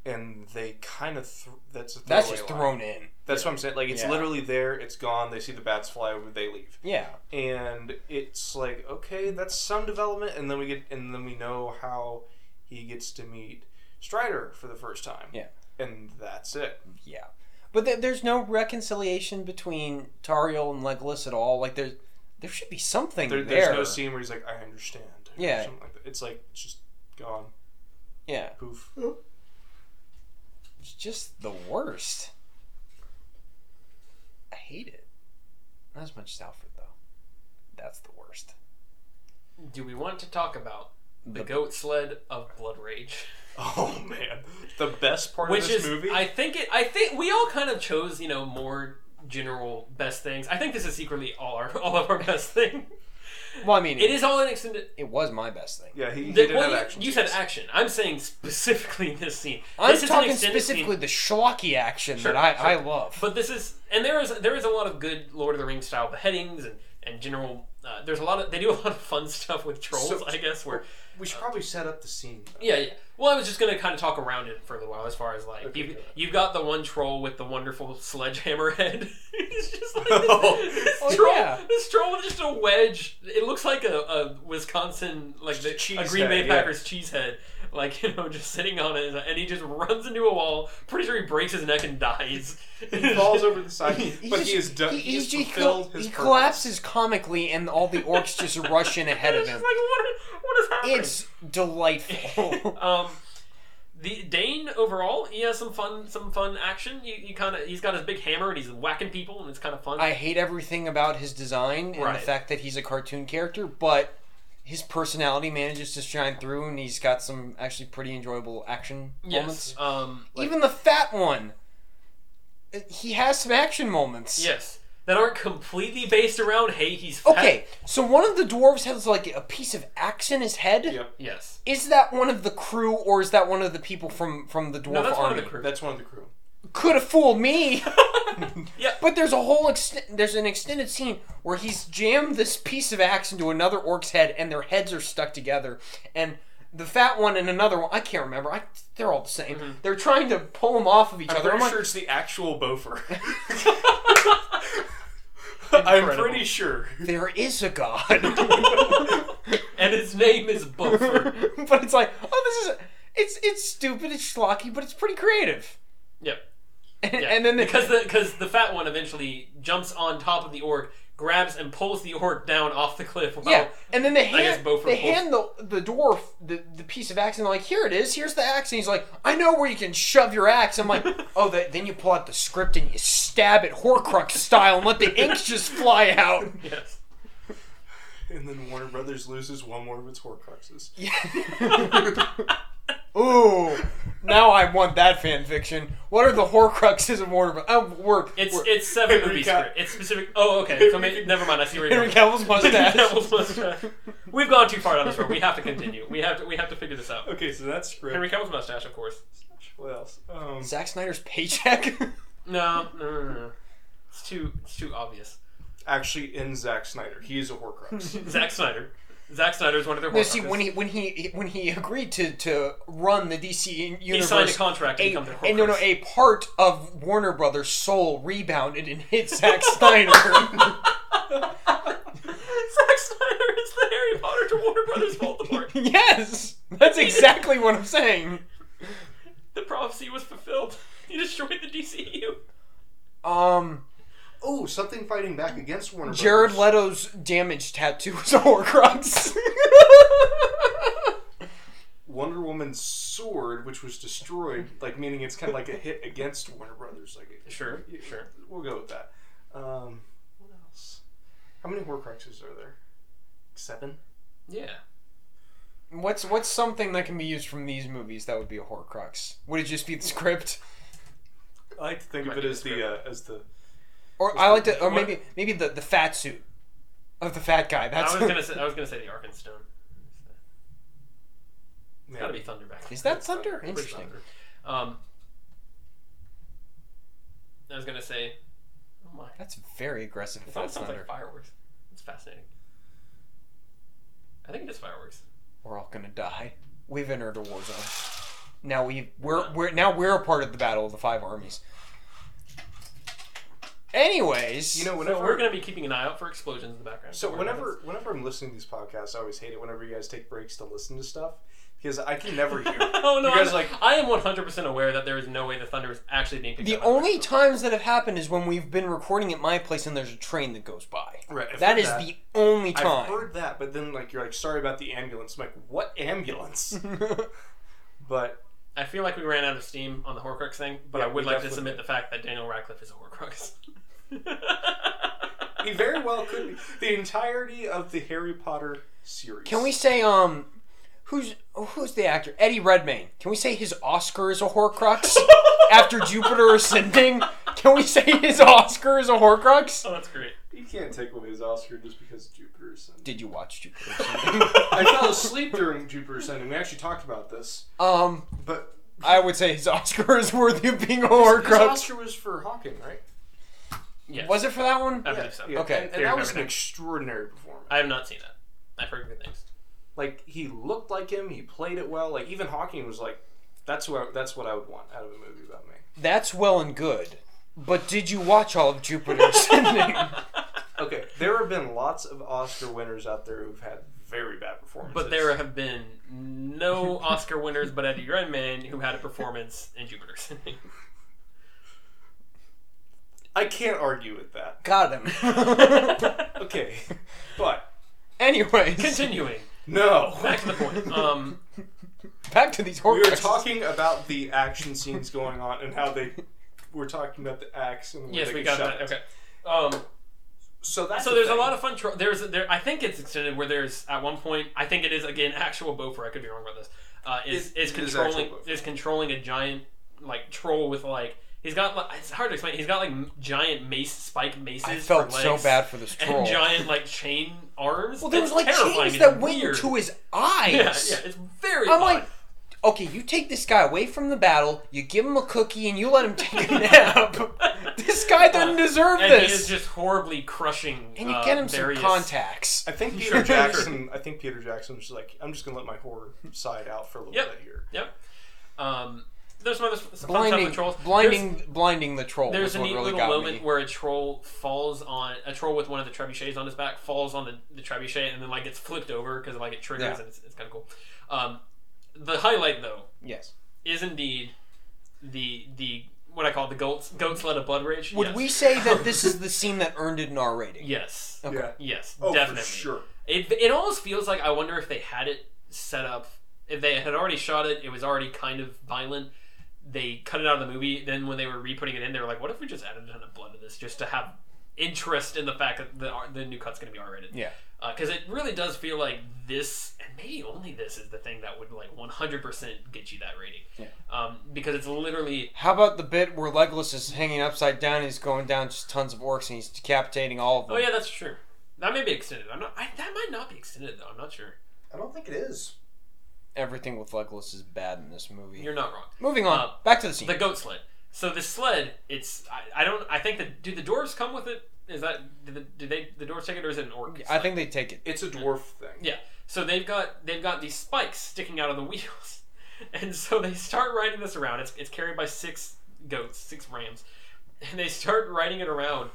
Speaker 3: and they kind of th- that's a
Speaker 2: That's
Speaker 3: throwaway
Speaker 2: just
Speaker 3: line.
Speaker 2: thrown in.
Speaker 3: That's what I'm saying. Like it's
Speaker 2: Yeah.
Speaker 3: literally there. It's gone. They see the bats fly over. They leave,
Speaker 2: Yeah.
Speaker 3: and it's like okay, that's some development. And then we get and then we know how he gets to meet Strider for the first time.
Speaker 2: Yeah.
Speaker 3: and that's it.
Speaker 2: Yeah, but there, there's no reconciliation between Tariel and Legolas at all. Like there's there should be something
Speaker 3: There,
Speaker 2: there.
Speaker 3: there's no scene where he's like, I understand. or
Speaker 2: Yeah.
Speaker 3: something like that. It's like it's just gone.
Speaker 2: yeah,
Speaker 3: Poof.
Speaker 2: it's just the worst. I hate it. Not as much as Alfred though. That's the worst.
Speaker 1: Do we want to talk about the,
Speaker 2: The-
Speaker 1: goat sled of Blood Rage?
Speaker 3: Oh man, the best part
Speaker 1: Which
Speaker 3: of this
Speaker 1: is,
Speaker 3: movie.
Speaker 1: I think it. I think we all kind of chose, you know, more general best things. I think this is secretly all our all of our best thing.
Speaker 2: Well, I mean,
Speaker 1: It is all an extended.
Speaker 2: It was my best thing.
Speaker 3: yeah, he, he
Speaker 1: The,
Speaker 3: did
Speaker 1: well,
Speaker 3: have
Speaker 1: you-
Speaker 3: action.
Speaker 1: you said
Speaker 3: scenes.
Speaker 1: action. I'm saying specifically this scene.
Speaker 2: I'm
Speaker 1: this is an
Speaker 2: talking
Speaker 1: extended scene.
Speaker 2: specifically the schlocky action
Speaker 1: Sure,
Speaker 2: that I,
Speaker 1: sure.
Speaker 2: I love.
Speaker 1: But this is, and there is there is a lot of good Lord of the Rings style beheadings and and general. Uh, there's a lot of they do a lot of fun stuff with trolls.
Speaker 3: So-
Speaker 1: I guess where
Speaker 3: We should probably set up the scene. though.
Speaker 1: yeah, yeah. Well, I was just gonna kind of talk around it for a little while as far as like
Speaker 3: Okay,
Speaker 1: you've,
Speaker 3: go ahead.
Speaker 1: you've got the one troll with the wonderful sledgehammer head. He's just like this,
Speaker 3: Oh.
Speaker 1: this
Speaker 2: Oh,
Speaker 1: troll.
Speaker 2: yeah.
Speaker 1: This troll with just a wedge. It looks like a, a Wisconsin like the,
Speaker 3: Cheese
Speaker 1: a Green
Speaker 3: head,
Speaker 1: Bay
Speaker 3: yeah.
Speaker 1: Packers cheese head. Like you know, just sitting on it, and he just runs into a wall. Pretty sure he breaks his neck and dies.
Speaker 3: He falls over the side,
Speaker 2: He
Speaker 3: but
Speaker 2: just-
Speaker 3: he is done. He, has
Speaker 2: just-
Speaker 3: fulfilled
Speaker 2: he
Speaker 3: his purpose.
Speaker 2: collapses comically, and all the orcs just rush in ahead of
Speaker 1: It's
Speaker 2: him.
Speaker 1: just like what, what is happening?
Speaker 2: It's delightful.
Speaker 1: um, the Dane overall, he has some fun, some fun action. You, you kind of, he's got his big hammer and he's whacking people, and it's kind of fun.
Speaker 2: I hate everything about his design and
Speaker 1: Right.
Speaker 2: the fact that he's a cartoon character, but his personality manages to shine through, and he's got some actually pretty enjoyable action
Speaker 1: yes,
Speaker 2: moments.
Speaker 1: um, like-
Speaker 2: Even the fat one, uh, he has some action moments.
Speaker 1: yes, that aren't completely based around hey, he's fat.
Speaker 2: Okay, so one of the dwarves has like a piece of axe in his head.
Speaker 3: Yep.
Speaker 1: Yes,
Speaker 2: Is that one of the crew, or is that one of the people from from the dwarf
Speaker 1: no, that's
Speaker 2: army?
Speaker 1: one of the crew.
Speaker 3: That's one of the crew.
Speaker 2: could have fooled me.
Speaker 1: Yeah.
Speaker 2: But there's a whole ext- there's an extended scene where he's jammed this piece of axe into another orc's head, and their heads are stuck together, and the fat one and another one I can't remember. I, they're all the same. They're trying to pull them off of each
Speaker 3: I'm
Speaker 2: other.
Speaker 3: pretty
Speaker 2: I'm like,
Speaker 3: sure it's the actual Bofer. I'm
Speaker 1: Incredible.
Speaker 3: pretty sure.
Speaker 2: there is a god,
Speaker 1: and his name is Buffer.
Speaker 2: but it's like, oh, this is it's it's stupid, it's schlocky, but it's pretty creative.
Speaker 1: yep.
Speaker 2: And,
Speaker 1: Yeah.
Speaker 2: and then the,
Speaker 1: because the because the fat one eventually jumps on top of the orc, grabs and pulls the orc down off the cliff. While,
Speaker 2: Yeah, and then they
Speaker 1: Oh, I guess
Speaker 2: hand,
Speaker 1: both are
Speaker 2: they
Speaker 1: cool.
Speaker 2: hand the the dwarf the, the piece of axe and they're like, here it is, here's the axe. And he's like, I know where you can shove your axe. I'm like, oh, that, then you pull out the script and you stab it Horcrux style and let the inks just fly out.
Speaker 1: Yes.
Speaker 3: And then Warner Brothers loses one more of its Horcruxes.
Speaker 2: Ooh, now I want that fan fiction. What are the Horcruxes of Warner? Bros.? Oh, we're,
Speaker 1: It's
Speaker 2: we're
Speaker 1: it's seven
Speaker 3: Henry
Speaker 1: movie
Speaker 3: Cav-
Speaker 1: script. It's specific. Oh, okay. So maybe, never mind. I see where you're
Speaker 2: Henry
Speaker 1: going.
Speaker 2: Cavill's mustache.
Speaker 1: That was mustache. We've gone too far down this road. We have to continue. We have to. We have to figure this out.
Speaker 3: Okay, so that's script.
Speaker 1: Henry Cavill's mustache, of course.
Speaker 3: What else? Um,
Speaker 2: Zack Snyder's paycheck.
Speaker 1: No, no, no, no, no. It's too. It's too obvious.
Speaker 3: actually, in Zack Snyder, he is a Horcrux.
Speaker 1: Zack Snyder. Zack Snyder is one of their.
Speaker 2: no,
Speaker 1: Horcruxes.
Speaker 2: see when he when he when he agreed to to run the DC
Speaker 1: He
Speaker 2: universe,
Speaker 1: signed a contract to
Speaker 2: a,
Speaker 1: become their.
Speaker 2: and no, no,
Speaker 1: Horcrux.
Speaker 2: a part of Warner Brothers' soul rebounded and hit Zack Snyder.
Speaker 1: Zack Snyder is there. Warner Brothers Voldemort.
Speaker 2: yes, that's exactly what I'm saying.
Speaker 1: The prophecy was fulfilled. He destroyed the DCU.
Speaker 2: Um,
Speaker 3: Oh, something fighting back against Warner
Speaker 2: Jared
Speaker 3: Brothers.
Speaker 2: Leto's damage tattoo is a Horcrux.
Speaker 3: Wonder Woman's sword, which was destroyed, like meaning it's kind of like a hit against Warner Brothers. Like,
Speaker 1: Sure,
Speaker 3: Yeah,
Speaker 1: sure.
Speaker 3: we'll go with that. Um, what else? How many Horcruxes are there? Seven.
Speaker 1: Yeah.
Speaker 2: what's what's something that can be used from these movies that would be a Horcrux? Would it just be the script?
Speaker 3: I like to think
Speaker 1: Might
Speaker 3: of it
Speaker 1: be
Speaker 3: as the uh, as the
Speaker 2: Or I like to, or maybe maybe the the fat suit of the fat guy.
Speaker 1: I
Speaker 2: That's
Speaker 1: was gonna say I was gonna say the Arkenstone.
Speaker 3: yeah.
Speaker 1: It's gotta be Thunderback.
Speaker 2: is that thunder?
Speaker 1: Pretty
Speaker 2: Interesting.
Speaker 1: Thunder. Um, I was gonna say, oh my,
Speaker 2: That's very aggressive.
Speaker 1: it
Speaker 2: If
Speaker 1: sounds
Speaker 2: that's
Speaker 1: sounds
Speaker 2: thunder,
Speaker 1: like fireworks. It's fascinating. I think it is fireworks.
Speaker 2: we're all gonna die. We've entered a war zone. Now we we're we're now we're a part of the battle of the five armies. Anyways,
Speaker 3: You know,
Speaker 1: So
Speaker 3: whenever
Speaker 1: we're gonna be keeping an eye out for explosions in the background.
Speaker 3: So
Speaker 1: Or
Speaker 3: whenever whenever I'm listening to these podcasts, I always hate it whenever you guys take breaks to listen to stuff because I can never hear.
Speaker 1: happens. oh no!
Speaker 3: you guys
Speaker 1: I'm,
Speaker 3: like
Speaker 1: I am 100 percent aware that there is no way the thunder is actually being picked
Speaker 2: the
Speaker 1: up. by
Speaker 2: only
Speaker 1: microphone.
Speaker 2: times that have happened is when we've been recording at my place and there's a train that goes by.
Speaker 3: right, I've
Speaker 2: That
Speaker 3: heard
Speaker 2: is the only
Speaker 3: I've
Speaker 2: time.
Speaker 3: heard that, but then like you're like sorry about the ambulance. I'm like what ambulance? but
Speaker 1: I feel like we ran out of steam on the Horcrux thing, but
Speaker 3: Yeah,
Speaker 1: I would
Speaker 3: we
Speaker 1: like to
Speaker 3: definitely
Speaker 1: submit the fact that Daniel Radcliffe is a Horcrux.
Speaker 3: he very well could be the entirety of the Harry Potter series.
Speaker 2: Can we say um, who's who's the actor Eddie Redmayne? Can we say his Oscar is a Horcrux after Jupiter Ascending? Can we say his Oscar is a Horcrux?
Speaker 1: Oh, that's great.
Speaker 3: You can't take away his Oscar just because Jupiter Ascending.
Speaker 2: Did you watch Jupiter?
Speaker 3: I fell asleep during Jupiter Ascending. We actually talked about this,
Speaker 2: Um,
Speaker 3: but
Speaker 2: I would say his Oscar is worthy of being a
Speaker 3: his
Speaker 2: Horcrux.
Speaker 3: Oscar was for Hawking, right?
Speaker 1: Yes.
Speaker 2: Was it for that one?
Speaker 1: I believe so.
Speaker 3: Yeah,
Speaker 2: Okay.
Speaker 3: and,
Speaker 1: Yeah,
Speaker 3: and that was an
Speaker 1: everything.
Speaker 3: extraordinary performance.
Speaker 1: I have not seen that. I've heard good things.
Speaker 3: Like he looked like him, he played it well. Like even Hawking was like, "That's what I, that's what I would want out of a movie about me."
Speaker 2: That's well and good. But did you watch all of Jupiter Ascending?
Speaker 3: Okay, there have been lots of Oscar winners out there who've had very bad performances.
Speaker 1: But there have been no Oscar winners but Eddie Redmayne who had a performance in Jupiter Ascending.
Speaker 3: I can't argue with that.
Speaker 2: Got him.
Speaker 3: Okay, but
Speaker 2: Anyways,
Speaker 1: Continuing,
Speaker 3: no.
Speaker 1: back to the point. Um,
Speaker 2: back to these
Speaker 3: We were
Speaker 2: Horcruxes.
Speaker 3: talking about the action scenes going on and how they were talking about the axe and where
Speaker 1: yes,
Speaker 3: they
Speaker 1: we got
Speaker 3: could shove
Speaker 1: that.
Speaker 3: it.
Speaker 1: Okay. Um,
Speaker 3: So that's
Speaker 1: so there's a lot of fun. Tro- there's there. I think it's extended where there's at one point. I think it is again actual Beaufort. I could be wrong about this. Uh, is is
Speaker 3: It- it is
Speaker 1: controlling
Speaker 3: actual Beaufort.
Speaker 1: is controlling a giant like troll with like he's got like, it's hard to explain. He's got like m- giant mace spike maces.
Speaker 2: I felt
Speaker 1: for
Speaker 2: so
Speaker 1: legs.
Speaker 2: bad for this troll.
Speaker 1: and giant like chain arms.
Speaker 2: Well, there was
Speaker 1: It's
Speaker 2: like
Speaker 1: terrifying.
Speaker 2: chains
Speaker 1: It's
Speaker 2: that went
Speaker 1: weird.
Speaker 2: into his
Speaker 1: Yeah, yeah,
Speaker 2: eyes.
Speaker 1: it's very.
Speaker 2: I'm
Speaker 1: odd.
Speaker 2: like, okay, you take this guy away from the battle, you give him a cookie, and you let him take a nap. this guy doesn't deserve
Speaker 1: and he is
Speaker 2: this.
Speaker 1: just horribly crushing.
Speaker 2: And you
Speaker 1: uh,
Speaker 2: get him
Speaker 1: various-
Speaker 2: some contacts.
Speaker 3: I think Peter Jackson. I think Peter Jackson was like, "I'm just gonna let my horror side out for a little
Speaker 1: Yep.
Speaker 3: bit here."
Speaker 1: Yep. Um, there's some other some fun stuff
Speaker 2: Blinding,
Speaker 1: with trolls.
Speaker 2: blinding, blinding the troll.
Speaker 1: There's, there's a
Speaker 2: There's what
Speaker 1: neat
Speaker 2: really
Speaker 1: little
Speaker 2: got
Speaker 1: moment
Speaker 2: me.
Speaker 1: where a troll falls on a troll with one of the trebuchets on his back falls on the, the trebuchet and then like gets flipped over because like it triggers
Speaker 2: Yeah.
Speaker 1: and it's, it's kind of cool. Um, the highlight though
Speaker 2: yes.
Speaker 1: is indeed the the what I call the goats goats led a blood rage.
Speaker 2: Would
Speaker 1: Yes.
Speaker 2: we say that this is the scene that earned it an R rating?
Speaker 1: Yes.
Speaker 2: Okay.
Speaker 3: Yeah.
Speaker 1: Yes.
Speaker 3: Oh,
Speaker 1: definitely.
Speaker 3: for sure.
Speaker 1: It, it almost feels like I wonder if they had it set up. If they had already shot it, it was already kind of violent. They cut it out of the movie. Then when they were re putting it in, they were like, what if we just added a ton of blood to this just to have interest in the fact that the, R- the new cut's going to be R rated?
Speaker 2: Yeah.
Speaker 1: Because it really does feel like this, and maybe only this, is the thing that would like 100% get you that rating.
Speaker 2: Yeah.
Speaker 1: Um, because it's literally.
Speaker 2: How about the bit where Legolas is hanging upside down? And he's going down just tons of orcs and he's decapitating all of them.
Speaker 1: Oh, yeah, that's true. That may be extended. I'm not. I, that might not be extended though. I'm not sure.
Speaker 3: I don't think it is.
Speaker 2: Everything with Legolas is bad in this movie.
Speaker 1: You're not wrong.
Speaker 2: Moving on,
Speaker 1: Uh,
Speaker 2: back to the scene.
Speaker 1: The goat sled. So the sled, it's I, I don't I think that do the dwarves come with it? Is that do, the, do they the dwarves take it or is it an orc?
Speaker 2: I
Speaker 1: sled?
Speaker 2: think they take it.
Speaker 3: It's a dwarf thing.
Speaker 1: yeah. So they've got they've got these spikes sticking out of the wheels, and so they start riding this around. It's it's carried by six goats, six rams, and they start riding it around,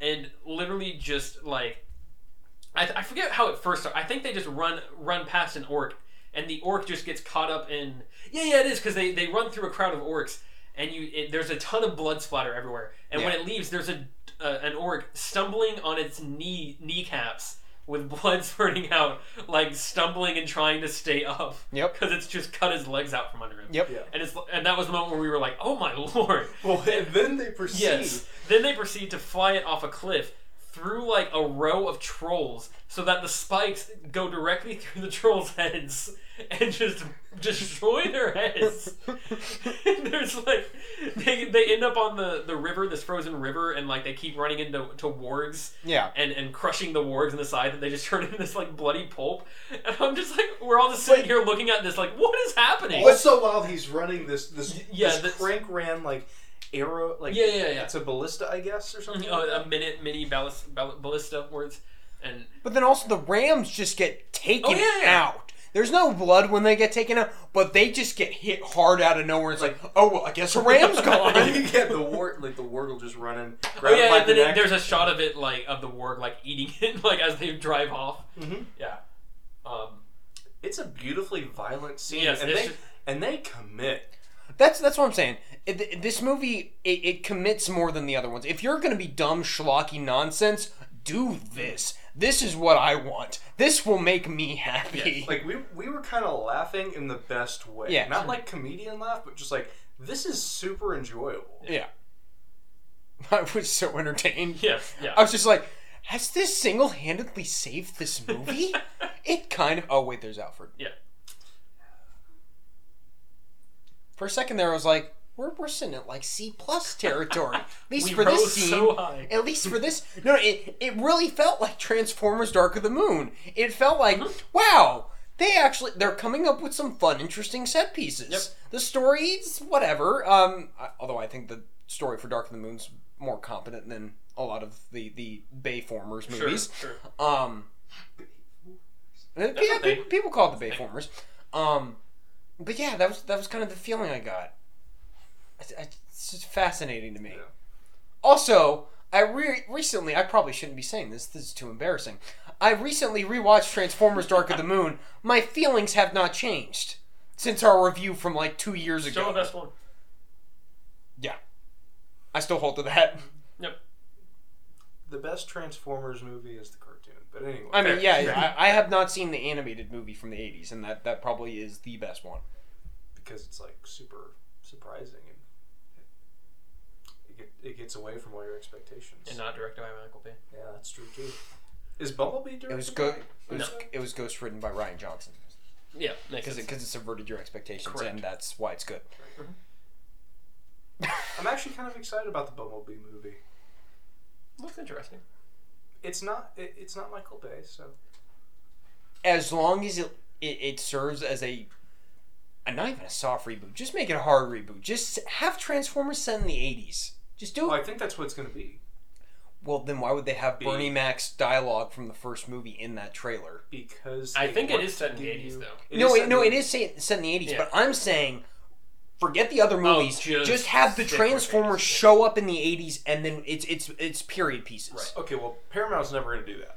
Speaker 1: and literally just like I, I forget how it first started. I think they just run run past an orc, and the orc just gets caught up in. Yeah, yeah, it is because they, they run through a crowd of orcs, and you it, there's a ton of blood splatter everywhere. And when
Speaker 2: Yeah.
Speaker 1: it leaves, there's a uh, an orc stumbling on its knee kneecaps with blood spurting out, like stumbling and trying to stay up.
Speaker 2: Yep.
Speaker 1: Because it's just cut his legs out from under him.
Speaker 2: Yep.
Speaker 3: Yeah.
Speaker 1: And it's and that was the moment where we were like, oh my lord.
Speaker 3: Well, and then they proceed.
Speaker 1: Yes. Then they proceed to fly it off a cliff through like a row of trolls, so that the spikes go directly through the trolls' heads and just destroy their heads. and there's like they, they end up on the, the river, this frozen river, and like they keep running into to wargs
Speaker 2: Yeah.
Speaker 1: and, and crushing the wargs in the side and they just turn into this like bloody pulp. And I'm just like we're all just sitting here looking at this like what is happening?
Speaker 3: Also, while he's running this, this,
Speaker 1: yeah,
Speaker 3: this
Speaker 1: that's-
Speaker 3: crank ran like arrow, like
Speaker 1: Yeah, yeah, yeah.
Speaker 3: It's a ballista, I guess, or something. like
Speaker 1: Uh,
Speaker 3: that.
Speaker 1: a minute mini ballast, ball- ballista words and
Speaker 2: But then also the Rams just get
Speaker 1: Oh,
Speaker 2: taken
Speaker 1: yeah, yeah.
Speaker 2: out. There's no blood when they get taken out, but they just get hit hard out of nowhere. It's like, oh well, I guess the Ram's
Speaker 3: And
Speaker 2: gone.
Speaker 3: you get the wart, like the wart will just run in,
Speaker 1: uh, Oh
Speaker 3: grab it
Speaker 1: yeah,
Speaker 3: by
Speaker 1: and
Speaker 3: the
Speaker 1: then it-
Speaker 3: neck.
Speaker 1: there's a shot of it like of the warg like eating it like as they drive off.
Speaker 3: Mhm.
Speaker 1: Yeah. Um,
Speaker 3: It's a beautifully violent scene,
Speaker 1: Yes,
Speaker 3: and
Speaker 1: it's
Speaker 3: they
Speaker 1: just-
Speaker 3: and they commit.
Speaker 2: that's that's what I'm saying. It, this movie it, it commits more than the other ones. If you're gonna be dumb schlocky nonsense, do this. This is what I want. This will make me happy.
Speaker 3: Like we we were kind of laughing in the best way,
Speaker 2: Yeah.
Speaker 3: not like comedian laugh, but just like this is super enjoyable.
Speaker 2: yeah, I was so entertained.
Speaker 1: yes. Yeah.
Speaker 2: I was just like, has this single handedly saved this movie? it kind of. Oh, wait, there's Alfred.
Speaker 1: Yeah.
Speaker 2: For a second there, I was like, we're, we're sitting at like C plus territory. At least
Speaker 1: We
Speaker 2: for this
Speaker 1: rose
Speaker 2: scene.
Speaker 1: so high.
Speaker 2: At least for this. No, it, it really felt like Transformers Dark of the Moon. It felt like,
Speaker 1: Mm-hmm.
Speaker 2: wow. They actually they're coming up with some fun, interesting set pieces.
Speaker 1: Yep.
Speaker 2: The stories, whatever. Um, I, although I think the story for Dark of the Moon's more competent than a lot of the the Bayformers
Speaker 1: sure.
Speaker 2: movies.
Speaker 1: Sure.
Speaker 2: Um, yeah,
Speaker 1: a thing.
Speaker 2: people, people call it the Bayformers. Um, but yeah, that was that was kind of the feeling I got. It's, it's just fascinating to me.
Speaker 3: Yeah.
Speaker 2: Also, I re- recently I probably shouldn't be saying this. This is too embarrassing. I recently rewatched Transformers: Dark of the Moon. My feelings have not changed since our review from like two years
Speaker 1: Still
Speaker 2: ago.
Speaker 1: the best one.
Speaker 2: I still hold to that.
Speaker 3: The best Transformers movie is the cartoon, but anyway,
Speaker 2: I mean,
Speaker 1: Fair.
Speaker 2: yeah, I, I have not seen the animated movie from the '80s, and that that probably is the best one.
Speaker 3: because it's like super surprising and it, get, it gets away from all your expectations.
Speaker 1: And uh, not directed by Michael Bay.
Speaker 3: yeah, that's true too. Is Bumblebee doing
Speaker 2: It was good. It was,
Speaker 1: No.
Speaker 2: it was ghost written by Ryan Johnson
Speaker 1: Yeah. Makes
Speaker 2: because
Speaker 1: sense.
Speaker 2: it, cause it subverted your expectations,
Speaker 1: Correct.
Speaker 2: and that's why it's good.
Speaker 3: I'm actually kind of excited about the Bumblebee movie.
Speaker 1: looks interesting.
Speaker 3: It's not it, it's not Michael Bay, so
Speaker 2: As long as it, it it serves as a, a not even a soft reboot, just make it a hard reboot. Just have Transformers set in the '80s. Just do
Speaker 3: well,
Speaker 2: it.
Speaker 3: I think that's what it's going to be
Speaker 2: Well, then why would they have
Speaker 3: Be-
Speaker 2: Bernie Mac's dialogue from the first movie in that trailer?
Speaker 3: because
Speaker 1: I
Speaker 3: they
Speaker 1: think it
Speaker 3: want
Speaker 1: is set in
Speaker 3: to
Speaker 1: the
Speaker 3: give
Speaker 1: 80s
Speaker 3: you-
Speaker 1: though.
Speaker 2: no,
Speaker 3: set
Speaker 2: it,
Speaker 3: in
Speaker 2: no,
Speaker 3: the-
Speaker 2: it is say- set in the '80s,
Speaker 1: Yeah.
Speaker 2: but I'm saying. Forget the other movies.
Speaker 1: just
Speaker 2: just, have the
Speaker 1: stick with 80s,
Speaker 2: Transformers
Speaker 1: yeah.
Speaker 2: show up in the '80s, and then it's it's it's period pieces.
Speaker 1: Right.
Speaker 3: Okay, well, Paramount's never going to do that.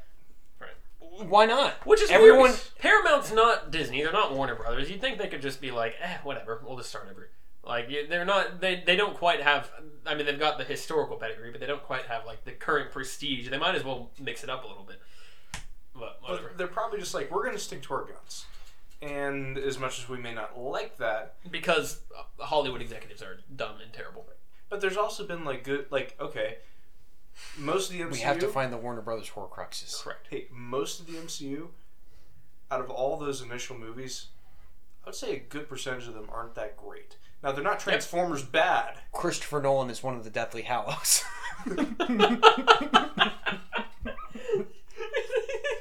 Speaker 2: Why not?
Speaker 1: Which is
Speaker 2: everyone.
Speaker 1: weird. Paramount's not Disney. They're not Warner Brothers. You'd think they could just be like, eh, whatever. We'll just start over. Like you- they're not. They they don't quite have. I mean, they've got the historical pedigree, but they don't quite have like the current prestige. They might as well mix it up a little bit. But whatever.
Speaker 3: But they're probably just like we're going to stick to our guns. And as much as we may not like that,
Speaker 1: because uh, Hollywood executives are dumb and terrible.
Speaker 3: but there's also been like good like okay, most of the MCU
Speaker 2: We have to find the Warner Brothers Horcruxes.
Speaker 1: Correct.
Speaker 3: Hey, most of the MCU, out of all those initial movies, I would say a good percentage of them aren't that great. Now they're not Transformers bad.
Speaker 2: Christopher Nolan is one of the Deathly Hallows.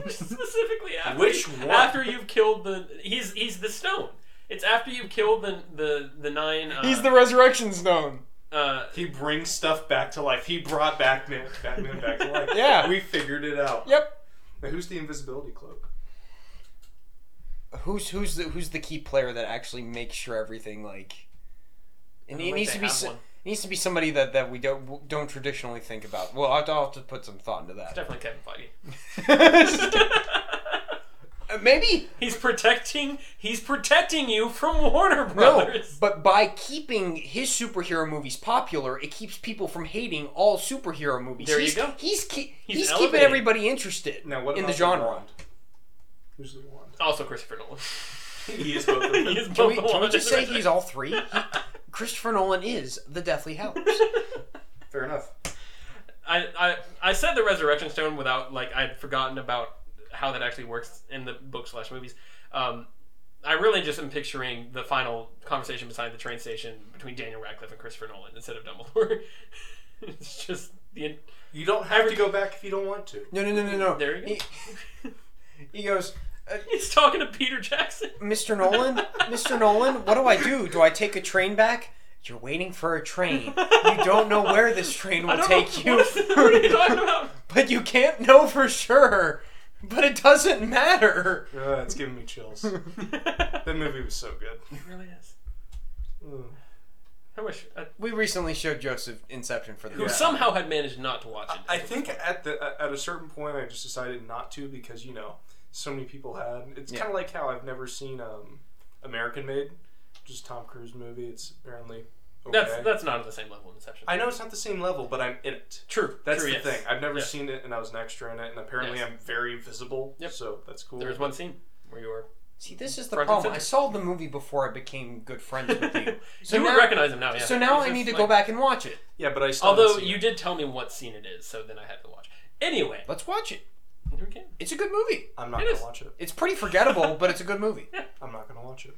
Speaker 1: Specifically after
Speaker 3: Which one?
Speaker 1: after you've killed the he's he's the stone. It's after you've killed the the the nine. Uh,
Speaker 2: He's the Resurrection Stone.
Speaker 1: uh,
Speaker 3: He brings stuff back to life. He brought Batman, Batman back to life.
Speaker 2: Yeah.
Speaker 3: we figured it out.
Speaker 2: Yep.
Speaker 3: Now, who's the invisibility cloak?
Speaker 2: Who's who's the who's the key player that actually makes sure everything like? And
Speaker 1: I don't
Speaker 2: it
Speaker 1: think
Speaker 2: needs to
Speaker 1: they
Speaker 2: be
Speaker 1: have
Speaker 2: so-
Speaker 1: one.
Speaker 2: needs to be somebody that, that we don't don't traditionally think about. Well, I'll, I'll have to put some thought into
Speaker 1: It's definitely Kevin
Speaker 2: that.
Speaker 1: Feige.
Speaker 2: Maybe
Speaker 1: he's protecting. He's protecting you from Warner
Speaker 2: no,
Speaker 1: Brothers.
Speaker 2: but by keeping his superhero movies popular, it keeps people from hating all superhero movies.
Speaker 1: There you
Speaker 2: he's,
Speaker 1: go.
Speaker 2: He's ke-
Speaker 1: He's
Speaker 2: he's, keeping
Speaker 1: elevating.
Speaker 2: everybody interested
Speaker 3: Now, what
Speaker 2: in
Speaker 3: about
Speaker 2: the genre.
Speaker 3: wand? Who's the wand?
Speaker 1: Also, Christopher Nolan.
Speaker 3: He is both of them.
Speaker 1: He is both
Speaker 2: Can we,
Speaker 1: the
Speaker 2: can we
Speaker 1: one
Speaker 2: just
Speaker 1: and
Speaker 2: say
Speaker 1: the
Speaker 2: he's all three? He- Christopher Nolan is the Deathly Hallows.
Speaker 3: Fair enough.
Speaker 1: I, I I said the resurrection stone without like I'd forgotten about how that actually works in the book slash movies. Um, I really just am picturing the final conversation beside the train station between Daniel Radcliffe and Christopher Nolan instead of Dumbledore. it's just the
Speaker 3: You don't have to go back if you don't want to.
Speaker 2: No, no, no, no, no.
Speaker 1: there you go.
Speaker 2: He, he goes, uh,
Speaker 1: He's talking to Peter Jackson.
Speaker 2: Mr. Nolan, Mr. Nolan, what do I do? Do I take a train back? You're waiting for a train. You don't know where this train
Speaker 1: I don't
Speaker 2: will take
Speaker 1: know,
Speaker 2: you.
Speaker 1: What, is, what are you talking about?
Speaker 2: but you can't know for sure. But it doesn't matter.
Speaker 3: Uh, it's giving me chills. that movie was so good.
Speaker 1: it really is.
Speaker 3: Mm.
Speaker 1: Hmm. I wish I,
Speaker 2: We recently showed Joseph Inception for the
Speaker 1: who
Speaker 2: first time.
Speaker 1: somehow had managed not to watch it.
Speaker 3: I think at the at a certain point I just decided not to because you know so many people had. It's
Speaker 2: Yeah.
Speaker 3: kind of like how I've never seen um, American Made, just Tom Cruise movie. It's apparently okay.
Speaker 1: that's that's not at the same level of Inception.
Speaker 3: I know it's not the same level, but I'm in it.
Speaker 1: True.
Speaker 3: That's
Speaker 1: true,
Speaker 3: the
Speaker 1: yes.
Speaker 3: thing. I've never
Speaker 1: Yes.
Speaker 3: seen it, and I was an extra in it, and apparently
Speaker 1: Yes.
Speaker 3: I'm very visible.
Speaker 1: Yep.
Speaker 3: So that's cool.
Speaker 1: There was one scene where you were.
Speaker 2: See, this is the
Speaker 1: Front and
Speaker 2: problem. I
Speaker 1: center.
Speaker 2: saw the movie before I became good friends with you. So
Speaker 1: you
Speaker 2: now,
Speaker 1: would recognize him now. Yeah.
Speaker 2: so now
Speaker 1: He's
Speaker 2: I need to
Speaker 1: just
Speaker 2: go
Speaker 1: like-
Speaker 2: back and watch it.
Speaker 3: Yeah, but I still. haven't
Speaker 1: Although
Speaker 3: seen
Speaker 1: you
Speaker 3: it.
Speaker 1: did tell me what scene it is, so then I had to watch. Anyway,
Speaker 2: Let's watch it.
Speaker 1: here we can.
Speaker 2: It's a good movie.
Speaker 3: I'm not
Speaker 1: it
Speaker 3: gonna
Speaker 1: is-
Speaker 3: watch it.
Speaker 2: It's pretty forgettable, but it's a good movie.
Speaker 3: I'm not gonna watch it.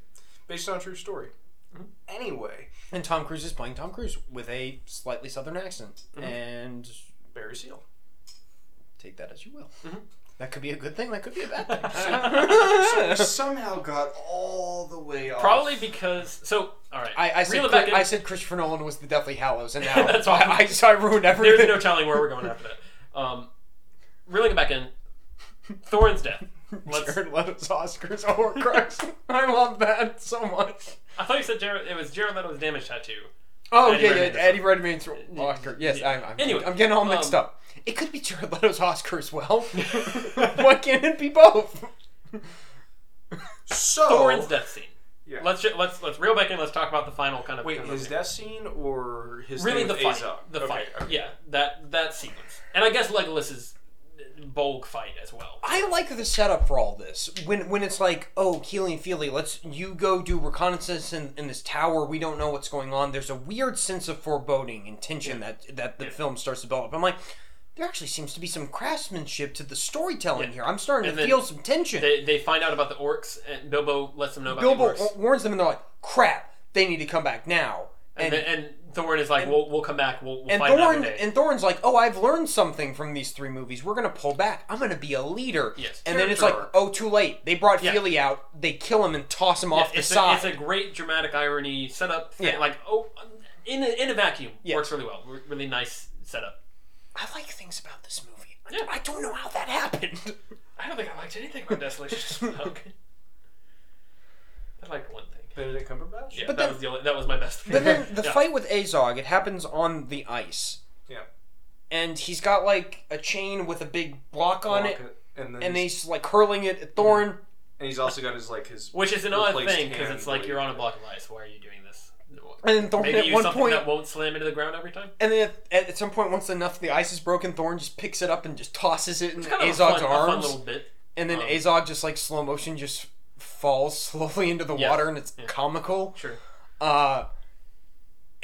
Speaker 3: Based on a true story.
Speaker 1: Mm-hmm.
Speaker 3: Anyway,
Speaker 2: And Tom Cruise is playing Tom Cruise with a slightly southern accent.
Speaker 1: Mm-hmm.
Speaker 2: And
Speaker 3: Barry Seal.
Speaker 2: take that as you will.
Speaker 1: Mhm.
Speaker 2: That could be a good thing. That could be a bad
Speaker 3: I
Speaker 2: thing.
Speaker 3: somehow got all the way off.
Speaker 1: Probably because so. All right,
Speaker 2: I, I,
Speaker 1: Reel
Speaker 2: said,
Speaker 1: it back
Speaker 2: Chris-
Speaker 1: in.
Speaker 2: I said Christopher Nolan was the Deathly Hallows, and now
Speaker 1: That's
Speaker 2: I,
Speaker 1: awful.
Speaker 2: I, so I ruined everything.
Speaker 1: there's no telling where we're going after that. Um, reeling it back in. Thorin's death. Let's,
Speaker 2: Jared Leto's Oscars Horcrux. I love that so much.
Speaker 1: I thought you said Jared, it was Jared Leto's damage tattoo.
Speaker 2: Oh
Speaker 1: Eddie
Speaker 2: yeah,
Speaker 1: Redmayne's
Speaker 2: yeah, Eddie Redmayne's Oscar. Yes,
Speaker 1: yeah.
Speaker 2: I'm, I'm,
Speaker 1: Anyway,
Speaker 2: I'm getting all mixed
Speaker 1: um,
Speaker 2: up. It could be Jared Leto's Oscar as well. Why can't it be both?
Speaker 3: So
Speaker 1: Thorin's death scene.
Speaker 3: Yeah.
Speaker 1: Let's ju- let's let's reel back in. Let's talk about the final kind of
Speaker 3: Wait,
Speaker 1: kind of
Speaker 3: his
Speaker 1: thing.
Speaker 3: death scene or his
Speaker 1: really
Speaker 3: thing
Speaker 1: the
Speaker 3: with
Speaker 1: fight,
Speaker 3: Azog?
Speaker 1: the
Speaker 3: Okay,
Speaker 1: fight.
Speaker 3: okay.
Speaker 1: Yeah, that that sequence, and I guess Legolas's Bolg fight as well.
Speaker 2: I like the setup for all this. When when it's like, oh, Keely and Feely, let's you go do reconnaissance in, in this tower. We don't know what's going on. There's a weird sense of foreboding and tension that that the film starts to develop. I'm like, there actually seems to be some craftsmanship to the storytelling here. I'm starting
Speaker 1: And
Speaker 2: to
Speaker 1: then
Speaker 2: feel some tension.
Speaker 1: They, they find out about the orcs, and Bilbo lets them know about
Speaker 2: Bilbo
Speaker 1: the orcs.
Speaker 2: wa- warns them, and they're like, crap, they need to come back now.
Speaker 1: And, then- and Thorin is like, "We'll we'll come back. We'll, we'll
Speaker 2: And
Speaker 1: fight
Speaker 2: Thorn
Speaker 1: another day."
Speaker 2: and Thorn's like, oh, I've learned something from these three movies. We're gonna pull back. I'm gonna be a leader.
Speaker 1: Yes.
Speaker 2: And then it's like,
Speaker 3: Character
Speaker 2: oh, too late. They brought
Speaker 1: Yeah.
Speaker 2: Feely out. They kill him and toss him off the
Speaker 1: it's, a,
Speaker 2: side.
Speaker 1: it's a great dramatic irony setup. Thing.
Speaker 2: Yeah.
Speaker 1: Like, oh, in a, in a vacuum,
Speaker 2: Yeah.
Speaker 1: works really well. Re- Really nice setup.
Speaker 2: I like things about this movie. I-
Speaker 1: Yeah.
Speaker 2: I don't know how that happened.
Speaker 1: I don't think I liked anything about Desolation Smoke. I liked one thing.
Speaker 3: Benedict Cumberbatch.
Speaker 1: Yeah, that
Speaker 2: But then-
Speaker 1: was the only, that was my best.
Speaker 2: But then the
Speaker 1: Yeah.
Speaker 2: fight with Azog, it happens on the ice,
Speaker 3: Yeah.
Speaker 2: and he's got like a chain with a big block on
Speaker 3: Lock
Speaker 2: it,
Speaker 3: and then
Speaker 2: and
Speaker 3: he's,
Speaker 2: he's like hurling it at Thorn.
Speaker 3: and he's also got his like his
Speaker 1: which is an odd
Speaker 3: replaced
Speaker 1: thing because
Speaker 3: hand
Speaker 1: it's like
Speaker 3: blade.
Speaker 1: you're on a block of ice. Why are you doing this?
Speaker 2: And then Thorn
Speaker 1: Maybe
Speaker 2: at
Speaker 1: use
Speaker 2: one
Speaker 1: something
Speaker 2: point
Speaker 1: that won't slam into the ground every time.
Speaker 2: And then at, at some point, once enough the ice is broken, Thorn just picks it up and just tosses it in
Speaker 1: It's kind of
Speaker 2: Azog's
Speaker 1: a fun, a fun
Speaker 2: arms.
Speaker 1: little bit.
Speaker 2: and then
Speaker 1: um,
Speaker 2: Azog just like slow motion just falls slowly into the
Speaker 1: Yes,
Speaker 2: water, and it's
Speaker 1: yeah.
Speaker 2: comical.
Speaker 1: Sure.
Speaker 2: Uh,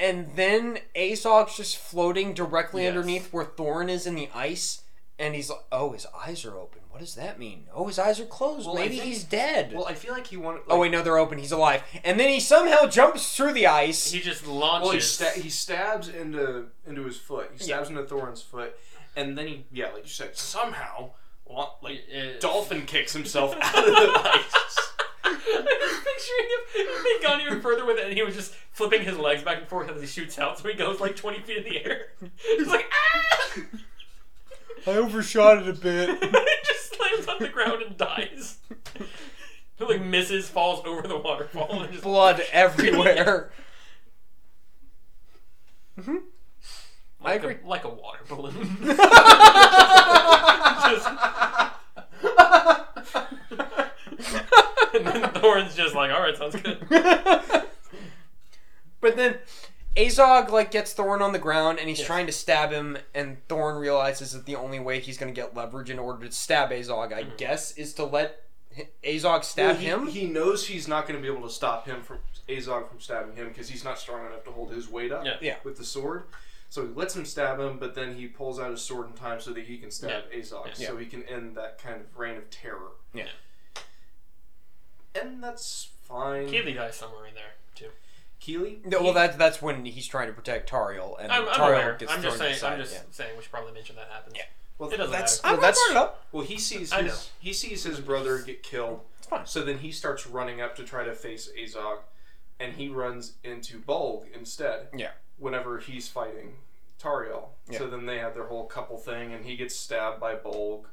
Speaker 2: and then Azog's just floating directly
Speaker 1: Yes.
Speaker 2: underneath where Thorn is in the ice, and he's like, "Oh, his eyes are open. What does that mean? Oh, his eyes are closed.
Speaker 3: Well, I
Speaker 2: Maybe
Speaker 3: think-
Speaker 2: he's dead."
Speaker 3: Well, I feel like he wanted. Like,
Speaker 2: oh wait, no, they're open. He's alive. And then he somehow jumps through the ice.
Speaker 1: He just launches.
Speaker 3: Well, he, sta- he stabs into into his foot. He stabs into Thorin's foot, and then he yeah, like you said, somehow wa- like
Speaker 1: Uh,
Speaker 3: dolphin kicks himself out of the ice.
Speaker 1: I'm picturing him if he'd gone even further with it, and he was just flipping his legs back and forth as he shoots out, so he goes like 20 feet in the air. He's like, ah!
Speaker 2: I overshot it a bit.
Speaker 1: He just slams on the ground and dies. He like misses, falls over the waterfall, and just
Speaker 2: Blood everywhere. I
Speaker 1: like,
Speaker 2: agree.
Speaker 1: A, like a water balloon. and then Thorin's just like, all right, sounds good.
Speaker 2: but then Azog like gets Thorn on the ground and he's
Speaker 1: Yes.
Speaker 2: trying to stab him and Thorn realizes that the only way he's going to get leverage in order to stab Azog
Speaker 1: Mm-hmm.
Speaker 2: I guess is to let h- Azog stab
Speaker 3: Well, he,
Speaker 2: him.
Speaker 3: He knows he's not going to be able to stop him from Azog from stabbing him because he's not strong enough to hold his weight up
Speaker 1: Yeah.
Speaker 2: Yeah.
Speaker 3: with the sword. So he lets him stab him, but then he pulls out his sword in time so that he can stab Azog,
Speaker 1: Yeah.
Speaker 3: so he can end that kind of reign of terror.
Speaker 2: Yeah.
Speaker 3: And that's fine.
Speaker 1: Keely dies somewhere in there too.
Speaker 3: Keely?
Speaker 2: No, well, that, that's when he's trying to protect Tariel, and
Speaker 1: I'm, I'm
Speaker 2: Tariel
Speaker 1: aware.
Speaker 2: gets
Speaker 1: I'm
Speaker 2: thrown
Speaker 1: just saying.
Speaker 2: aside.
Speaker 1: I'm just
Speaker 2: yeah.
Speaker 1: saying. We should probably mention that happens.
Speaker 2: Yeah.
Speaker 3: Well,
Speaker 1: It doesn't
Speaker 3: that's
Speaker 1: matter.
Speaker 2: I'm
Speaker 3: well,
Speaker 2: not
Speaker 3: that's
Speaker 2: brought it up.
Speaker 3: well. He sees
Speaker 1: I know.
Speaker 3: his he sees his brother get killed.
Speaker 2: fine.
Speaker 3: So then he starts running up to try to face Azog, and he runs into Bulg instead.
Speaker 2: Yeah.
Speaker 3: Whenever he's fighting Tariel,
Speaker 2: Yeah.
Speaker 3: so then they have their whole couple thing, and he gets stabbed by Bulg,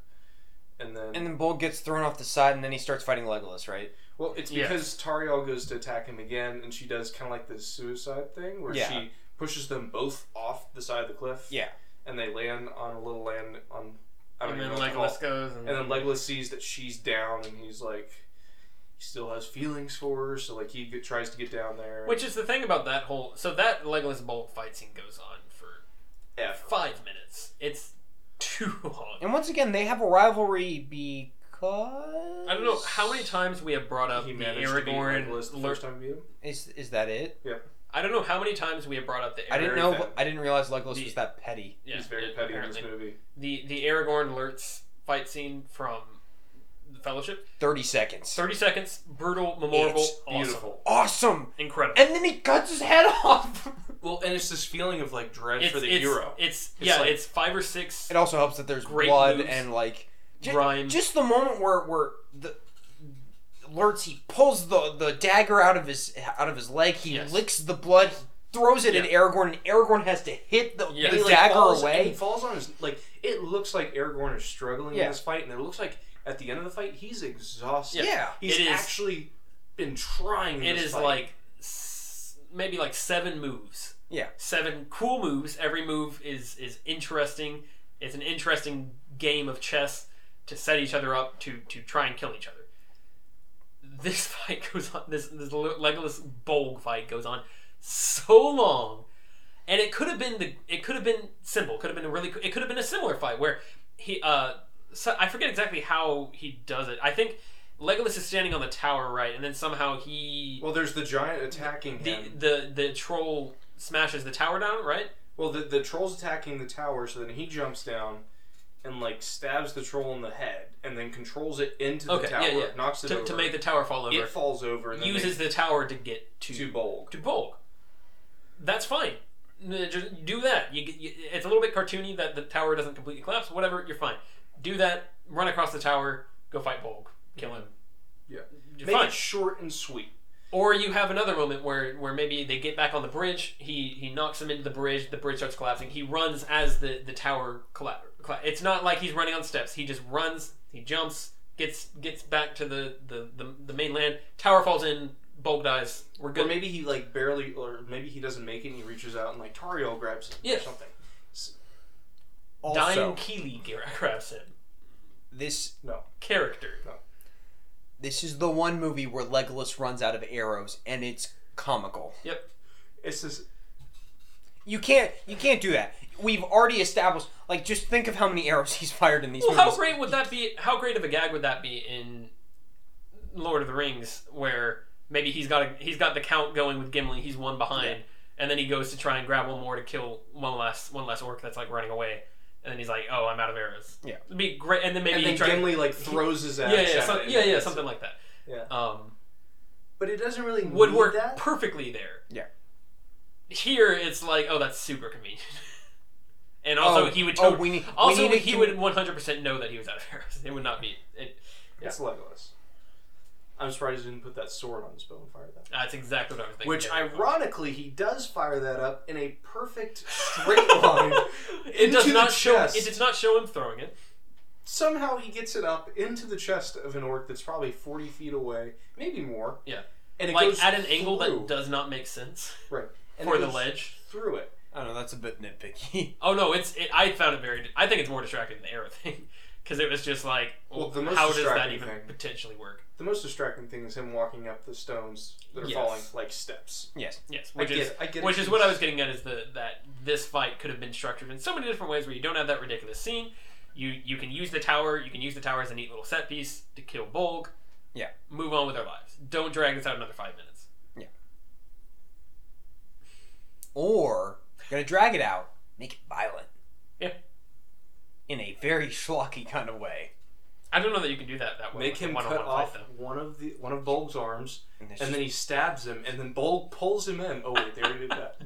Speaker 3: and then
Speaker 2: And then Bull gets thrown off the side, and then he starts fighting Legolas, right?
Speaker 3: well, it's
Speaker 1: Yes.
Speaker 3: because Tariel goes to attack him again, and she does kind of like this suicide thing where
Speaker 2: Yeah.
Speaker 3: she pushes them both off the side of the cliff.
Speaker 2: Yeah.
Speaker 3: And they land on a little land on. I don't
Speaker 1: And then
Speaker 3: even know what to call
Speaker 1: Legolas goes, and,
Speaker 3: And then Legolas sees that she's down, and he's like, he still has feelings for her, so like he get, tries to get down there.
Speaker 1: which is the thing about that whole. So that Legolas Bolt fight scene goes on for
Speaker 3: F.
Speaker 1: five minutes. It's too long.
Speaker 2: And once again, they have a rivalry because
Speaker 1: I don't know how many times we have brought up
Speaker 3: he
Speaker 1: the
Speaker 3: managed to beat
Speaker 1: Aragorn.
Speaker 3: Legolas the
Speaker 1: lur-
Speaker 3: first time he beat him.
Speaker 2: Is is that it?
Speaker 1: I don't know how many times we have brought up the.
Speaker 2: I didn't
Speaker 1: Arag-
Speaker 2: know.
Speaker 3: petty.
Speaker 2: I didn't realize Legolas
Speaker 1: The-
Speaker 2: was that petty.
Speaker 1: Yeah,
Speaker 3: he's very
Speaker 1: yeah,
Speaker 3: petty
Speaker 1: apparently.
Speaker 3: in this movie.
Speaker 1: The the Aragorn Lurtz fight scene from the Fellowship.
Speaker 2: Thirty seconds.
Speaker 1: Thirty seconds, brutal, memorable,
Speaker 2: It's
Speaker 1: awesome,
Speaker 3: Beautiful.
Speaker 2: Awesome.
Speaker 1: incredible.
Speaker 2: And then he cuts his head off.
Speaker 3: Well, and it's this feeling of like dread
Speaker 1: it's,
Speaker 3: for the
Speaker 1: it's,
Speaker 3: hero.
Speaker 1: It's,
Speaker 3: It's
Speaker 1: yeah,
Speaker 3: like- uh,
Speaker 1: it's five or six
Speaker 2: it also helps that there's
Speaker 1: Great
Speaker 2: blood
Speaker 1: moves.
Speaker 2: and like ju-
Speaker 1: Rhyme.
Speaker 2: Just the moment where where the Lurtz he pulls the the dagger out of his out of his leg. He
Speaker 1: Yes.
Speaker 2: licks the blood. He throws it at Aragorn, and Aragorn has to hit the,
Speaker 1: Yeah.
Speaker 2: the
Speaker 1: He,
Speaker 3: like,
Speaker 2: dagger
Speaker 3: falls- and
Speaker 2: away.
Speaker 3: He falls on his like. It looks like Aragorn is struggling
Speaker 2: Yeah.
Speaker 3: in this fight, and it looks like at the end of the fight he's exhausted.
Speaker 2: Yeah.
Speaker 3: he's
Speaker 1: It is-
Speaker 3: actually been trying.
Speaker 1: It
Speaker 3: this
Speaker 1: is
Speaker 3: fight.
Speaker 1: like s- maybe like seven moves.
Speaker 2: Yeah.
Speaker 1: Seven cool moves. Every move is is interesting. It's an interesting game of chess to set each other up to to try and kill each other. This fight goes on. This this Le- Legolas Bolg fight goes on so long, and it could have been the it could have been simple. Could have been a really. It could have been a similar fight where he uh so I forget exactly how he does it. I think Legolas is standing on the tower, right, and then somehow he
Speaker 3: Well, there's the giant attacking
Speaker 1: the
Speaker 3: him.
Speaker 1: the the troll smashes the tower down, right?
Speaker 3: Well, the, the troll's attacking the tower, so then he jumps down and like stabs the troll in the head, and then controls it into the
Speaker 1: Okay,
Speaker 3: tower,
Speaker 1: yeah, yeah.
Speaker 3: knocks it
Speaker 1: To,
Speaker 3: over.
Speaker 1: to make the tower fall over,
Speaker 3: it falls over, and then
Speaker 1: uses the tower to get to
Speaker 3: they, to Bolg.
Speaker 1: to bulk. That's fine. N- Just do that. You, get- you, it's a little bit cartoony that the tower doesn't completely collapse. Whatever, you're fine. Do that. Run across the tower. Go fight Bulk. Kill him.
Speaker 3: Yeah,
Speaker 1: You're
Speaker 3: make
Speaker 1: fine.
Speaker 3: it short and sweet.
Speaker 1: Or you have another moment where, where maybe they get back on the bridge. He he knocks him into the bridge. The bridge starts collapsing. He runs as the the tower colla- colla- It's not like he's running on steps. He just runs. He jumps. Gets gets back to the the, the, the mainland. Tower falls in. Bulk dies. We're
Speaker 3: Or
Speaker 1: good.
Speaker 3: maybe he like barely, or maybe he doesn't make it, and he reaches out and like Tariel grabs him
Speaker 1: Yeah.
Speaker 3: or something.
Speaker 2: Also,
Speaker 1: Dying Keeley gra- grabs him.
Speaker 2: this
Speaker 3: No,
Speaker 1: Character.
Speaker 2: this is the one movie where Legolas runs out of arrows, and it's comical.
Speaker 1: Yep.
Speaker 3: it's this.
Speaker 2: You can't you can't do that. We've already established like just think of how many arrows he's fired in these
Speaker 1: Well,
Speaker 2: movies.
Speaker 1: how great would that be? How great of a gag would that be in Lord of the Rings, where maybe he's got a, he's got the count going with Gimli, he's one behind, and then he goes to try and grab one more to kill one last one last orc that's like running away, and then he's like, "Oh, I'm out of arrows."
Speaker 2: Yeah.
Speaker 1: it'd be great. And then maybe
Speaker 3: And
Speaker 1: he
Speaker 3: then
Speaker 1: try-
Speaker 3: Gimli like throws his axe.
Speaker 1: yeah, yeah,
Speaker 3: at
Speaker 1: some,
Speaker 3: it.
Speaker 1: yeah, yeah, something like that.
Speaker 3: Yeah.
Speaker 1: Um,
Speaker 3: But it doesn't really
Speaker 1: would
Speaker 3: need
Speaker 1: work
Speaker 3: that.
Speaker 1: perfectly there.
Speaker 2: Yeah.
Speaker 1: Here it's like, oh, that's super convenient. and also
Speaker 2: Oh,
Speaker 1: he would.
Speaker 2: oh,
Speaker 1: tot-
Speaker 2: we need- we
Speaker 1: also
Speaker 2: need to
Speaker 1: he
Speaker 2: do-
Speaker 1: would 100% know that he was out of arrows. It would not be. It,
Speaker 3: It's Legolas. I'm surprised he didn't put that sword on his bow and fire that.
Speaker 1: that's exactly what I was thinking.
Speaker 3: Which
Speaker 1: yeah.
Speaker 3: ironically, he does fire that up in a perfect straight line.
Speaker 1: it does
Speaker 3: into the
Speaker 1: not show.
Speaker 3: chest.
Speaker 1: It does not show him throwing it.
Speaker 3: Somehow he gets it up into the chest of an orc that's probably forty feet away, maybe more.
Speaker 1: Yeah.
Speaker 3: and it
Speaker 1: like
Speaker 3: goes
Speaker 1: at an angle that
Speaker 3: through-
Speaker 1: does not make sense
Speaker 3: right
Speaker 1: for
Speaker 3: it
Speaker 1: the
Speaker 3: goes
Speaker 1: ledge.
Speaker 3: through it.
Speaker 2: I don't know. That's a bit nitpicky.
Speaker 1: Oh no, it's it, I found it very. I think it's more distracting than the arrow thing because it was just like,
Speaker 3: Well,
Speaker 1: well,
Speaker 3: the most
Speaker 1: how does that
Speaker 3: distracting
Speaker 1: even
Speaker 3: thing-
Speaker 1: potentially work?
Speaker 3: The most distracting thing is him walking up the stones that are
Speaker 1: Yes.
Speaker 3: falling like steps.
Speaker 2: yes.
Speaker 1: Yes, which
Speaker 3: I get
Speaker 1: is
Speaker 3: it. I get it.
Speaker 1: which is what I was getting at is the that this fight could have been structured in so many different ways where you don't have that ridiculous scene. You you can use the tower. You can use the tower as a neat little set piece to kill Bolg.
Speaker 2: Yeah.
Speaker 1: Move on with our lives. Don't drag this out another five minutes.
Speaker 2: Or gonna drag it out, make it violent.
Speaker 1: Yeah.
Speaker 2: In a very schlocky kind of way.
Speaker 1: I don't know that you can do that that way.
Speaker 3: Make
Speaker 1: with a
Speaker 3: him cut
Speaker 1: one-on-one
Speaker 3: off
Speaker 1: fight,
Speaker 3: one of the one of Bulg's arms,
Speaker 2: And, it's
Speaker 3: and
Speaker 2: just-
Speaker 3: then he stabs him, and then Bulg pulls him in. Oh wait, they already did that.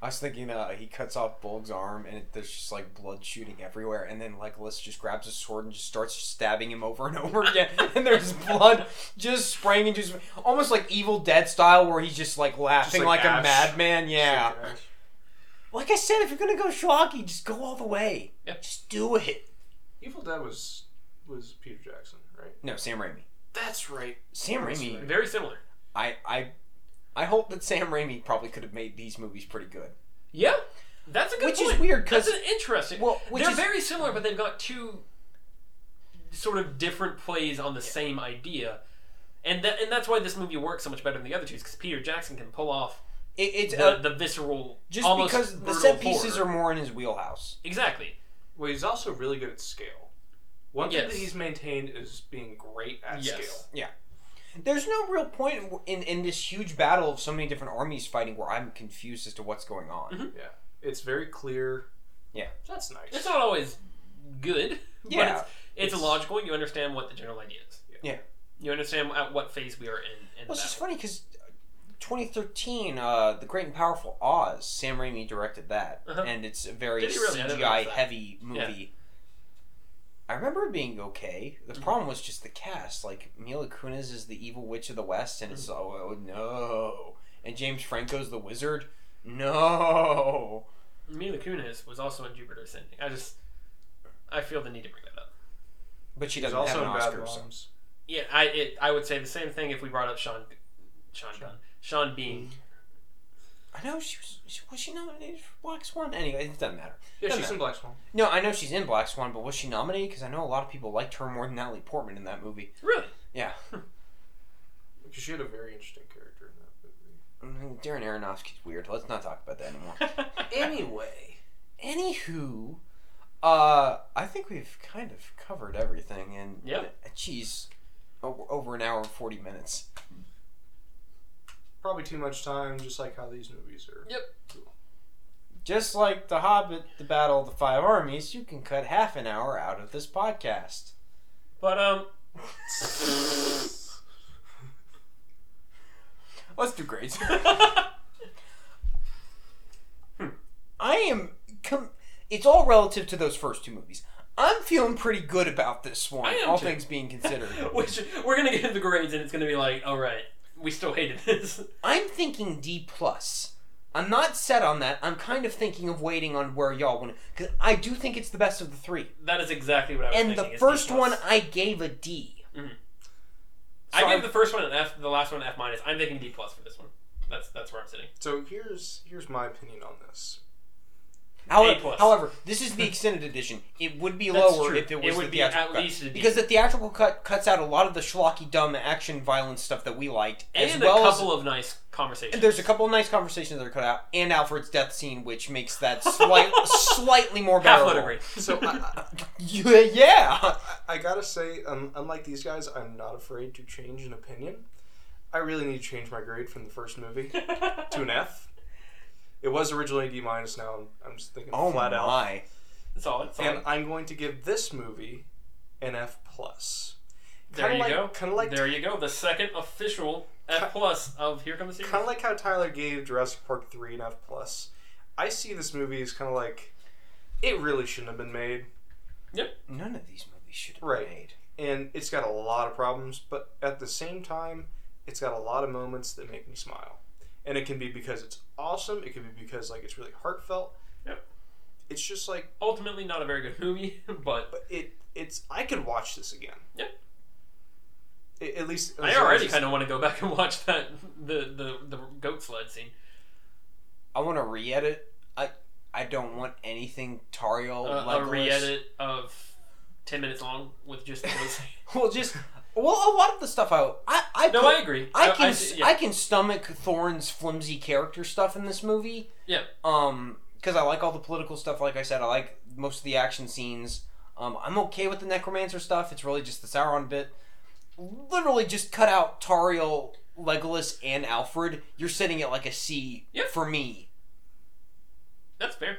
Speaker 2: I was thinking uh, he cuts off Bulg's arm, and it, there's just like blood shooting everywhere. And then like Liz just grabs a sword and just starts stabbing him over and over again. and there's blood just spraying and just almost like Evil Dead style, where he's just like laughing
Speaker 3: like
Speaker 2: like, a
Speaker 3: ash.
Speaker 2: madman. Yeah. Like I said, if you're gonna go schlocky, just go all the way.
Speaker 1: Yep.
Speaker 2: Just do it.
Speaker 3: Evil Dead was was Peter Jackson, right?
Speaker 2: No, Sam Raimi.
Speaker 3: That's right.
Speaker 2: Sam
Speaker 3: That's
Speaker 2: Raimi.
Speaker 1: though. Very similar.
Speaker 2: I I I hope that Sam Raimi probably could have made these movies pretty good.
Speaker 1: Yeah, that's a good
Speaker 2: Which is
Speaker 1: point.
Speaker 2: weird, 'cause-
Speaker 1: that's an interesting.
Speaker 2: Well, which
Speaker 1: they're
Speaker 2: is-
Speaker 1: very similar, but they've got two sort of different plays on the same idea, and that and that's why this movie works so much better than the other two, because Peter Jackson can pull off
Speaker 2: It, it's
Speaker 1: the,
Speaker 2: uh,
Speaker 1: the visceral,
Speaker 2: just
Speaker 1: almost
Speaker 2: because the
Speaker 1: brutal
Speaker 2: set pieces
Speaker 1: horror.
Speaker 2: are more in his wheelhouse.
Speaker 1: exactly.
Speaker 3: Well, he's also really good at scale. One thing
Speaker 1: Yes.
Speaker 3: that he's maintained is being great at
Speaker 1: Yes.
Speaker 3: scale.
Speaker 2: There's no real point in, in in this huge battle of so many different armies fighting where I'm confused as to what's going
Speaker 1: Mm-hmm.
Speaker 2: on.
Speaker 3: It's very clear.
Speaker 2: Yeah.
Speaker 3: that's nice.
Speaker 1: It's not always good.
Speaker 2: Yeah,
Speaker 1: but it's, it's,
Speaker 3: it's-
Speaker 1: logical. You understand what the general idea is.
Speaker 2: Yeah.
Speaker 1: you understand at what phase we are in. in
Speaker 2: Well,
Speaker 1: the
Speaker 2: it's just
Speaker 1: battle.
Speaker 2: funny because 2013, uh, the Great and Powerful Oz, Sam Raimi directed that,
Speaker 1: Uh-huh.
Speaker 2: and it's a very
Speaker 1: Did he really? I didn't
Speaker 2: CGI
Speaker 1: notice that.
Speaker 2: heavy movie. I remember it being okay. The
Speaker 1: Mm-hmm.
Speaker 2: problem was just the cast. Like Mila Kunis is the evil witch of the West, and it's
Speaker 1: Mm-hmm.
Speaker 2: oh, oh, no, and James Franco's the wizard. No,
Speaker 1: Mila Kunis was also in Jupiter Ascending. I just I feel the need to bring that up.
Speaker 2: but she
Speaker 3: He's
Speaker 2: doesn't have
Speaker 3: also
Speaker 2: an
Speaker 3: in Bad
Speaker 2: Oscar. So.
Speaker 3: Moms.
Speaker 1: Yeah, I it, I would say the same thing if we brought up Sean, Sean Gunn, Sean Bean.
Speaker 2: I know she was. She, was she nominated for Black Swan? Anyway, it doesn't matter.
Speaker 3: Yeah,
Speaker 2: Doesn't
Speaker 3: she's in Black Swan.
Speaker 2: No, I know she's in Black Swan, but was she nominated? Because I know a lot of people liked her more than Natalie Portman in that movie.
Speaker 1: Really?
Speaker 2: Yeah.
Speaker 3: Because she had a very interesting character in that movie.
Speaker 2: Mm, Darren Aronofsky's weird. Let's not talk about that anymore.
Speaker 3: Anyway,
Speaker 2: Anywho, uh, I think we've kind of covered everything, and
Speaker 1: Yeah.
Speaker 2: geez, over, over an hour and forty minutes.
Speaker 3: probably too much time, just like how these movies are.
Speaker 2: Just like the Hobbit, the Battle of the Five Armies, you can cut half an hour out of this podcast.
Speaker 1: but um,
Speaker 2: Let's do grades. I am. Com- it's all relative to those first two movies. I'm feeling pretty good about this one,
Speaker 1: I am
Speaker 2: all
Speaker 1: too.
Speaker 2: things being considered.
Speaker 1: which we're gonna get into grades and it's gonna be like, all right, we still hated this.
Speaker 2: I'm thinking D plus. I'm not set on that. I'm kind of thinking of waiting on where y'all want because I do think it's the best of the three.
Speaker 1: That is exactly what I was
Speaker 2: And
Speaker 1: thinking.
Speaker 2: the
Speaker 1: is
Speaker 2: first
Speaker 1: D+. Mm-hmm.
Speaker 2: one I gave a D.
Speaker 1: I
Speaker 2: so
Speaker 1: gave
Speaker 2: I'm-
Speaker 1: the first one an F, the last one an F minus. I'm thinking D plus for this one. That's that's where I'm sitting.
Speaker 3: So here's here's my opinion on this.
Speaker 2: However,
Speaker 1: plus.
Speaker 2: however, this is the extended edition. It would be
Speaker 1: That's
Speaker 2: lower
Speaker 1: true.
Speaker 2: if it was
Speaker 1: would
Speaker 2: the
Speaker 1: be at
Speaker 2: theatrical cut.
Speaker 1: least a D.
Speaker 2: because the theatrical cut cuts out a lot of the schlocky, dumb action, violence stuff that we liked, as
Speaker 1: and
Speaker 2: well
Speaker 1: a
Speaker 2: as
Speaker 1: couple of nice conversations.
Speaker 2: There's a couple of nice conversations that are cut out, and Alfred's death scene, which makes that slight, slightly more
Speaker 1: half would
Speaker 2: bearable.
Speaker 1: agree.
Speaker 3: So I,
Speaker 2: Yeah, yeah.
Speaker 3: I, I gotta say, um, unlike these guys, I'm not afraid to change an opinion. I really need to change my grade from the first movie uh, to an F. It was originally a D minus. Now I'm, I'm just thinking
Speaker 2: Oh
Speaker 3: flat out.
Speaker 2: my!
Speaker 1: solid, solid.
Speaker 3: And I'm going to give this movie an F plus.
Speaker 1: there you
Speaker 3: kinda like,
Speaker 1: go.
Speaker 3: Kind of like
Speaker 1: there you go. The second official F plus of Here Comes the
Speaker 3: kind
Speaker 1: Sequel.
Speaker 3: of like how Tyler gave Jurassic Park three an F plus. I see this movie as kind of like it really shouldn't have been made,
Speaker 2: None of these movies should have
Speaker 3: Right.
Speaker 2: been made.
Speaker 3: and it's got a lot of problems. But at the same time, it's got a lot of moments that make me smile, and it can be because it's awesome. It can be because like it's really heartfelt.
Speaker 1: Yep.
Speaker 3: It's just like
Speaker 1: Ultimately, not a very good movie, but
Speaker 3: but it. It's I could watch this again.
Speaker 1: Yep.
Speaker 3: A- at least
Speaker 1: I already kind of want to go back and watch that the the the goat sled scene.
Speaker 2: I want to re-edit. I I don't want anything
Speaker 3: Oh,
Speaker 2: Tario
Speaker 1: Uh, a
Speaker 2: Legolas.
Speaker 1: re-edit of ten minutes long with just those.
Speaker 2: Well, just well, a lot of the stuff I I I,
Speaker 1: no,
Speaker 2: put-
Speaker 1: I agree.
Speaker 2: I
Speaker 1: No,
Speaker 2: can I,
Speaker 1: s- yeah.
Speaker 2: can stomach Thorne's flimsy character stuff in this movie.
Speaker 1: Yeah.
Speaker 2: Um, because I like all the political stuff. Like I said, I like most of the action scenes. Um, I'm okay with the necromancer stuff. It's really just the Sauron bit. Literally, just cut out Tariel, Legolas, and Alfred. You're sitting at like a C
Speaker 1: Yep.
Speaker 2: for me.
Speaker 1: That's fair.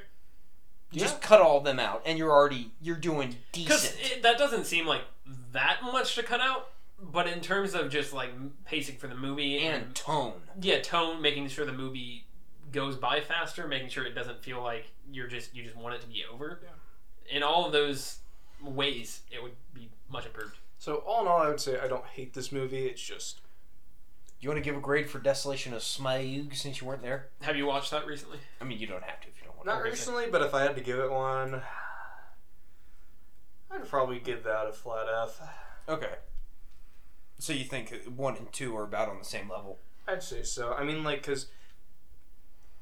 Speaker 2: Just cut all of them out, and you're already you're doing
Speaker 1: Because
Speaker 2: decent.
Speaker 1: that doesn't seem like that much to cut out, but in terms of just like m- pacing for the movie
Speaker 2: and tone.
Speaker 1: yeah, tone, making sure the movie goes by faster, making sure it doesn't feel like you're just you just want it to be over. In all of those ways, it would be much improved.
Speaker 3: So all in all, I would say I don't hate this movie. It's just
Speaker 2: You want to give a grade for Desolation of Smaug since you weren't there?
Speaker 1: Have you watched that recently?
Speaker 2: I mean, you don't have to if you don't want
Speaker 3: not
Speaker 2: to.
Speaker 3: recently, but if I had to give it one, I'd probably give that a flat F.
Speaker 2: Okay. So you think one and two are about on the same level?
Speaker 3: I'd say so. I mean, like, because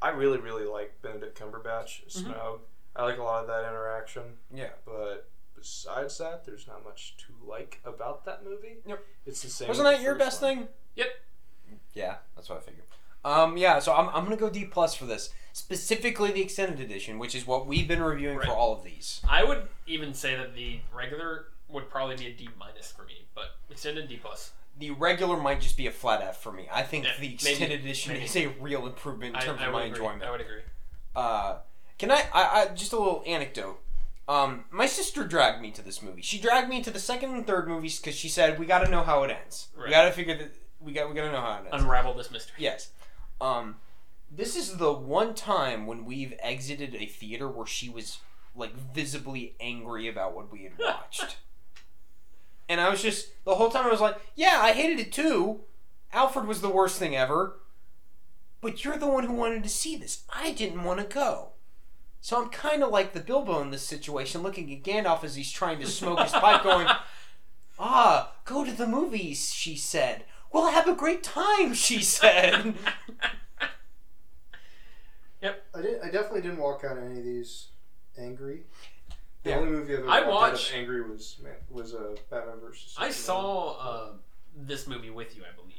Speaker 3: I really, really like Benedict Cumberbatch as
Speaker 1: Mhm.
Speaker 3: Smaug. I like a lot of that interaction,
Speaker 2: Yeah.
Speaker 3: but besides that, there's not much to like about that movie.
Speaker 2: Yep.
Speaker 3: It's the same.
Speaker 2: Wasn't
Speaker 3: with
Speaker 2: that
Speaker 3: the
Speaker 2: your best
Speaker 3: first one.
Speaker 2: thing?
Speaker 1: Yep.
Speaker 2: Yeah, that's what I figured. Um, yeah, so I'm, I'm gonna go D plus for this, specifically the extended edition, which is what we've been reviewing
Speaker 1: Right.
Speaker 2: for all of these.
Speaker 1: I would even say that the regular would probably be a D minus for me, but extended D plus.
Speaker 2: The regular might just be a flat F for me. I think
Speaker 1: Yeah,
Speaker 2: the
Speaker 1: maybe-
Speaker 2: extended edition
Speaker 1: maybe.
Speaker 2: is a real improvement in
Speaker 1: I,
Speaker 2: terms
Speaker 1: I
Speaker 2: of
Speaker 1: would
Speaker 2: my
Speaker 1: agree.
Speaker 2: enjoyment.
Speaker 1: I would agree.
Speaker 2: Uh, can I, I, I just a little anecdote? Um, my sister dragged me to this movie. She dragged me to the second and third movies because she said we got to know how it ends.
Speaker 1: Right.
Speaker 2: We got to figure that we got we got to know how it ends.
Speaker 1: Unravel this mystery.
Speaker 2: yes. Um, this is the one time when we've exited a theater where she was like visibly angry about what we had watched. and I was just the whole time I was like, yeah, I hated it too. Alfred was the worst thing ever. But you're the one who wanted to see this. I didn't want to go. So I'm kind of like the Bilbo in this situation, looking at Gandalf as he's trying to smoke his pipe, going, Ah, go to the movies, she said. We'll have a great time, she said.
Speaker 4: I did. I definitely didn't walk out of any of these angry. The
Speaker 2: Yeah.
Speaker 4: only movie I've ever
Speaker 1: I
Speaker 4: walked out
Speaker 1: watched-
Speaker 4: of angry was man, was uh, Batman versus.
Speaker 1: I
Speaker 4: Superman.
Speaker 1: saw uh, this movie with you, I believe.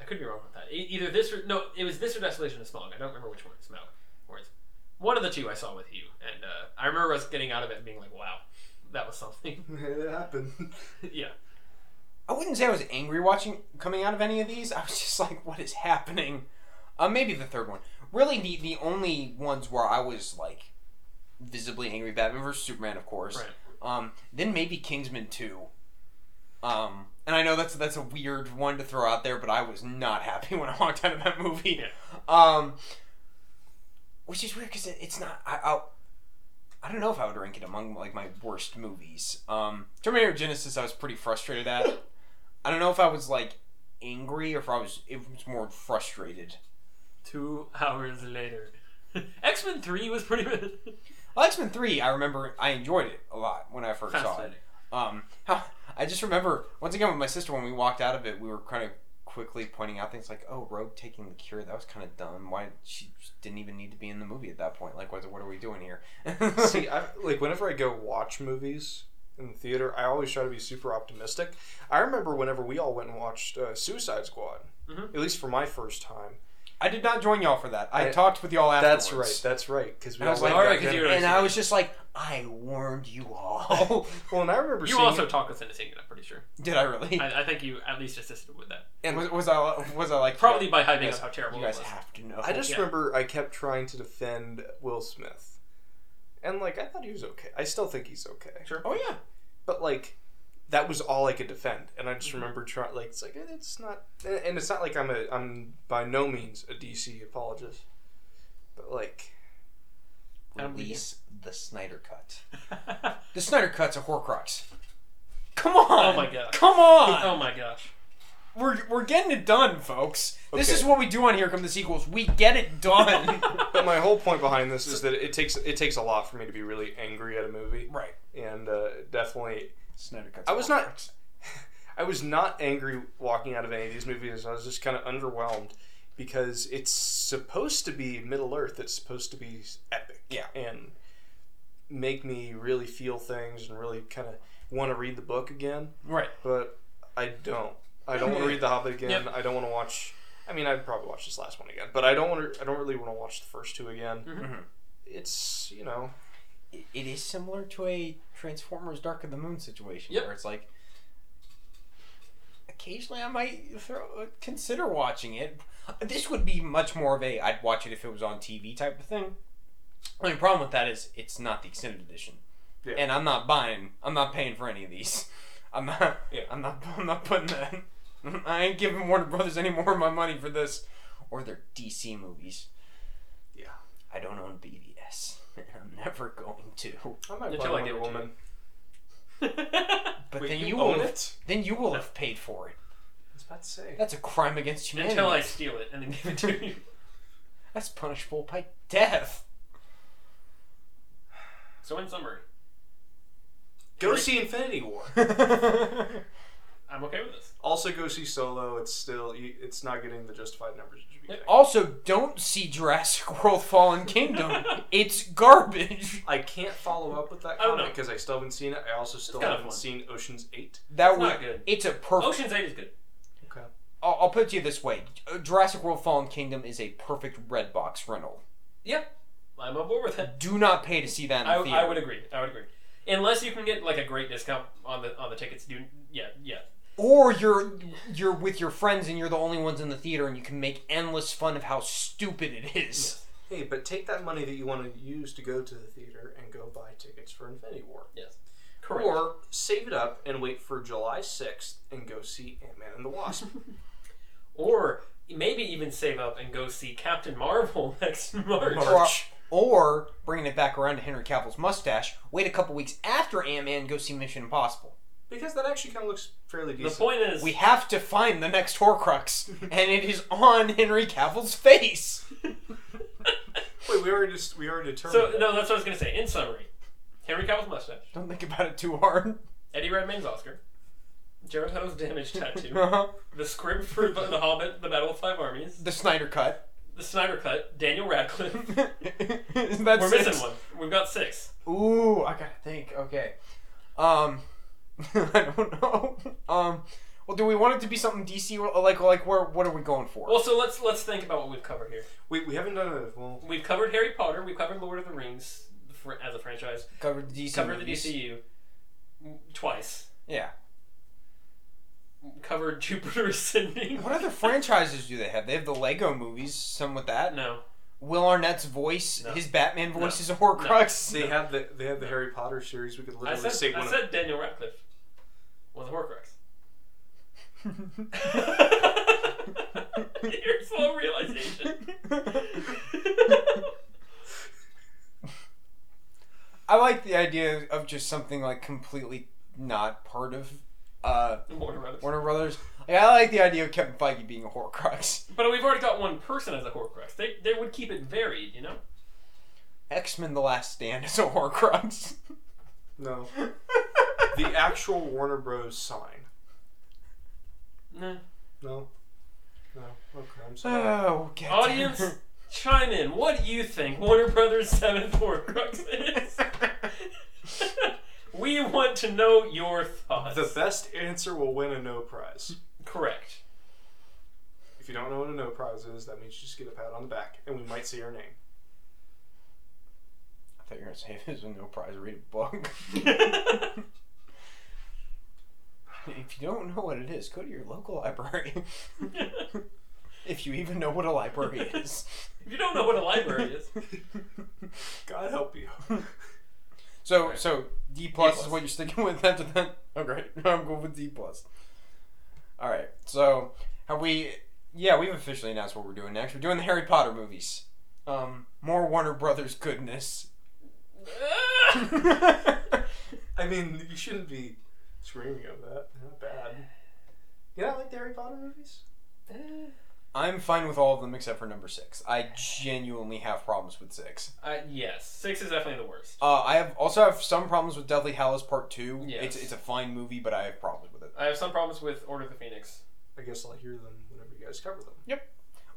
Speaker 1: I could be wrong with that. E- either this or no, it was this or Desolation of Smog. I don't remember which one it's Smog or it's one of the two I saw with you, and uh, I remember us getting out of it and being like, "Wow, that was something."
Speaker 4: it happened.
Speaker 1: yeah,
Speaker 2: I wouldn't say I was angry watching coming out of any of these. I was just like, what is happening? Uh, maybe the third one. Really, the, the only ones where I was like visibly angry Batman vs. Superman, of course.
Speaker 1: Right.
Speaker 2: Um, then maybe Kingsman 2. Um, and I know that's that's a weird one to throw out there, but I was not happy when I walked out of that movie.
Speaker 1: Yeah.
Speaker 2: Um, which is weird because it, it's not. I, I'll, I don't know if I would rank it among like my worst movies. Um, Terminator Genesis, I was pretty frustrated at. I don't know if I was like angry or if I was it was more frustrated.
Speaker 1: two hours later, X Men Three was pretty
Speaker 2: Well, X Men Three, I remember I enjoyed it a lot when I first saw it.
Speaker 1: fascinating.
Speaker 2: Um, how, I just remember once again with my sister when we walked out of it, we were kind of quickly pointing out things like, "Oh, Rogue taking the cure, that was kind of dumb. Why she didn't even need to be in the movie at that point? Like, what, what are we doing here?"
Speaker 3: See, I, like whenever I go watch movies in the theater, I always try to be super optimistic. I remember whenever we all went and watched uh, Suicide Squad,
Speaker 1: Mhm.
Speaker 3: at least for my first time.
Speaker 2: I did not join y'all for that. I,
Speaker 3: I-
Speaker 2: talked with y'all afterwards.
Speaker 3: That's right. That's right. Because we
Speaker 2: And I
Speaker 3: all
Speaker 2: was
Speaker 3: went
Speaker 2: like,
Speaker 3: back
Speaker 1: "All right, 'cause
Speaker 3: then.
Speaker 1: you were-
Speaker 2: and I was just like, I warned you all.
Speaker 3: Well, and I remember
Speaker 1: You
Speaker 3: seeing
Speaker 1: also talk us into seeing it. I'm pretty sure.
Speaker 2: Did I really?
Speaker 1: I, I think you at least assisted with that,
Speaker 2: and was, was I was I like
Speaker 1: probably by hyping
Speaker 2: guys-
Speaker 1: up how terrible
Speaker 2: You
Speaker 1: it was.
Speaker 2: guys have to know.
Speaker 3: I just
Speaker 1: Oh, Yeah.
Speaker 3: remember I kept trying to defend Will Smith, and like I thought he was okay. I still think he's okay,
Speaker 1: Sure.
Speaker 2: Oh yeah.
Speaker 3: but like that was all I could defend. And I just remember trying like it's like eh, it's not, and it's not like I'm a I'm by no means a DC apologist, but like
Speaker 1: Um,
Speaker 2: Release the Snyder cut.
Speaker 1: yeah.
Speaker 2: The Snyder cut's a horcrux. Come on.
Speaker 1: Oh my God.
Speaker 2: Come on.
Speaker 1: oh my gosh.
Speaker 2: We're we're getting it done, folks. This
Speaker 3: Okay.
Speaker 2: is what we do on Here Come the Sequels. We get it done.
Speaker 3: But my whole point behind this is that it takes it takes a lot for me to be really angry at a movie,
Speaker 2: right.
Speaker 3: and uh, definitely
Speaker 2: Snyder cut.
Speaker 3: I was not. I was not angry walking out of any of these movies. I was just kind of underwhelmed. because it's supposed to be Middle Earth. It's supposed to be epic.
Speaker 2: Yeah.
Speaker 3: And make me really feel things and really kind of want to read the book again,
Speaker 2: Right.
Speaker 3: but I don't. I don't want to read The Hobbit again.
Speaker 1: Yep.
Speaker 3: I don't want to watch. I mean, I'd probably watch this last one again, but I don't want to. I don't really want to watch the first two again.
Speaker 2: Mhm.
Speaker 3: It's you know
Speaker 2: It it is similar to a Transformers Dark of the Moon situation
Speaker 1: Yep.
Speaker 2: where it's like occasionally I might throw, consider watching it. This would be much more of a I'd watch it if it was on TV type of thing. The only problem with that is it's not the extended edition.
Speaker 3: Yeah.
Speaker 2: And I'm not buying I'm not paying for any of these. I'm not
Speaker 3: Yeah.
Speaker 2: I'm not I'm not putting that I ain't giving Warner Brothers any more of my money for this or their DC movies.
Speaker 3: Yeah.
Speaker 2: I don't own BVS. and I'm never going to.
Speaker 3: I might
Speaker 1: Until
Speaker 3: buy
Speaker 1: I
Speaker 3: Wonder
Speaker 1: get to
Speaker 3: Woman.
Speaker 2: But
Speaker 3: Wait,
Speaker 2: then you,
Speaker 3: you
Speaker 2: will
Speaker 3: own
Speaker 2: have-
Speaker 3: it?
Speaker 2: Then you will have paid for it.
Speaker 3: I was about to say.
Speaker 2: That's a crime against humanity.
Speaker 1: Until I steal it and then give it to you.
Speaker 2: That's punishable by death.
Speaker 1: So in summary,
Speaker 3: Go see Infinity War.
Speaker 1: I'm okay with this.
Speaker 3: Also, go see Solo. It's still you- it's not getting the justified numbers it should be getting.
Speaker 2: also, don't see Jurassic World: Fallen Kingdom. it's garbage.
Speaker 3: I can't follow up with that
Speaker 1: I don't
Speaker 3: comment
Speaker 1: know.
Speaker 3: because I still haven't seen it. I also still
Speaker 1: Oh, kinda
Speaker 3: haven't
Speaker 1: fun.
Speaker 3: seen Ocean's Eight.
Speaker 2: That
Speaker 1: It's
Speaker 2: was.
Speaker 1: not good.
Speaker 2: It's a perfect.
Speaker 1: Ocean's Eight is good.
Speaker 3: Okay.
Speaker 2: I'll, I'll put it to you this way: Uh, Jurassic World: Fallen Kingdom is a perfect red box rental.
Speaker 1: Yep, I'm on board with it.
Speaker 2: Do not pay to see that in the
Speaker 1: I,
Speaker 2: theater.
Speaker 1: I would agree. I would agree. Unless you can get like a great discount on the on the tickets, dude. Yeah, yeah.
Speaker 2: or you're you're with your friends and you're the only ones in the theater and you can make endless fun of how stupid it is.
Speaker 3: Hey, but take that money that you want to use to go to the theater and go buy tickets for Infinity War,
Speaker 1: Yes. Correct.
Speaker 3: or save it up and wait for July sixth and go see Ant Man and the Wasp.
Speaker 1: Or maybe even save up and go see Captain Marvel next March.
Speaker 2: Or, or bringing it back around to Henry Cavill's mustache, wait a couple weeks after Ant Man, go see Mission Impossible.
Speaker 3: because that actually kind of looks fairly
Speaker 1: The
Speaker 3: decent.
Speaker 1: point is,
Speaker 2: We have to find the next Horcrux, and it is on Henry Cavill's face.
Speaker 3: Wait, we already just, we already determined.
Speaker 1: so no, that's what I was gonna say. In summary, Henry Cavill's mustache,
Speaker 2: Don't think about it too hard.
Speaker 1: Eddie Redmayne's Oscar, Jared Ho's damage tattoo,
Speaker 2: Uh-huh.
Speaker 1: the script for The Hobbit, The Battle of Five Armies,
Speaker 2: The Snyder Cut.
Speaker 1: the Snyder Cut, Daniel Radcliffe.
Speaker 2: That's
Speaker 1: We're missing
Speaker 2: it.
Speaker 1: one. We've got six.
Speaker 2: Ooh, I gotta think. Okay. Um, I don't know. Um, well, do we want it to be something DC? or- Like, like, where? What are we going for?
Speaker 1: Well, so let's let's think about what we've covered here.
Speaker 3: we, we haven't done it. Well,
Speaker 1: We've covered Harry Potter. We've covered Lord of the Rings fr- as a franchise.
Speaker 2: cover the DC.
Speaker 1: Covered the
Speaker 2: movies.
Speaker 1: DCU twice.
Speaker 2: Yeah.
Speaker 1: Covered Jupiter Ascending.
Speaker 2: What other franchises do they have? They have the Lego movies, some with that.
Speaker 1: No.
Speaker 2: Will Arnett's voice,
Speaker 1: No.
Speaker 2: his Batman voice,
Speaker 1: No.
Speaker 2: is a Horcrux.
Speaker 3: they had the they had the Harry Potter series. We could
Speaker 1: I
Speaker 3: literally
Speaker 1: said,
Speaker 3: say
Speaker 1: I
Speaker 3: one.
Speaker 1: said Daniel Radcliffe was a Horcrux. Your slow realization.
Speaker 2: I like the idea of just something like completely not part of uh,
Speaker 1: Warner Brothers.
Speaker 2: Warner Brothers. Like, I like the idea of Kevin Feige being a Horcrux.
Speaker 1: But we've already got one person as a Horcrux. They, they would keep it varied, you know?
Speaker 2: X Men: The Last Stand is a Horcrux.
Speaker 3: No, the actual Warner Bros. sign.
Speaker 1: No.
Speaker 3: No. No. Okay, I'm sorry.
Speaker 2: oh, God.
Speaker 1: Audience, chime in. What do you think Warner Brothers' seventh Horcrux is? we want to know your thoughts.
Speaker 3: Uh. the best answer will win a no prize.
Speaker 1: Correct.
Speaker 3: If you don't know what a no prize is, that means you just get a pat on the back, and we might see your name.
Speaker 2: I thought you were gonna say there's a no prize read a book. if you don't know what it is, go to your local library.
Speaker 1: if
Speaker 2: if you even know what a library is.
Speaker 1: you don't know what a library is,
Speaker 3: God help you.
Speaker 2: So
Speaker 1: Right.
Speaker 2: so D plus
Speaker 1: plus.
Speaker 2: is what you're sticking with after that. Oh great, I'm going with D plus. All right, so have we? Yeah, we've officially announced what we're doing next. We're doing the Harry Potter movies. Um, more Warner Brothers goodness.
Speaker 3: I mean, you shouldn't be screaming of that. They're Not bad. You not like the Harry Potter movies?
Speaker 2: I'm fine with all of them except for number six. I genuinely have problems with six.
Speaker 1: uh, yes, six is definitely the worst.
Speaker 2: Uh, I have also have some problems with Deathly Hallows Part Two.
Speaker 1: Yes.
Speaker 2: It's it's a fine movie, but I have problems with it.
Speaker 1: I have some problems with Order of the Phoenix.
Speaker 3: I guess I'll hear them whenever you guys cover them.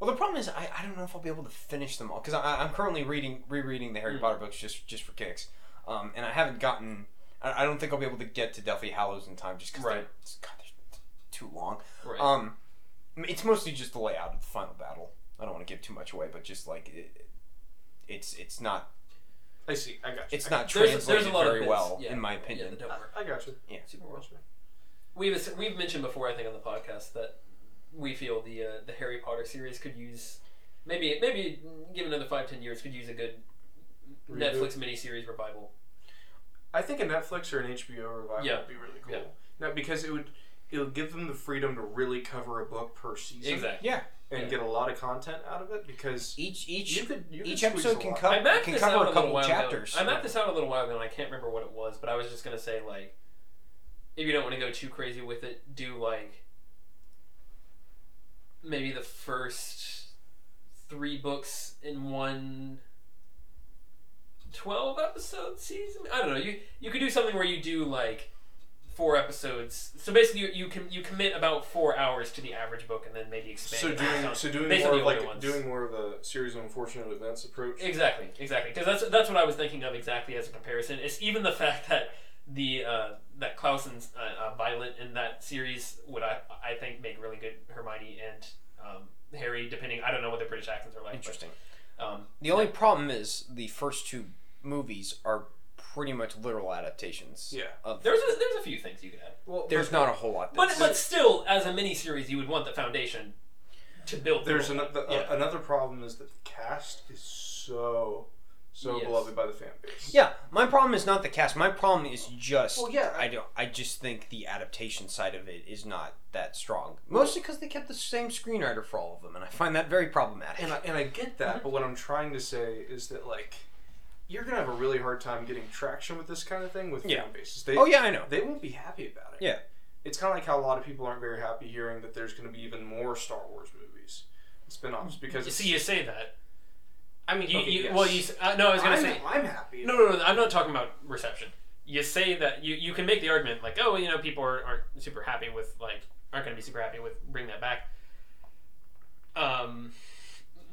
Speaker 2: Well, the problem is I, I don't know if I'll be able to finish them all because I'm currently reading rereading the Harry
Speaker 1: Mm.
Speaker 2: Potter books just just for kicks, um, and I haven't gotten. I, I don't think I'll be able to get to Delphi Hallows in time just because
Speaker 1: Right.
Speaker 2: they're, God, they're too long.
Speaker 1: Right.
Speaker 2: Um, it's mostly just the layout of the final battle. I don't want to give too much away, but just like it, it's it's not
Speaker 3: I see. I got you.
Speaker 2: it's
Speaker 3: I
Speaker 2: not
Speaker 1: There's-
Speaker 2: translated
Speaker 1: there's, a lot
Speaker 2: very
Speaker 1: of bits.
Speaker 2: well
Speaker 1: Yeah.
Speaker 2: in my
Speaker 1: Yeah,
Speaker 2: opinion.
Speaker 1: don't worry.
Speaker 3: I got you.
Speaker 2: Yeah.
Speaker 3: Super well.
Speaker 1: We've we've mentioned before, I think, on the podcast that we feel the uh, the Harry Potter series could use maybe maybe mm, give another five ten years could use a good
Speaker 3: Reboot.
Speaker 1: Netflix miniseries revival.
Speaker 3: I think a Netflix or an HBO revival
Speaker 1: Yeah.
Speaker 3: would be really cool.
Speaker 1: Yeah.
Speaker 3: Now, because it would it would give them the freedom to really cover a book per season
Speaker 1: Exactly.
Speaker 2: yeah,
Speaker 3: and
Speaker 1: Yeah.
Speaker 3: get a lot of content out of it. Because
Speaker 2: each each
Speaker 3: you could you could
Speaker 2: each
Speaker 3: squeeze
Speaker 2: episode
Speaker 3: a
Speaker 2: can,
Speaker 3: lot.
Speaker 2: co-
Speaker 1: I mapped
Speaker 2: can
Speaker 1: this
Speaker 2: cover
Speaker 1: out
Speaker 2: a
Speaker 1: little
Speaker 2: couple
Speaker 1: while ago.
Speaker 2: chapters.
Speaker 1: I mapped this out a little while ago, and I can't remember what it was, but I was just gonna say like, if you don't want to go too crazy with it, do like maybe the first three books in one 12 episode season i don't know you you could do something where you do like four episodes so basically you, you can you commit about four hours to the average book and then maybe expand
Speaker 3: So
Speaker 1: it based
Speaker 3: doing
Speaker 1: on-
Speaker 3: so doing
Speaker 1: based
Speaker 3: more
Speaker 1: on
Speaker 3: of
Speaker 1: the older
Speaker 3: like
Speaker 1: ones.
Speaker 3: doing more of a series of unfortunate events approach.
Speaker 1: Exactly, exactly. Because that's that's what I was thinking of exactly as a comparison. It's even the fact that the uh, that Clausen's uh, uh, Violet in that series would I I think make really good Hermione and um, Harry. Depending, I don't know what their British accents are like.
Speaker 2: Interesting.
Speaker 1: But, um,
Speaker 2: The only problem is the first two movies are pretty much literal adaptations.
Speaker 3: Yeah.
Speaker 2: Of,
Speaker 1: there's a, there's a few things you could add,
Speaker 3: Well,
Speaker 2: there's not a whole lot.
Speaker 1: but
Speaker 2: That's,
Speaker 1: but still, as a miniseries, you would want the foundation to build. the
Speaker 3: there's
Speaker 1: world.
Speaker 3: an, the, uh,
Speaker 1: Yeah.
Speaker 3: another problem is that the cast is so so
Speaker 1: Yes.
Speaker 3: beloved by the fan base.
Speaker 2: yeah, my problem is not the cast. My problem is just
Speaker 3: Well, yeah,
Speaker 2: I,
Speaker 3: I-
Speaker 2: don't. I just think the adaptation side of it is not that strong. Mostly because they kept the same screenwriter for all of them, and I find that very problematic.
Speaker 3: And I, and I
Speaker 2: Mm-hmm.
Speaker 3: get that, but what I'm trying to say is that like you're gonna have a really hard time getting traction with this kind of thing with
Speaker 2: Yeah.
Speaker 3: fan bases. They,
Speaker 2: oh yeah, I know.
Speaker 3: they won't be happy about it.
Speaker 2: Yeah.
Speaker 3: it's kind of like how a lot of people aren't very happy hearing that there's going to be even more Star Wars movies, spin-offs because
Speaker 1: You
Speaker 3: it's-
Speaker 1: see, you say that. I mean, you,
Speaker 3: Okay,
Speaker 1: you,
Speaker 3: yes.
Speaker 1: well, you s- uh, no, I was gonna
Speaker 3: I'm,
Speaker 1: say
Speaker 3: I'm happy.
Speaker 1: No, no, no. I'm not talking about reception. You say that you, you can make the argument like, oh, you know, people are, aren't super happy with like aren't going to be super happy with bring that back. Um,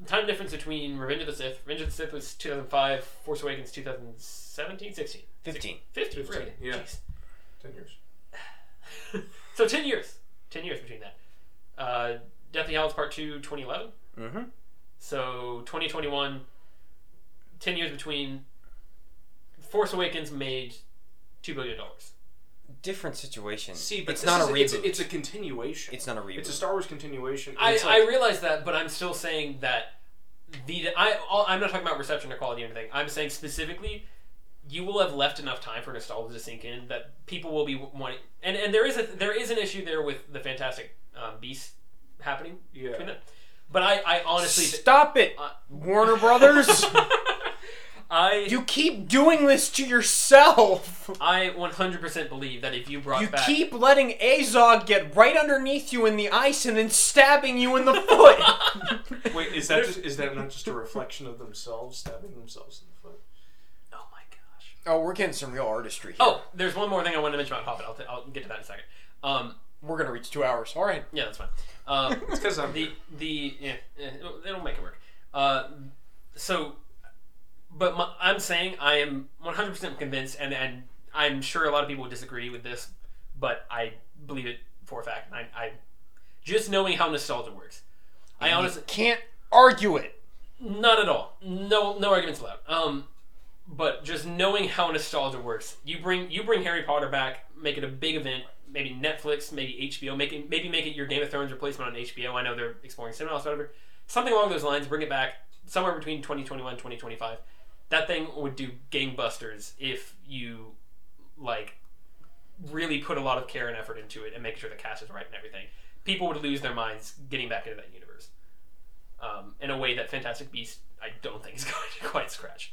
Speaker 1: time difference between Revenge of the Sith. Revenge of the Sith was 2005. Force Awakens 2017, 16,
Speaker 2: Fifteen.
Speaker 1: 15,
Speaker 3: Fifteen,
Speaker 1: really?
Speaker 3: yeah.
Speaker 1: Jeez.
Speaker 3: ten years.
Speaker 1: So 10 years, 10 years between that. Uh, Deathly Hallows Part Two, 2011.
Speaker 2: Mm-hmm.
Speaker 1: So 2021, 10 years between. Force Awakens made two billion dollars.
Speaker 2: Different situation.
Speaker 3: See, but
Speaker 2: it's
Speaker 3: this
Speaker 2: not
Speaker 3: is
Speaker 2: a
Speaker 3: a
Speaker 2: reboot.
Speaker 3: It's, it's a continuation.
Speaker 2: It's not a reboot.
Speaker 3: It's a Star Wars continuation. and
Speaker 1: I,
Speaker 3: it's
Speaker 1: I
Speaker 3: like-
Speaker 1: realize that, but I'm still saying that the I all, I'm not talking about reception or quality or anything. I'm saying specifically, you will have left enough time for nostalgia to sink in that people will be wanting. And and there is a there is an issue there with the Fantastic um, Beasts happening between
Speaker 3: yeah.
Speaker 1: them. But I I honestly
Speaker 2: Stop it,
Speaker 1: Uh,
Speaker 2: Warner Brothers.
Speaker 1: I
Speaker 2: you keep doing this to yourself.
Speaker 1: I 100% believe that if you brought
Speaker 2: You
Speaker 1: back
Speaker 2: keep letting Azog get right underneath you in the ice and then stabbing you in the foot.
Speaker 3: Wait, is that just, is that not just a reflection of themselves stabbing themselves in the foot?
Speaker 1: oh my gosh.
Speaker 2: oh, we're getting some real artistry here.
Speaker 1: Oh, there's one more thing I wanted to mention about Hobbit. I'll, t- I'll get to that in a second. Um,
Speaker 2: We're gonna reach two hours. All right.
Speaker 1: yeah, that's fine. Um,
Speaker 3: It's because I'm
Speaker 1: the the yeah, eh, it'll, it'll make it work. Uh, so, but my, I'm saying I am 100 percent convinced, and and I'm sure a lot of people would disagree with this, but I believe it for a fact. I, I just knowing how nostalgia works, I
Speaker 2: You
Speaker 1: honestly
Speaker 2: can't argue it.
Speaker 1: not at all. No no arguments allowed. Um, but just knowing how nostalgia works, you bring you bring Harry Potter back, make it a big event. Maybe Netflix, maybe HBO, make it, maybe make it your Game of Thrones replacement on HBO. I know they're exploring cinema, house, whatever. Something along those lines. Bring it back somewhere between 2021 2025. That thing would do gangbusters if you like really put a lot of care and effort into it and make sure the cast is right and everything. People would lose their minds getting back into that universe um, in a way that Fantastic Beast I don't think is going to quite scratch.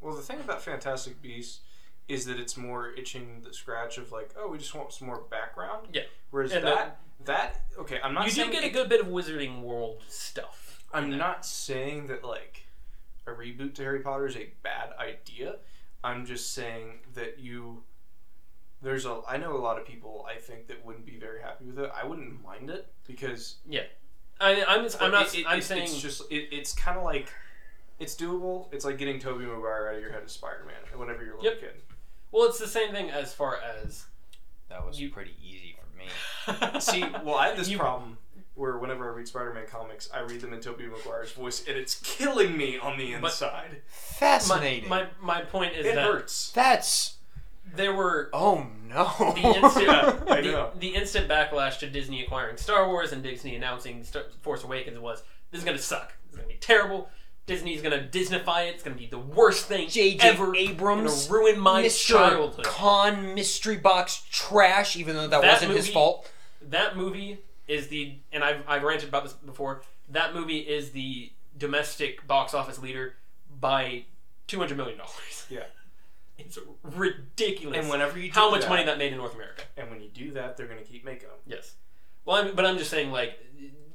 Speaker 3: Well, the thing about Fantastic Beasts is that it's more itching the scratch of like, oh, we just want some more background.
Speaker 1: Yeah.
Speaker 3: Whereas
Speaker 1: And
Speaker 3: that that okay, I'm not
Speaker 1: You
Speaker 3: saying
Speaker 1: do get a good bit of Wizarding World stuff.
Speaker 3: I'm not saying that like a reboot to Harry Potter is a bad idea. I'm just saying that you there's a I know a lot of people I think that wouldn't be very happy with it. I wouldn't mind it because
Speaker 1: Yeah. I, I'm, I'm
Speaker 3: But
Speaker 1: not.
Speaker 3: it- it-
Speaker 1: I'm
Speaker 3: it's,
Speaker 1: saying
Speaker 3: it's just it, it's kind of like it's doable. It's like getting Toby Maguire out of your head as Spider Man whenever you're a little
Speaker 1: Yep.
Speaker 3: kid.
Speaker 1: well, it's the same thing as far as
Speaker 5: That was
Speaker 1: You-
Speaker 5: pretty easy for me.
Speaker 3: See, well, I have this
Speaker 1: You-
Speaker 3: problem where whenever I read Spider Man comics, I read them in Toby Maguire's voice, and it's killing me on the
Speaker 1: But-
Speaker 3: inside.
Speaker 1: My,
Speaker 2: Fascinating.
Speaker 1: my my point is
Speaker 3: it
Speaker 1: that
Speaker 3: hurts.
Speaker 2: That's
Speaker 1: there were
Speaker 2: oh no.
Speaker 1: The instant-
Speaker 3: Yeah, I
Speaker 1: the,
Speaker 3: know.
Speaker 1: the instant backlash to Disney acquiring Star Wars and Disney announcing Star- Force Awakens was this is going to suck. It's going to be terrible. Disney's going to Disneyfy it. It's going to be the worst thing
Speaker 2: J.J.
Speaker 1: ever.
Speaker 2: Abrams,
Speaker 1: Gonna ruin my
Speaker 2: Mr.
Speaker 1: childhood.
Speaker 2: Con mystery box trash, even though that,
Speaker 1: That
Speaker 2: wasn't his
Speaker 1: movie-
Speaker 2: fault.
Speaker 1: That movie is the and I've I've ranted about this before. That movie is the domestic box office leader by two hundred million dollars.
Speaker 3: Yeah.
Speaker 1: it's ridiculous.
Speaker 3: And whenever you do
Speaker 1: how much
Speaker 3: that-
Speaker 1: money that made in North America?
Speaker 3: and when you do that, they're gonna keep making them.
Speaker 1: Yes. Well, I'm, but I'm just saying, like,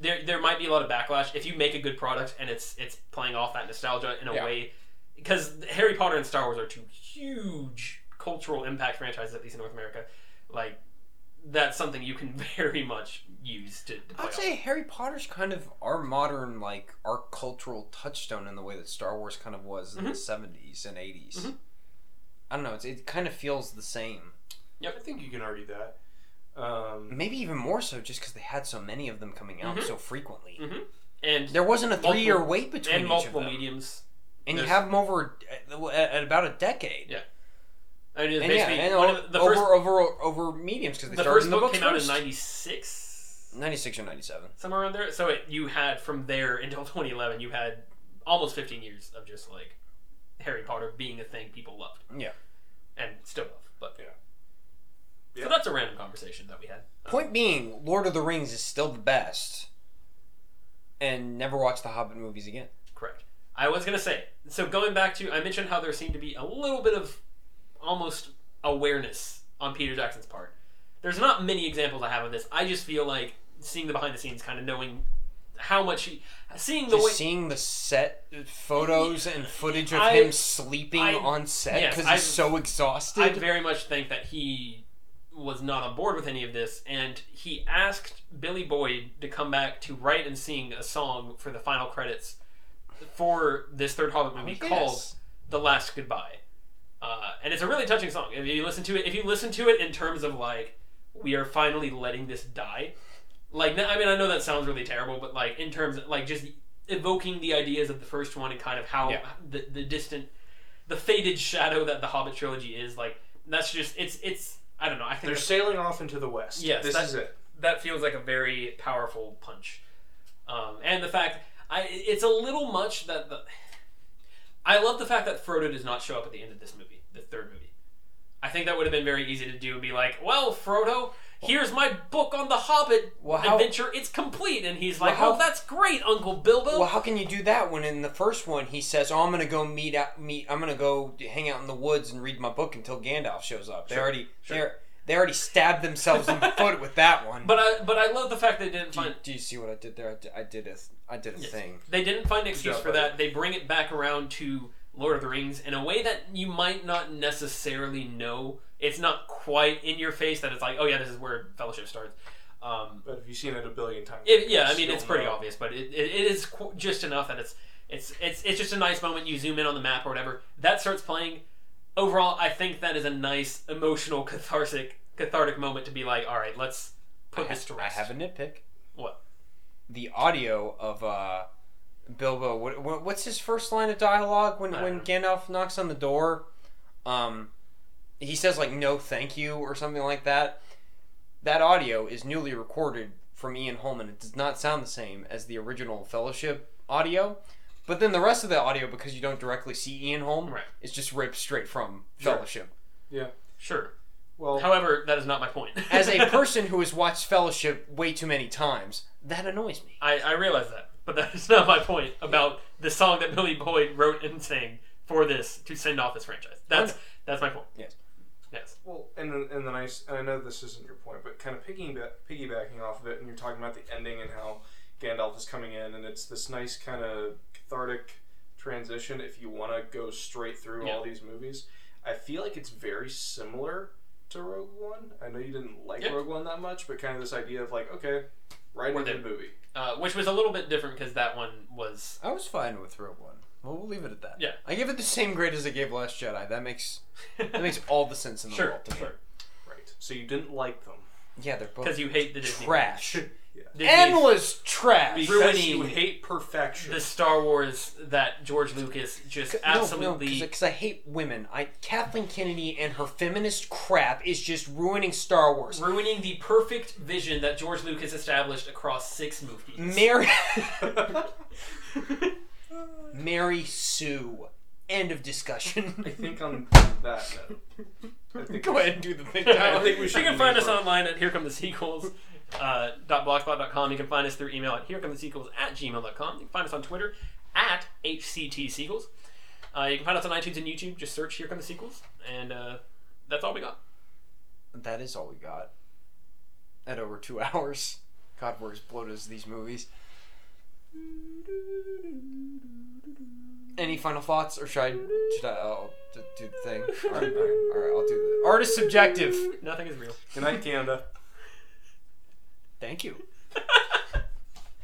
Speaker 1: there there might be a lot of backlash if you make a good product and it's it's playing off that nostalgia in a
Speaker 2: Yeah.
Speaker 1: way, because Harry Potter and Star Wars are two huge cultural impact franchises, at least in North America. Like, that's something you can very much use to. to play
Speaker 2: I'd
Speaker 1: off.
Speaker 2: say Harry Potter's kind of our modern, like our cultural touchstone in the way that Star Wars kind of was
Speaker 1: Mm-hmm.
Speaker 2: in the seventies and 80s
Speaker 1: Mhm.
Speaker 2: I don't know. It's, it kind of feels the same.
Speaker 3: I think you can argue that. Um,
Speaker 1: Mm-hmm.
Speaker 2: Maybe even more so, just because they had so many of them coming out so frequently.
Speaker 1: and
Speaker 2: There wasn't a
Speaker 1: Mm-hmm. Multiple-
Speaker 2: three-year wait between
Speaker 1: and
Speaker 2: each
Speaker 1: multiple
Speaker 2: of them,
Speaker 1: mediums.
Speaker 2: and you
Speaker 1: There's-
Speaker 2: have them over at, at about a decade.
Speaker 1: Yeah. I mean, it's
Speaker 2: And yeah,
Speaker 1: Oh, basically
Speaker 2: and
Speaker 1: one
Speaker 2: o-
Speaker 1: of the, the
Speaker 2: over,
Speaker 1: first
Speaker 2: over over mediums because they
Speaker 1: the
Speaker 2: started
Speaker 1: first
Speaker 2: in the
Speaker 1: book
Speaker 2: books
Speaker 1: came out in
Speaker 2: first.
Speaker 1: '96.
Speaker 2: 96 or 97.
Speaker 1: somewhere around there. So it, you had from there until 2011, you had almost 15 years of just like Harry Potter being a thing people loved.
Speaker 2: Yeah.
Speaker 1: and still love. But
Speaker 3: Yeah.
Speaker 1: so
Speaker 3: Yeah.
Speaker 1: that's a random conversation that we had.
Speaker 2: Point being, Lord of the Rings is still the best. And never watch the Hobbit movies again.
Speaker 1: Correct. I was gonna say. So going back to, I mentioned how there seemed to be a little bit of almost awareness on Peter Jackson's part. There's not many examples I have of this. I just feel like seeing the behind the scenes, kind of knowing how much he, seeing the
Speaker 2: Just
Speaker 1: way
Speaker 2: seeing the set photos and footage of
Speaker 1: I-
Speaker 2: him sleeping
Speaker 1: I-
Speaker 2: on set
Speaker 1: yes,
Speaker 2: because
Speaker 1: I've-
Speaker 2: he's so exhausted.
Speaker 1: I very much think that he was not on board with any of this, and he asked Billy Boyd to come back to write and sing a song for the final credits for this third Hobbit movie called
Speaker 2: Yes.
Speaker 1: "The Last Goodbye," uh, and it's a really touching song. If you listen to it, if you listen to it in terms of like, we are finally letting this die. Like, I mean, I know that sounds really terrible, but like in terms of like just evoking the ideas of the first one and kind of how
Speaker 2: Yeah.
Speaker 1: the, the distant the faded shadow that the Hobbit trilogy is. Like that's just it's it's I don't know. I think
Speaker 3: they're sailing off into the west.
Speaker 1: Yes,
Speaker 3: this
Speaker 1: that-
Speaker 3: is it.
Speaker 1: that feels like a very powerful punch, um, and the fact I it's a little much that the I love the fact that Frodo does not show up at the end of this movie, the third movie. I think that would have been very easy to do and be like, well, Frodo. Here's my book on the Hobbit
Speaker 2: Well, how-
Speaker 1: adventure. It's complete, and he's like,
Speaker 2: how-
Speaker 1: "Oh, that's great, Uncle Bilbo."
Speaker 2: Well, how can you do that when in the first one he says, "Oh, I'm gonna go meet out, meet. I'm gonna go hang out in the woods and read my book until Gandalf shows up." They already they're they already stabbed themselves in the foot with that one.
Speaker 1: but I, but I love the fact they didn't
Speaker 2: do you,
Speaker 1: find
Speaker 2: do you see what I did there? I did, I did a I did a
Speaker 1: Yes.
Speaker 2: thing.
Speaker 1: They didn't find an excuse
Speaker 3: job,
Speaker 1: for
Speaker 3: buddy.
Speaker 1: that. They bring it back around to Lord of the Rings in a way that you might not necessarily know. It's not quite in your face that it's like, oh yeah, this is where Fellowship starts. Um,
Speaker 3: But if you've seen it a billion times,
Speaker 1: it, yeah, I
Speaker 3: you
Speaker 1: mean
Speaker 3: still
Speaker 1: it's pretty
Speaker 3: know.
Speaker 1: obvious, but it, it, it is qu- just enough that it's it's it's it's just a nice moment. You zoom in on the map or whatever that starts playing. Overall, I think that is a nice emotional cathartic cathartic moment to be like, all right, let's put
Speaker 2: I,
Speaker 1: this to
Speaker 2: I
Speaker 1: rest.
Speaker 2: have a nitpick.
Speaker 1: What?
Speaker 2: The audio of uh, Bilbo. What, what, what's his first line of dialogue when
Speaker 1: I
Speaker 2: when
Speaker 1: don't
Speaker 2: Gandalf knocks on the door? Um, he says like "No, thank you" or something like that. That audio is newly recorded from Ian Holman. It does not sound the same as the original Fellowship audio. But then the rest of the audio, because you don't directly see Ian Holm,
Speaker 1: Right.
Speaker 2: is just ripped straight from
Speaker 3: Sure.
Speaker 2: Fellowship.
Speaker 1: Sure.
Speaker 3: Well,
Speaker 1: However, that is not my point.
Speaker 2: As a person who has watched Fellowship way too many times, that annoys me.
Speaker 1: I, I realize that, but that is not my point about the song that Billy Boyd wrote and sang for this to send off this franchise. That's that's my point.
Speaker 2: Yes.
Speaker 1: Yes.
Speaker 3: Well, and the, and the nice, and I know this isn't your point, but kind of piggyback, piggybacking off of it, and you're talking about the ending and how Gandalf is coming in, and it's this nice kind of cathartic transition. If you want to go straight through
Speaker 1: Yeah.
Speaker 3: all these movies, I feel like it's very similar to Rogue One. I know you didn't like
Speaker 1: Yeah.
Speaker 3: Rogue One that much, but kind of this idea of like, okay, right
Speaker 1: Or
Speaker 3: into
Speaker 1: the-
Speaker 3: the movie.
Speaker 1: uh, which was a little bit different because that one was
Speaker 2: I was fine with Rogue One. Well, we'll leave it at that.
Speaker 1: Yeah.
Speaker 2: I give it the same grade as I gave Last Jedi. That makes that makes all the sense in the
Speaker 1: sure
Speaker 2: world to me.
Speaker 1: sure
Speaker 3: Right. So you didn't like them.
Speaker 2: Yeah, they're both
Speaker 1: because you hate the Disney
Speaker 2: trash,
Speaker 1: Disney's-
Speaker 2: endless trash.
Speaker 1: Because
Speaker 3: Because you
Speaker 1: ruining
Speaker 3: hate perfection.
Speaker 1: the Star Wars that George Lucas just absolutely
Speaker 2: because I hate women. I Kathleen Kennedy and her feminist crap is just ruining Star Wars.
Speaker 1: ruining the perfect vision that George Lucas established across six movies.
Speaker 2: Mary, Mary Sue. End of
Speaker 3: I
Speaker 2: discussion.
Speaker 3: think on that note. I think
Speaker 2: Go ahead and do the thing.
Speaker 3: I
Speaker 2: Tyler.
Speaker 3: think we should
Speaker 1: you can find
Speaker 3: leave
Speaker 1: us
Speaker 3: our-
Speaker 1: online at Here Come the Sequels. Uh, dot blogspot.com. You can find us through email at here come the sequels at gmail.com. You can find us on Twitter at HCT Sequels. Uh, you can find us on iTunes and YouTube. Just search Here Come the Sequels. And uh, that's all we got.
Speaker 2: that is all we got. At over two hours. God, we're as bloated as these movies. Any final thoughts, or should I? Should I? I'll d- do the thing. All right, all right, all right, I'll do the art is subjective.
Speaker 1: Nothing is real.
Speaker 3: Good night, Canada.
Speaker 2: Thank you.